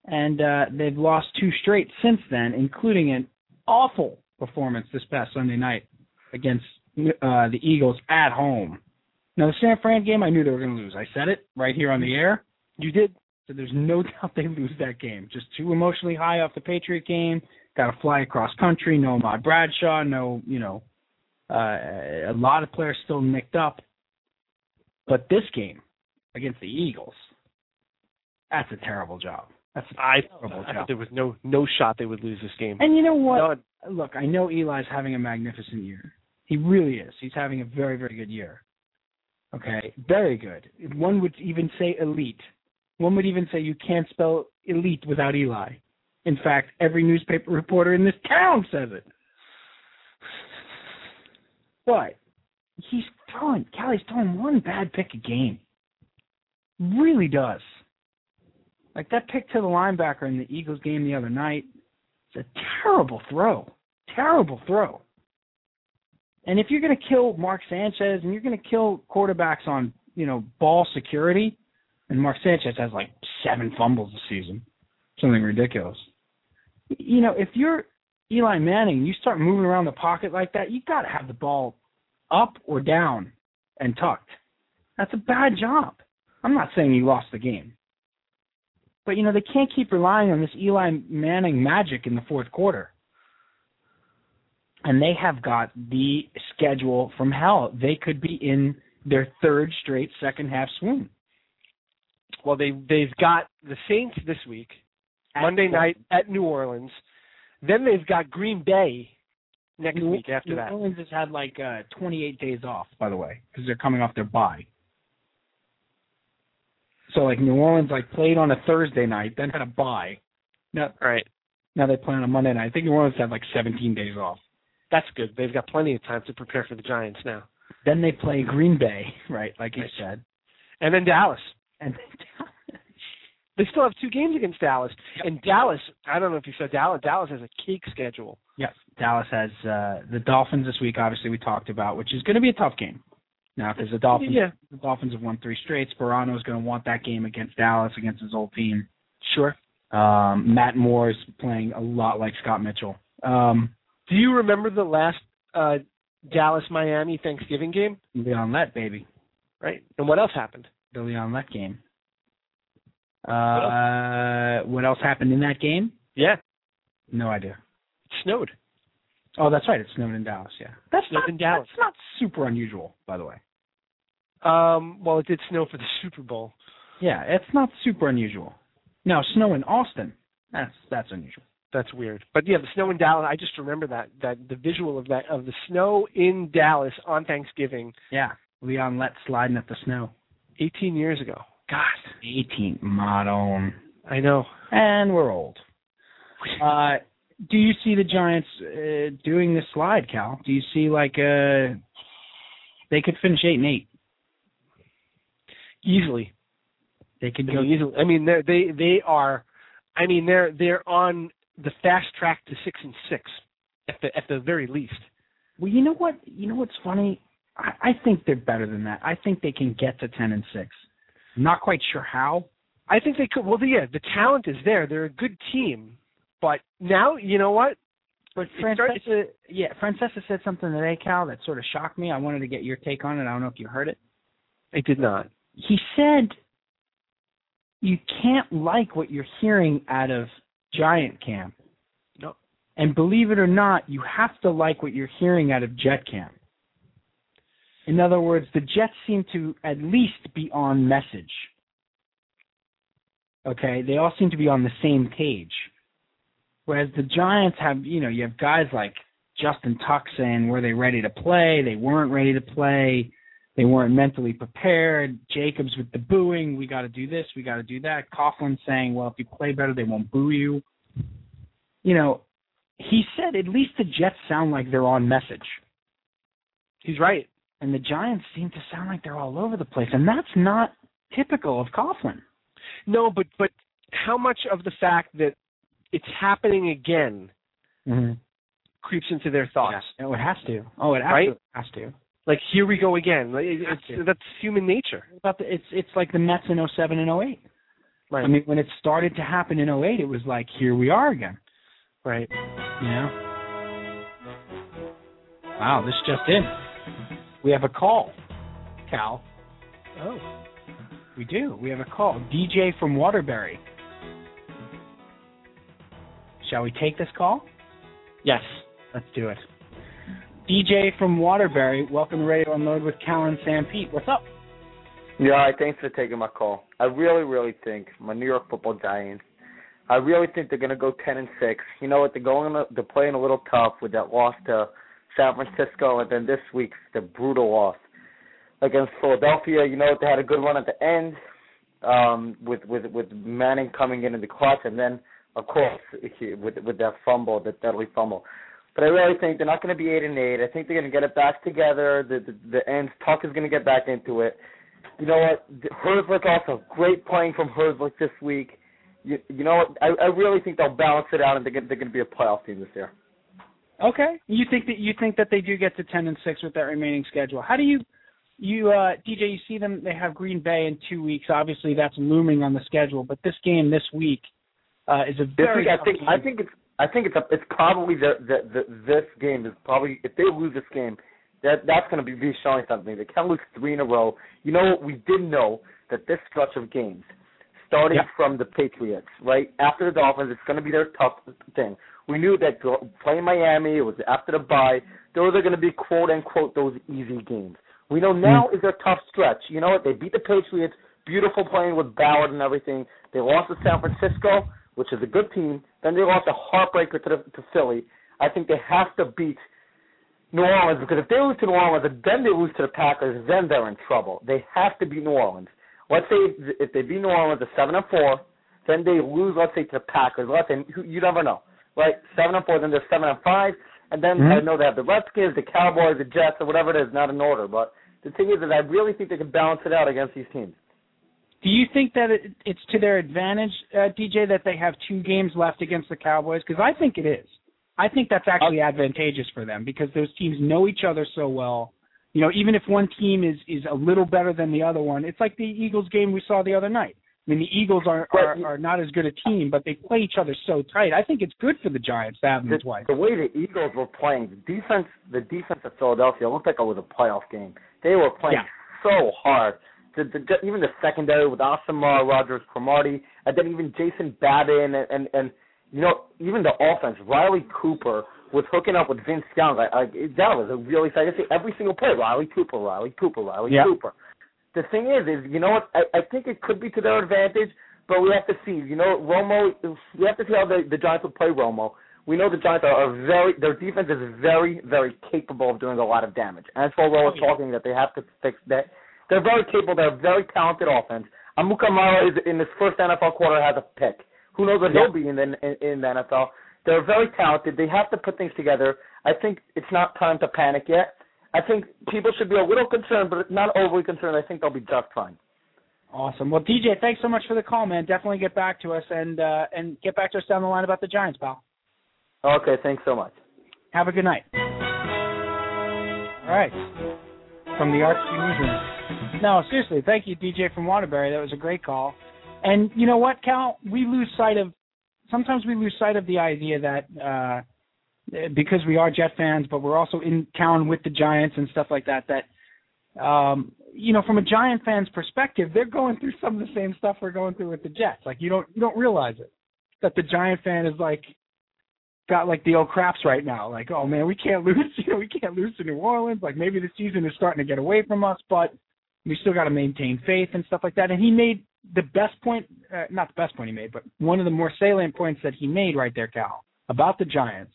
And uh, they've lost two straight since then, including an awful performance this past Sunday night against uh, the Eagles at home. Now the San Fran game, I knew they were going to lose. I said it right here on the air.
You did.
So there's no doubt they lose that game. Just too emotionally high off the Patriot game. Got to fly across country. No Ahmad Bradshaw. No, you know, uh, a lot of players still nicked up. But this game against the Eagles, that's a terrible job. That's a
I
terrible
I
job.
thought there was no no shot they would lose this game.
And you know what?
None.
look, I know Eli's having a magnificent year. He really is. He's having a very, very good year. Okay, very good. One would even say elite. One would even say you can't spell elite without Eli. In fact, every newspaper reporter in this town says it. But he's throwing Callie's throwing one bad pick a game. Really does. Like that pick to the linebacker in the Eagles game the other night, it's a terrible throw. Terrible throw. And if you're going to kill Mark Sanchez and you're going to kill quarterbacks on, you know, ball security, and Mark Sanchez has like seven fumbles this season, something ridiculous. You know, if you're Eli Manning, you start moving around the pocket like that, you got to have the ball up or down and tucked. That's a bad job. I'm not saying he lost the game. But you know, they can't keep relying on this Eli Manning magic in the fourth quarter. And they have got the schedule from hell. They could be in their third straight second half swing.
Well, they they've got the Saints this week,
At-
Monday night at New Orleans. Then they've got Green Bay next
New,
week after
New
that.
Orleans has had like uh, 28 days off, by the way, because they're coming off their bye. So like New Orleans like played on a Thursday night, then had a bye. Now,
Right.
now they play on a Monday night. I think New Orleans had like 17 days off.
That's good. They've got plenty of time to prepare for the Giants now.
Then they play Green Bay, right? Like you
Right.
said,
And then Dallas.
and
They still have two games against Dallas. And Dallas, I don't know if you saw Dallas. Dallas has a cake schedule.
Yes. Dallas has uh, the Dolphins this week. Obviously, we talked about, which is going to be a tough game. Now, because the Dolphins,
Yeah.
the Dolphins have won three straight. Sperano is going to want that game against Dallas, against his old team.
Sure.
Um, Matt Moore is playing a lot like Scott Mitchell. Um,
Do you remember the last uh Dallas Miami Thanksgiving game?
Leon Lett, baby,
Right. And what else happened?
the Leon Lett game. Uh, what else happened in that game?
Yeah.
No idea.
It snowed.
Oh, that's right. It snowed in Dallas. Yeah, that's
Snowed
not
in Dallas.
that's not super unusual, by the way.
Um, well, it did snow for the Super Bowl.
Yeah, it's not super unusual. No, snow in Austin. That's that's unusual.
That's weird. But yeah, the snow in Dallas. I just remember that that the visual of that of the snow in Dallas on Thanksgiving
Yeah. Leon let sliding at the snow.
18 years ago. God,
Eighteen model.
I know.
And we're old. Uh do you see the Giants uh, doing this slide, Cal? Do you see like uh they could finish eight and eight.
Easily,
They could
I
go
mean, easily. I mean, they're, they they are. I mean, they're they're on the fast track to six and six, at the at the very least.
Well you know what you know what's funny? I, I think they're better than that. I think they can get to ten and six. Not quite sure how.
I think they could. Well, yeah, the talent is there. They're a good team, but now you know what?
But
It started-
Francesca, yeah, Francesca said something today, Cal, that sort of shocked me. I wanted to get your take on it. I don't know if you heard it.
They did not.
He said, "You can't like what you're hearing out of Giant Camp."
No.
And believe it or not, you have to like what you're hearing out of Jet Camp. In other words, the Jets seem to at least be on message. Okay, they all seem to be on the same page. Whereas the Giants have, you know, you have guys like Justin Tuck saying, were they ready to play? They weren't ready to play. They weren't mentally prepared. Jacobs with the booing, we got to do this, we got to do that. Coughlin saying, well, if you play better, they won't boo you. You know, he said at least the Jets sound like they're on message.
He's right.
And the Giants seem to sound like they're all over the place. And that's not typical of Coughlin.
No, but but how much of the fact that it's happening again
Mm-hmm.
creeps into their thoughts?
Oh, it has to. Oh, it
Right?
absolutely has to.
Like here we go again. Like, it- it's, that's human nature.
about the, it's it's like the Mets in 07 and 08.
Right.
I mean, when it started to happen in 08, it was like here we are again.
Right.
You know. Wow, this just in. We have a call, Cal.
Oh.
We do. We have a call. DJ from Waterbury. Shall we take this call?
Yes.
Let's do it. DJ from Waterbury, welcome to Radio Unload with Cal and Sam Pete. What's up?
Yeah, I thanks for taking my call. I really, really think my New York Football Giants I really think they're going to go ten and six. You know what? They're going. They're playing a little tough with that loss to San Francisco, and then this week's the brutal loss against Philadelphia. You know what? They had a good run at the end um, with with with Manning coming in in the clutch, and then of course he, with with that fumble, that deadly fumble. But I really think they're not going to be eight and eight. I think they're going to get it back together. The the, the ends Tucker's going to get back into it. You know what? Herzlick also great playing from Herzlick this week. You, you know what? I, I really think they'll balance it out, and they're going, they're going to be a playoff team this year.
Okay, you think that you think that they do get to ten and six with that remaining schedule. How do you you uh DJ, you see them they have Green Bay in two weeks. Obviously that's looming on the schedule, but this game this week uh is a very
this week, I think I think it's I think it's a, it's probably the, the the this game is probably if they lose this game that that's going to be, be showing something. They can't lose three in a row. You know what we did know that this stretch of games, starting
Yeah.
from the Patriots, right after the Dolphins, it's going to be their tough thing. We knew that go- playing Miami, it was after the bye. Those are going to be quote unquote those easy games. We know now is their tough stretch. You know what? They beat the Patriots. Beautiful playing with Ballard and everything. They lost to San Francisco, which is a good team. Then they lost a heartbreaker to, the, to Philly. I think they have to beat New Orleans because if they lose to New Orleans and then they lose to the Packers, then they're in trouble. They have to beat New Orleans. Let's say if they beat New Orleans at seven and four, then they lose. Let's say to the Packers. Let's say you never know, right? Seven and four, then they're seven and five, and then I know they have the Redskins, the Cowboys, the Jets, or whatever it is. Not in order, but the thing is that I really think they can balance it out against these teams.
Do you think that it, it's to their advantage, uh, DJ, that they have two games left against the Cowboys? Because I think it is. I think that's actually advantageous for them because those teams know each other so well. You know, even if one team is is a little better than the other one, it's like the Eagles game we saw the other night. I mean, the Eagles are are,
Right.
are not as good a team, but they play each other so tight. I think it's good for the Giants to have them
the,
twice.
the way the Eagles were playing, the defense, the defense of Philadelphia looked like it was a playoff game. They were playing
Yeah.
so hard. The, the, the, even the secondary with Asamar, Rogers, Cromartie, and then even Jason Babin, and, and and you know even the offense. Riley Cooper was hooking up with Vince Young. I, I, that was a really exciting. Every single play, Riley Cooper, Riley Cooper, Riley
Yeah.
Cooper the thing is, is you know what? I, I think it could be to their advantage, but we have to see. You know, Romo. We have to see how the, the Giants will play Romo. We know the Giants are, are very. Their defense is very, very capable of doing a lot of damage. And that's what we're all talking that they have to fix that. They're very capable. They're a very talented offense. Amukamara is in his first NFL quarter has a pick. Who knows what he'll be in the in, in the NFL? They're very talented. They have to put things together. I think it's not time to panic yet. I think people should be a little concerned, but not overly concerned. I think they'll be just fine.
Awesome. Well, DJ, thanks so much for the call, man. Definitely get back to us and uh, and get back to us down the line about the Giants, pal.
Okay, thanks so much.
Have a good night. All right. From the Arts Newsroom. No, seriously, thank you, DJ from Waterbury. That was a great call. And you know what, Cal? We lose sight of sometimes we lose sight of the idea that uh, because we are Jet fans, but we're also in town with the Giants and stuff like that. That um, you know, from a Giant fan's perspective, they're going through some of the same stuff we're going through with the Jets. Like you don't you don't realize it that the Giant fan is like got like the old craps right now. Like, oh man, we can't lose. You know, we can't lose to New Orleans. Like maybe the season is starting to get away from us, but we still got to maintain faith and stuff like that. And he made the best point, uh, not the best point he made, but one of the more salient points that he made right there, Cal, about the Giants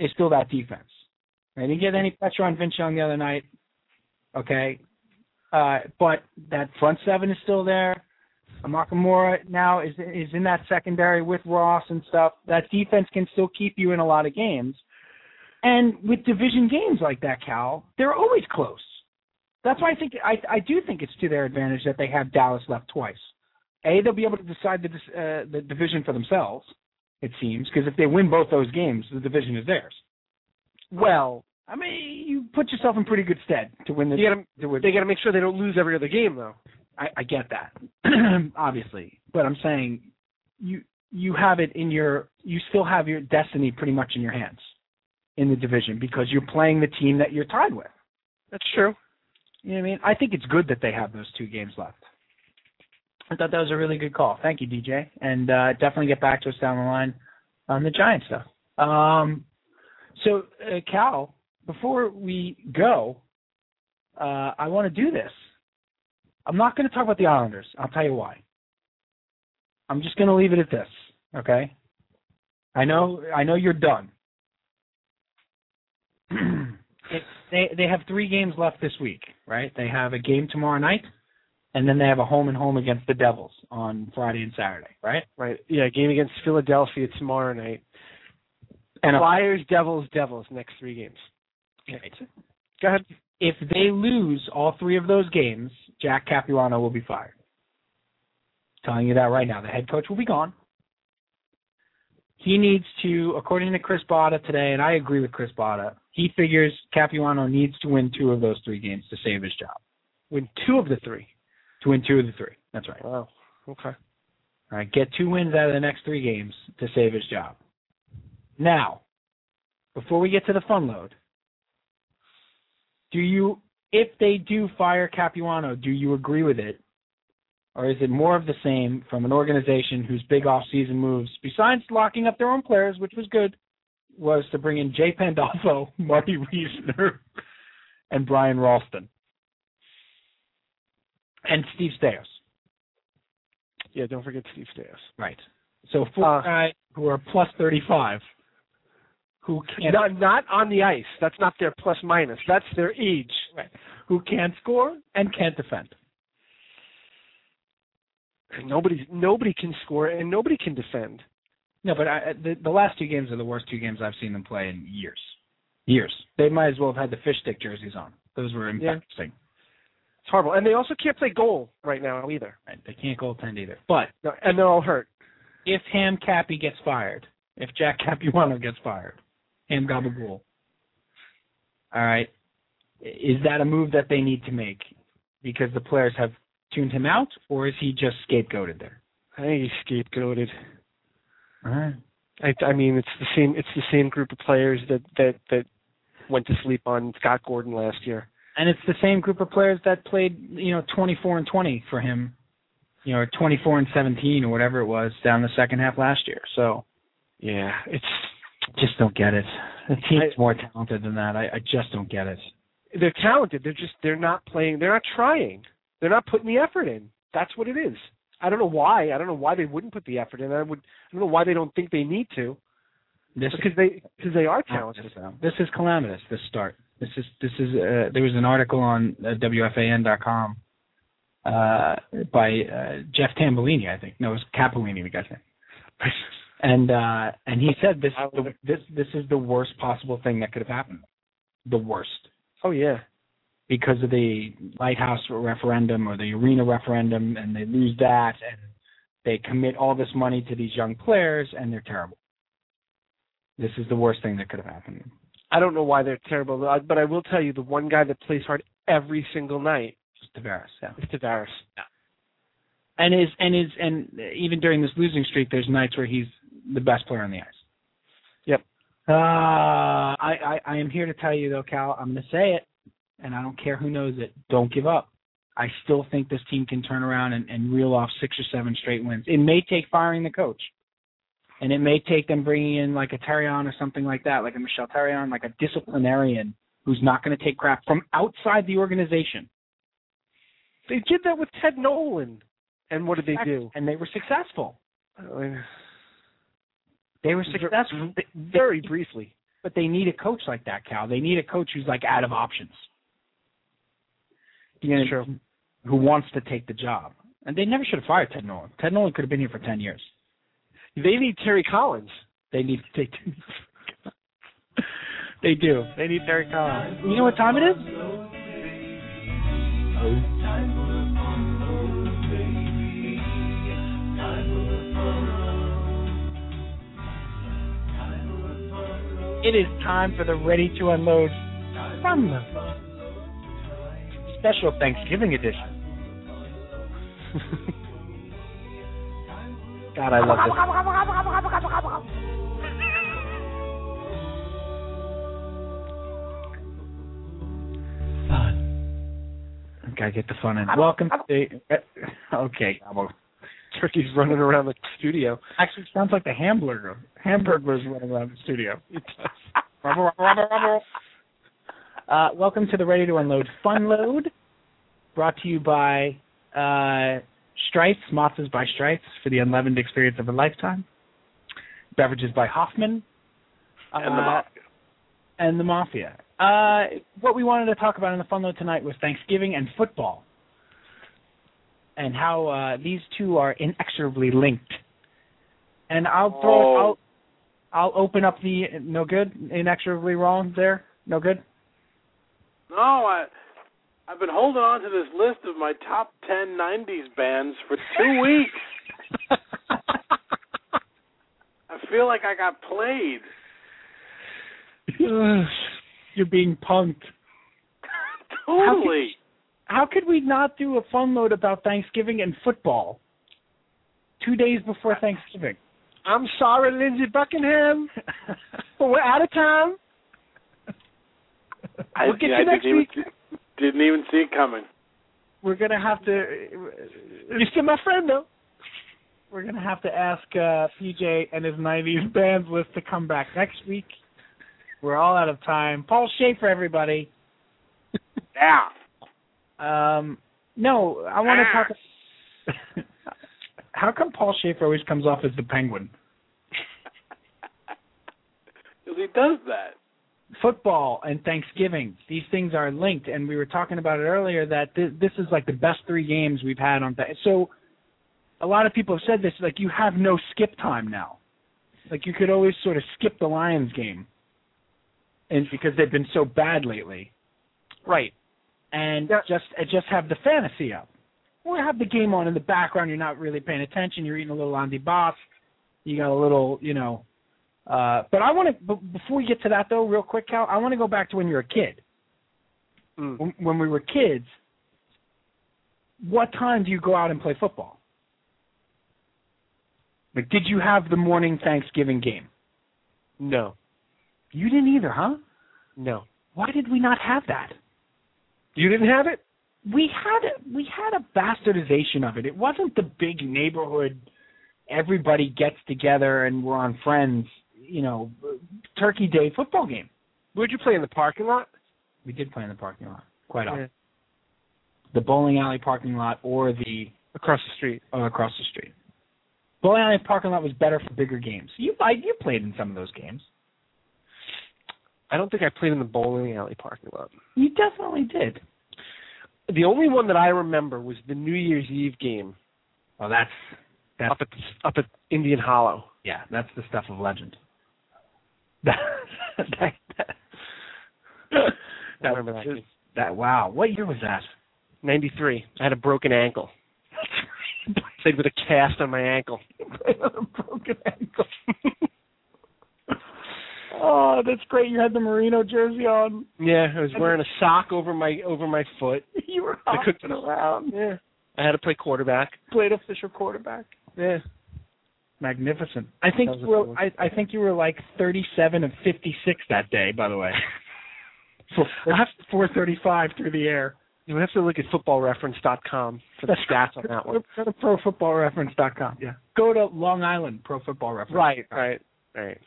is still that defense. They didn't get any pressure on Vince Young the other night. Okay. Uh, but that front seven is still there. Amakamura now is is in that secondary with Ross and stuff. That defense can still keep you in a lot of games. And with division games like that, Cal, they're always close. That's why I think I I do think it's to their advantage that they have Dallas left twice. A, they'll be able to decide the dis- uh, the division for themselves. It seems because if they win both those games, the division is theirs. Well, I mean, you put yourself in pretty good stead to win this.
You gotta-
to win
They got to make sure they don't lose every other game, though.
I, I get that, obviously, but I'm saying you you have it in your you still have your destiny pretty much in your hands in the division because you're playing the team that you're tied with.
That's true.
You know what I mean? I think it's good that they have those two games left. I thought that was a really good call. Thank you, DJ, and uh, definitely get back to us down the line on the Giants stuff. Um, so, uh, Cal, before we go, uh, I want to do this. I'm not going to talk about the Islanders. I'll tell you why. I'm just going to leave it at this. Okay. I know. I know you're done. it, they they have three games left this week, right? They have a game tomorrow night, and then they have a home and home against the Devils on Friday and Saturday, right?
Right. Yeah, game against Philadelphia tomorrow night.
And a-
Flyers, Devils, Devils next three games.
Right.
Go ahead.
If they lose all three of those games, Jack Capuano will be fired. Telling you that right now, the head coach will be gone. He needs to, according to Chris Botta today, and I agree with Chris Botta. He figures Capuano needs to win two of those three games to save his job.
Win two of the three.
To win two of the three. That's right.
Wow. Okay.
All right, get two wins out of the next three games to save his job. Now, before we get to the fun load, do you, if they do fire Capuano, do you agree with it, or is it more of the same from an organization whose big offseason moves, besides locking up their own players, which was good, was to bring in Jay Pandolfo, Marty Reisner, and Brian Ralston, and Steve Stairs.
Yeah, don't forget Steve Stais.
Right. So four
Uh,
guys who are plus thirty-five, who can't
Not not on the ice. That's not their plus minus. That's their age.
who can't score and can't defend.
Nobody nobody can score and nobody can defend.
No, but I, I- the the last two games are the worst two games I've seen them play in years. Years. They might as well have had the fish stick jerseys on. Those were
Yeah.
embarrassing.
It's horrible. And they also can't play goal right now either.
Right? They can't goaltend either. But
No, and they're all hurt.
if Ham Cappy gets fired, if Jack Capuano gets fired, Ham Gabagool. All right. Is that a move that they need to make because the players have tuned him out, or is he just scapegoated there?
I think he's scapegoated.
All right.
I I mean it's the same it's the same group of players that that that went to sleep on Scott Gordon last year.
And it's the same group of players that played, you know, 24 and 20 for him, you know, or 24 and 17 or whatever it was down the second half last year. So
Yeah, it's
just don't get it. The team's
I-
more talented than that. I, I just don't get it.
they're talented. They're just they're not playing. They're not trying. They're not putting the effort in. That's what it is. I don't know why. I don't know why they wouldn't put the effort in. I would. I don't know why they don't think they need to
This
because they because they are talented.
This is calamitous. This start. This is this is. Uh, there was an article on uh, WFAN.com uh, by uh, Jeff Tambellini, I think. No, it was Capolini, the guy's name. And uh, and he said this is the, this this is the worst possible thing that could have happened. The worst
Oh yeah.
because of the lighthouse referendum or the arena referendum, and they lose that, and they commit all this money to these young players, and they're terrible. This is the worst thing that could have happened.
I don't know why they're terrible, but I- but I will tell you the one guy that plays hard every single night
Just Tavares, yeah.
is Tavares.
And is and is and even during this losing streak, there's nights where he's the best player on the ice.
Yep.
Uh, I, I I am here to tell you though, Cal. I'm going to say it, and I don't care who knows it. Don't give up. I still think this team can turn around and, and reel off six or seven straight wins. It may take firing the coach, and it may take them bringing in like a Tarion or something like that, like a Michelle Tarion, like a disciplinarian who's not going to take crap from outside the organization.
They did that with Ted Nolan, and what did they do?
and they were successful.
I mean,
They were
Ver-
successful. They- they-
Very briefly.
but they need a coach like that, Cal. They need a coach who's like out of options. You know,
True.
who wants to take the job. And they never should have fired Ted Nolan. Ted Nolan could have been here for ten years.
They need Terry Collins.
They need they do. they do.
They need Terry Collins.
You know what time it is? It is time for the Ready to Unload Fun Load. Special Thanksgiving edition. God, I love this. Gotta get the fun in. Welcome to the. uh, Okay, Gobble.
Turkey's running around the studio.
Actually, it sounds like the hamburger. Hamburger's running around the studio. Uh, welcome to the Ready to Unload Fun Load, brought to you by uh, Stripes, Mothas by Stripes for the unleavened experience of a lifetime. Beverages by Hoffman.
And the
Uh,
mafia.
and the mafia. Uh, what we wanted to talk about in the fun load tonight was Thanksgiving and football, and how uh, these two are inexorably linked. And I'll throw.
Oh.
I'll, I'll open up the no good inexorably wrong there. No good.
No, I I've been holding on to this list of my top ten '90s bands for two weeks. I feel like I got played.
You're being punked.
Totally.
How could we not do a fun load about Thanksgiving and football? Two days before Thanksgiving.
I'm sorry, Lindsey Buckingham, but we're out of time.
I,
We'll get
yeah,
you
I
next
didn't
week.
even see, didn't even see it coming.
we're gonna have to.
You're still my friend, though.
We're gonna have to ask uh, PJ and his '90s bands list to come back next week. We're all out of time. Paul Schaefer, everybody.
Yeah.
Um, no, I want to talk. How come Paul Schaefer always comes off as the Penguin?
'Cause he does that.
Football and Thanksgiving; these things are linked, and we were talking about it earlier that thi- this is like the best three games we've had on. Th- so, a lot of people have said this: like you have no skip time now. Like you could always sort of skip the Lions game, and because they've been so bad lately,
Right.
and
Yeah.
just and just have the fantasy up, or have the game on in the background. You're not really paying attention. You're eating a little on the box. You got a little, you know. Uh, but I want to. But before we get to that, though, real quick, Cal, I want to go back to when you were a kid.
Mm.
When, when we were kids, what time do you go out and play football? Like, did you have the morning Thanksgiving game?
No,
You didn't either, huh?
no.
Why did we not have that?
You didn't have it?
we had we had a bastardization of it. It wasn't the big neighborhood everybody gets together and we're on friends, you know, Turkey Day football game.
Where'd you play in the parking lot?
We did play in the parking lot quite often.
Yeah.
The bowling alley parking lot or the
Across the street.
uh, across the street. Bowling alley parking lot was better for bigger games. You I, you played in some of those games.
I don't think I played in the bowling alley parking lot.
You definitely did.
The only one that I remember was the New Year's Eve game
Well, that's Yeah.
up at up at Indian Hollow.
yeah, that's the stuff of legend.
that, I remember that. game.
That wow, what year was that?
93. I had a broken ankle. Played with a cast on my ankle.
broken ankle. oh, that's great. You had the Merino jersey on.
Yeah, I was wearing a sock over my over my foot.
You were
I could-
hopping around.
Yeah. I had to play quarterback.
Played official quarterback.
Yeah.
Magnificent. I think
That was
you
a good
were
one.
I, I think you were like thirty seven of fifty six that day, by the way. Four thirty five through the air.
You would have to look at footballreference.com for the stats on that one.
Go to profootballreference.com. Yeah. Go to Long Island Pro Football Reference.
Right, right, right.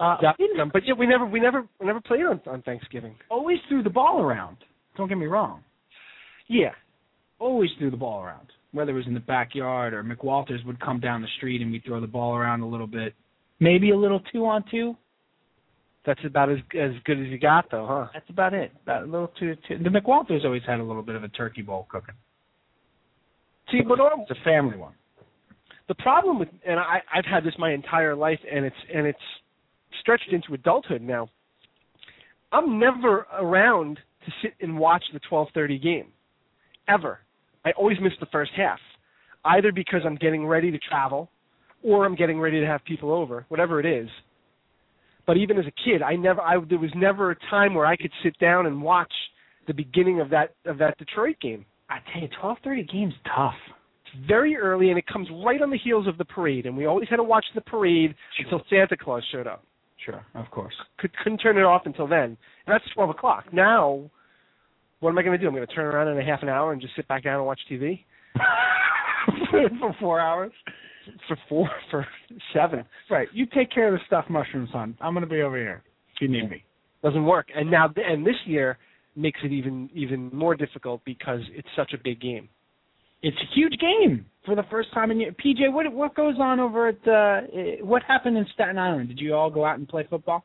Uh,
Yeah,
we didn't
um, but yeah, we never, we never, we never played on on Thanksgiving.
always threw the ball around. Don't get me wrong.
Yeah,
always threw the ball around, whether it was in the backyard or McWalters would come down the street and we'd throw the ball around a little bit. Maybe a little two on two.
that's about as as good as you got, though, huh?
That's about it. About a little two to two. The McWalters always had a little bit of a turkey bowl cooking.
See, but all-
It's a family one.
the problem with, and I I've had this my entire life, and it's and it's stretched into adulthood now. I'm never around to sit and watch the 12:30 game, ever. I always miss the first half, either because I'm getting ready to travel, or I'm getting ready to have people over, whatever it is. But even as a kid, I never I there was never a time where I could sit down and watch the beginning of that of that Detroit game.
I tell you, twelve thirty game's tough.
It's very early and it comes right on the heels of the parade and we always had to watch the parade until Santa Claus showed up.
Sure, of course.
Could couldn't turn it off until then. And that's twelve o'clock. Now what am I gonna do? I'm gonna turn around in a half an hour and just sit back down and watch TV?
For four hours.
For four for seven.
Right. You take care of the stuffed mushrooms, son. I'm gonna be over here if you need me.
Doesn't work. And now and this year makes it even even more difficult because it's such a big game.
It's a huge game for the first time in year. PJ, what what goes on over at uh, what happened in Staten Island? Did you all go out and play football?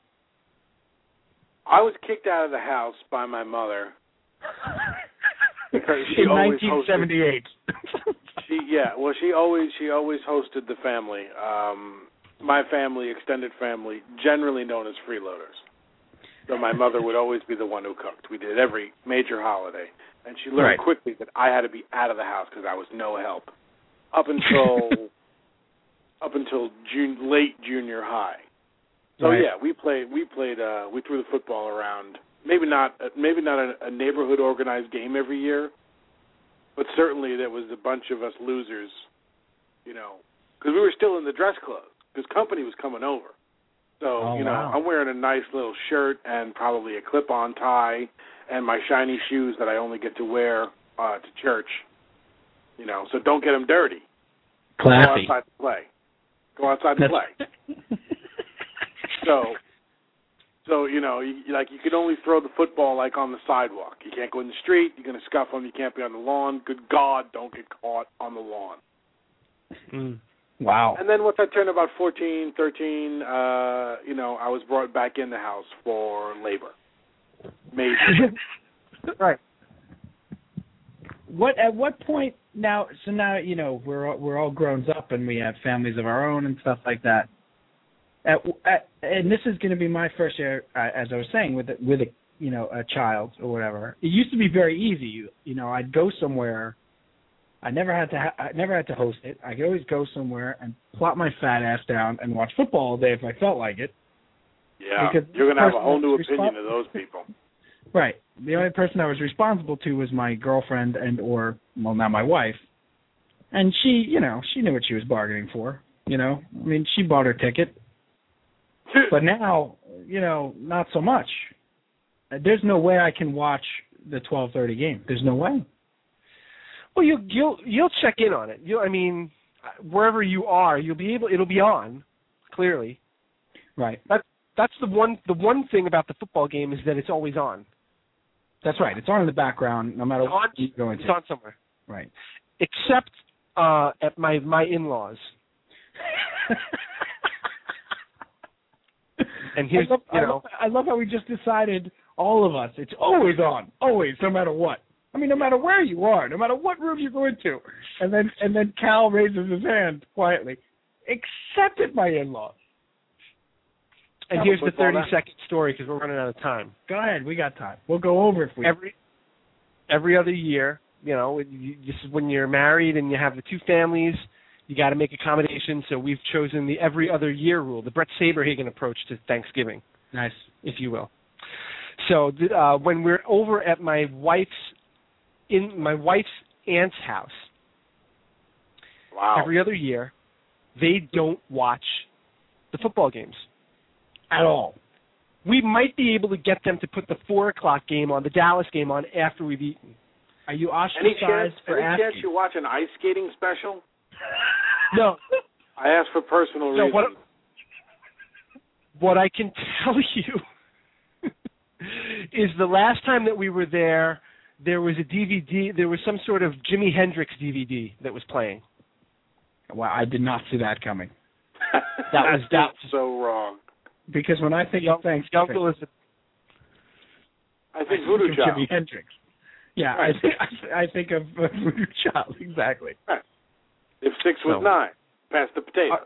I was kicked out of the house by my mother because she
in
always hosted
1978.
she yeah well she always she always hosted the family um my family extended family generally known as freeloaders so my mother would always be the one who cooked we did every major holiday and she
Right.
learned quickly that i had to be out of the house because i was no help up until up until jun late junior high so
Right.
yeah we played we played uh we threw the football around maybe not uh, maybe not a, a neighborhood organized game every year but certainly there was a bunch of us losers, you know, because we were still in the dress clothes because company was coming over. So
Oh,
you know,
wow.
I'm wearing a nice little shirt and probably a clip-on tie and my shiny shoes that I only get to wear uh to church. You know, so don't get them dirty.
Classy.
Go outside to play. Go outside to
That's-
play. So, so you know, you, you- like you can only throw the football like on the sidewalk. You can't go in the street. You're gonna scuff them. You can't be on the lawn. Good God, don't get caught on the lawn.
wow.
And then once I turned about 14, 13, uh, you know, I was brought back in the house for labor. Maybe.
What at what point now? So now you know we're all, we're all grown up and we have families of our own and stuff like that. At, at and this is going to be my first year, uh, as I was saying, with a, with a you know a child or whatever. It used to be very easy. You you know I'd go somewhere. I never had to ha- I never had to host it. I could always go somewhere and plop my fat ass down and watch football all day if I felt like it.
Yeah,
Because
you're gonna have a whole new
personal
opinion of those people.
Right. The only person I was responsible to was my girlfriend and or well now my wife. And she, you know, she knew what she was bargaining for, you know. I mean, she bought her ticket. But now, you know, not so much. Uh, There's no way I can watch the 12:30 game. There's no way.
Well, you'll you'll you'll check in on it. You I mean, wherever you are, you'll be able. It'll be on. Clearly,
Right.
that's the one the one thing about the football game is that it's always on.
That's right. It's on in the background no matter
It's on-
what you go into.
It's on somewhere,
Right.
except uh at my my in-laws. And here's
I love,
you
I
know
love- I love how we just decided all of us. It's always on, always, no matter what. I mean, no matter where you are, no matter what room you go into, and then and then Cal raises his hand quietly, except at my in-laws.
and
I'll
here's the
put all
30
that-
second story because we're running out of time.
Go ahead, we got time. We'll go over if we.
every every other year. You know, you, this is when you're married and you have the two families. You got to make accommodations. So we've chosen the every other year rule, the Brett Saberhagen approach to Thanksgiving,
nice.
if you will. So th- uh, when we're over at my wife's in my wife's aunt's house
Wow.
every other year, they don't watch the football games.
At all.
We might be able to get them to put the four o'clock game on, the Dallas game on after we've eaten.
Are you
Any
ostracized
chance?
for
Any
asking?
chance you watch an ice skating special?
No,
I ask for personal
No,
reasons.
what- what I can tell you is the last time that we were there, there was a DVD, there was some sort of Jimi Hendrix DVD that was playing.
Well, I did not see that coming
that
was- that-
so wrong.
because when I think of
Young
Thanksgiving,
Elizabeth.
I think
I
Voodoo
think of
Child.
Jimi Hendrix. Yeah,
Right.
I, think, I think of uh, Voodoo Child exactly.
If six was
So-
nine, pass the potato.
Uh,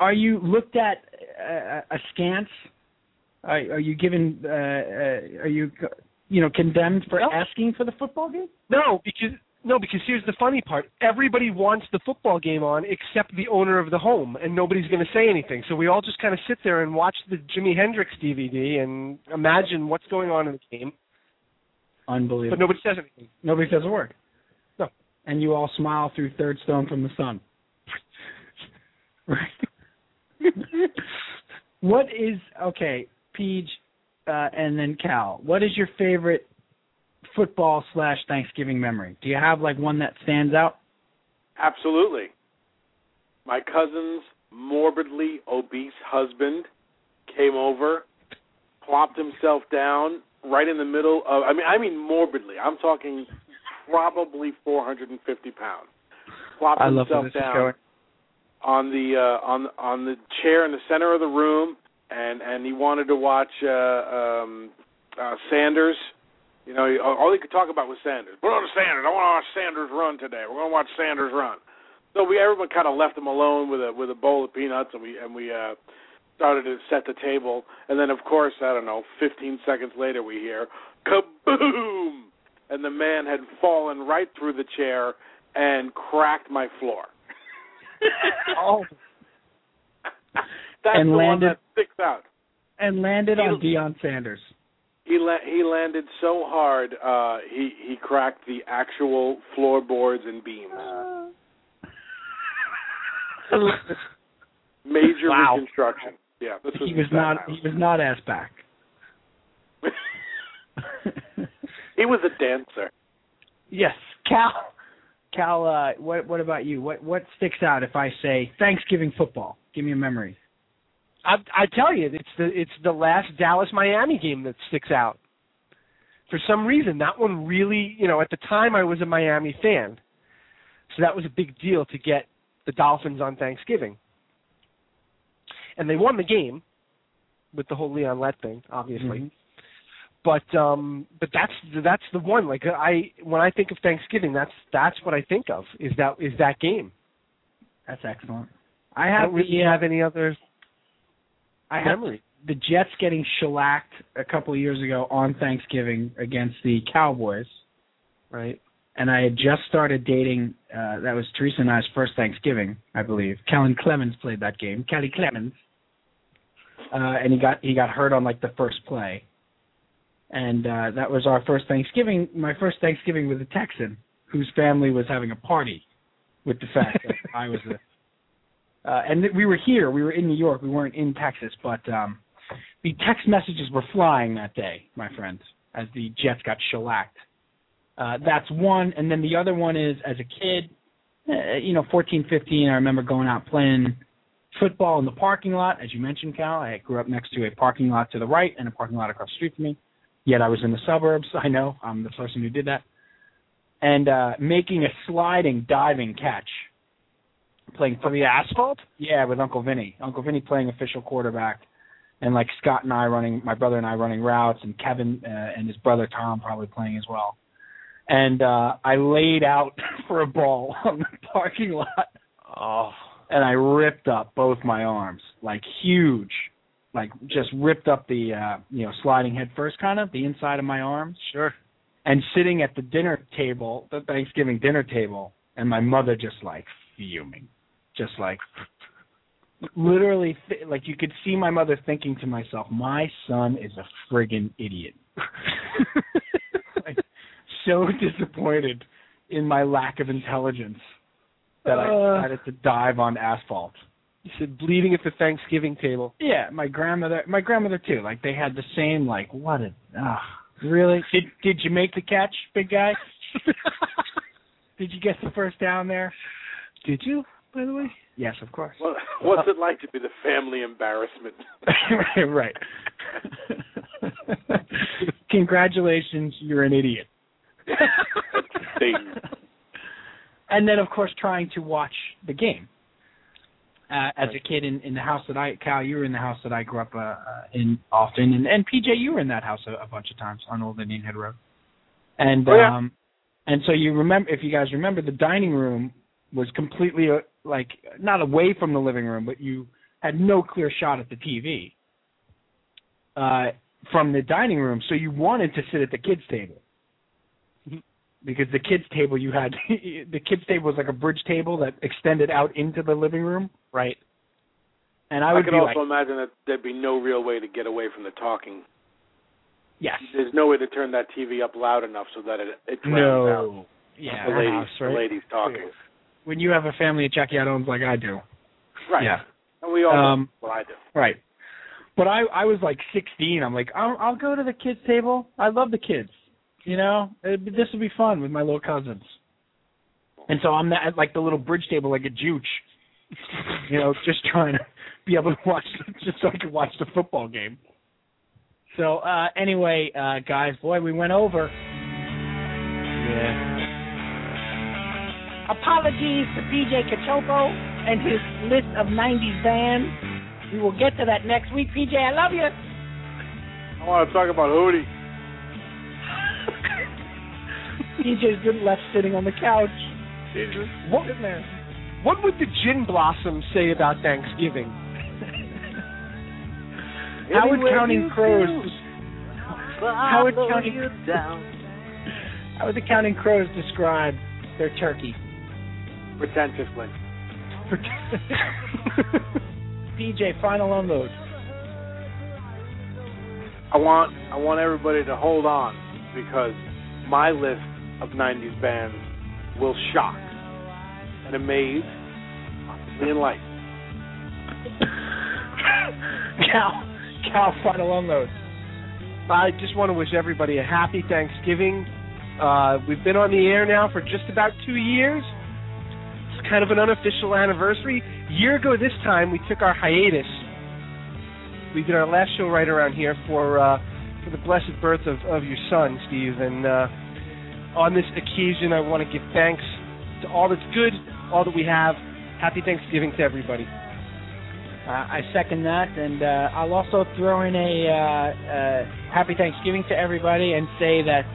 are you looked at uh, askance? Are, are you given? Uh, uh, are you you know condemned for
No.
asking for the football game?
No, because no, because here's the funny part. Everybody wants the football game on except the owner of the home, and nobody's going to say anything. So we all just kind of sit there and watch the Jimi Hendrix DVD and imagine what's going on in the game,
Unbelievable.
but nobody says anything.
Nobody says a word.
No.
And you all smile through third stone from the sun. right. what is okay, Peach, uh, and then Cal? What is your favorite football slash Thanksgiving memory? Do you have like one that stands out?
Absolutely. My cousin's morbidly obese husband came over, plopped himself down right in the middle of I mean I mean morbidly. I'm talking probably 450 pounds. Plopped
I love where
himself
this is
down
going.
on the uh, on on the chair in the center of the room, and and he wanted to watch uh, um, uh, Sanders. You know, he- all he could talk about was Sanders. Put on Sanders. I want to watch Sanders run today. We're going to watch Sanders run. So we everyone kind of left him alone with a with a bowl of peanuts, and we and we uh, started to set the table. And then, of course, I don't know, 15 seconds later, we hear kaboom, and the man had fallen right through the chair and cracked my floor.
Oh,
That's
And
the
landed-
one that sticks out.
and landed on Deion Sanders.
He la- he landed so hard, uh, he he cracked the actual floorboards and beams. Major
Wow.
reconstruction. Yeah, this was
He was
in Staten
not.
Island.
He was not ass back.
he was a dancer.
yes, Cal. Cal, uh, what what about you? What what sticks out if I say Thanksgiving football? Give me a memory.
I, I tell you, it's the it's the last Dallas Miami game that sticks out. For some reason, that one really, you know, at the time I was a Miami fan, so that was a big deal to get the Dolphins on Thanksgiving, and they won the game with the whole Leon Lett thing,
Mm-hmm.
obviously.
Mm-hmm.
But um, but that's that's the one. Like I, when I think of Thanksgiving, that's that's what I think of. Is that is that game?
That's excellent. I
I
have
don't really
the uh,
have any other
I have
memory.
the Jets getting shellacked a couple of years ago on Thanksgiving against the Cowboys,
Right.
and I had just started dating. Uh, that was Teresa and I's first Thanksgiving, I believe. Kellen Clemens played that game. Kelly Clemens, uh, and he got he got hurt on like the first play, and uh, that was our first Thanksgiving. My first Thanksgiving with a Texan whose family was having a party with the fact that I was a uh, and th- we were here. We were in New York. We weren't in Texas, but um, the text messages were flying that day, my friends, as the Jets got shellacked. Uh, that's one, and then the other one is as a kid, uh, you know, fourteen, fifteen. I remember going out playing football in the parking lot, as you mentioned, Cal. I grew up next to a parking lot to the right and a parking lot across the street from me. Yet I was in the suburbs. I know I'm the person who did that, and uh, making a sliding, diving catch, playing
From the asphalt.
yeah, with Uncle Vinny. Uncle Vinny playing official quarterback, and like Scott and I running, my brother and I running routes, and Kevin uh, and his brother Tom probably playing as well. And uh I laid out for a ball on the parking lot,
Oh.
and I ripped up both my arms, like huge, like just ripped up the uh you know sliding head first, kind of the inside of my arms
Sure.
and sitting at the dinner table, the Thanksgiving dinner table, and my mother just like fuming, just like literally th- like you could see my mother thinking to myself, my son is a friggin' idiot. like, so disappointed in my lack of intelligence that
Uh.
I decided to dive on asphalt.
You said bleeding at the Thanksgiving table.
Yeah, my grandmother, my grandmother too. Like they had the same. Like what a ah, really? Did did you make the catch, big guy? did you get the first down there?
Did you, by the way?
Yes, of course.
Well, what's it like to be the family embarrassment?
right, right. Congratulations, you're an idiot.
Ding.
and then, of course, trying to watch the game. Uh, as a kid in, in the house that I, Cal, you were in the house that I grew up uh, uh, in often, and, and PJ, you were in that house a, a bunch of times on Old Indian Head Road. And
Oh, yeah.
um, and so you remember, if you guys remember, the dining room was completely uh, like not away from the living room, but you had no clear shot at the TV uh, from the dining room. So you wanted to sit at the kids' table Mm-hmm. because the kids' table you had the kids' table was like a bridge table that extended out into the living room,
Right.
and I
I
would
can
be
also
like,
imagine that there'd be no real way to get away from the talking.
yes,
There's no way to turn that TV up loud enough so that it, it drowns out
no, yeah,
the
our
ladies,
house,
the
right?
ladies talking.
When you have a family of Jackie owns like I do,
Right.
yeah,
And we all
Um,
well, I do.
right. But I I was like 16. I'm like I'll, I'll go to the kids' table. I love the kids. You know, It'd be- this would be fun with my little cousins. And so I'm at like the little bridge table, like a juche. You know, just trying to be able to watch, just so I could watch the football game. So uh anyway, uh guys, boy, we went over.
Yeah.
Apologies to PJ Cachopo and his list of 90s bands. We will get to that next week. PJ, I love you.
I want to talk about Hootie.
PJ's been left sitting on the couch.
What, what would the gin blossom say about Thanksgiving? Howard Counting Crows.
Howard County. How would the Counting Crows describe their turkey?
Pretentiously.
PJ, final unload.
I want I want everybody to hold on because my list of '90s bands will shock and amaze, possibly enlighten.
Cal, Cal, final unload. I just want to wish everybody a happy Thanksgiving. Uh, we've been on the air now for just about two years. It's kind of an unofficial anniversary. A year ago this time, we took our hiatus. We did our last show right around here for uh, for the blessed birth of, of your son, Steve. And uh, on this occasion, I want to give thanks to all that's good, all that we have. Happy Thanksgiving to everybody.
Uh, I second that, and uh, I'll also throw in a uh, uh, happy Thanksgiving to everybody and say that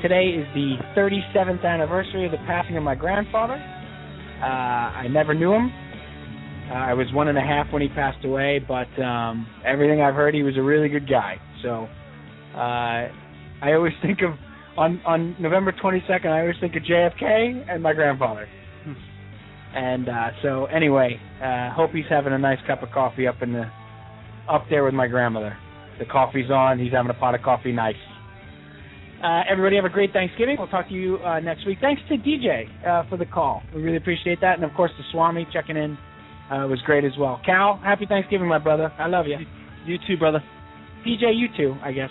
today is the 37th anniversary of the passing of my grandfather. Uh, I never knew him. Uh, I was one and a half when he passed away, but um, everything I've heard, he was a really good guy. So uh, I always think of on on November 22nd, I always think of JFK and my grandfather. And uh, so anyway, uh, hope he's having a nice cup of coffee up in the up there with my grandmother. The coffee's on. He's having a pot of coffee. Nice. Uh, everybody have a great Thanksgiving. We'll talk to you uh, next week. Thanks to DJ uh, for the call. We really appreciate that, and of course to Swami checking in uh, was great as well. Cal, happy Thanksgiving, my brother. I love you.
You too, brother.
PJ, you too, I guess.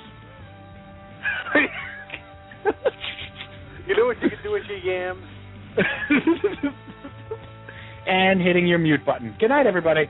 you know what you can do with your yams?
and hitting your mute button. Good night, everybody.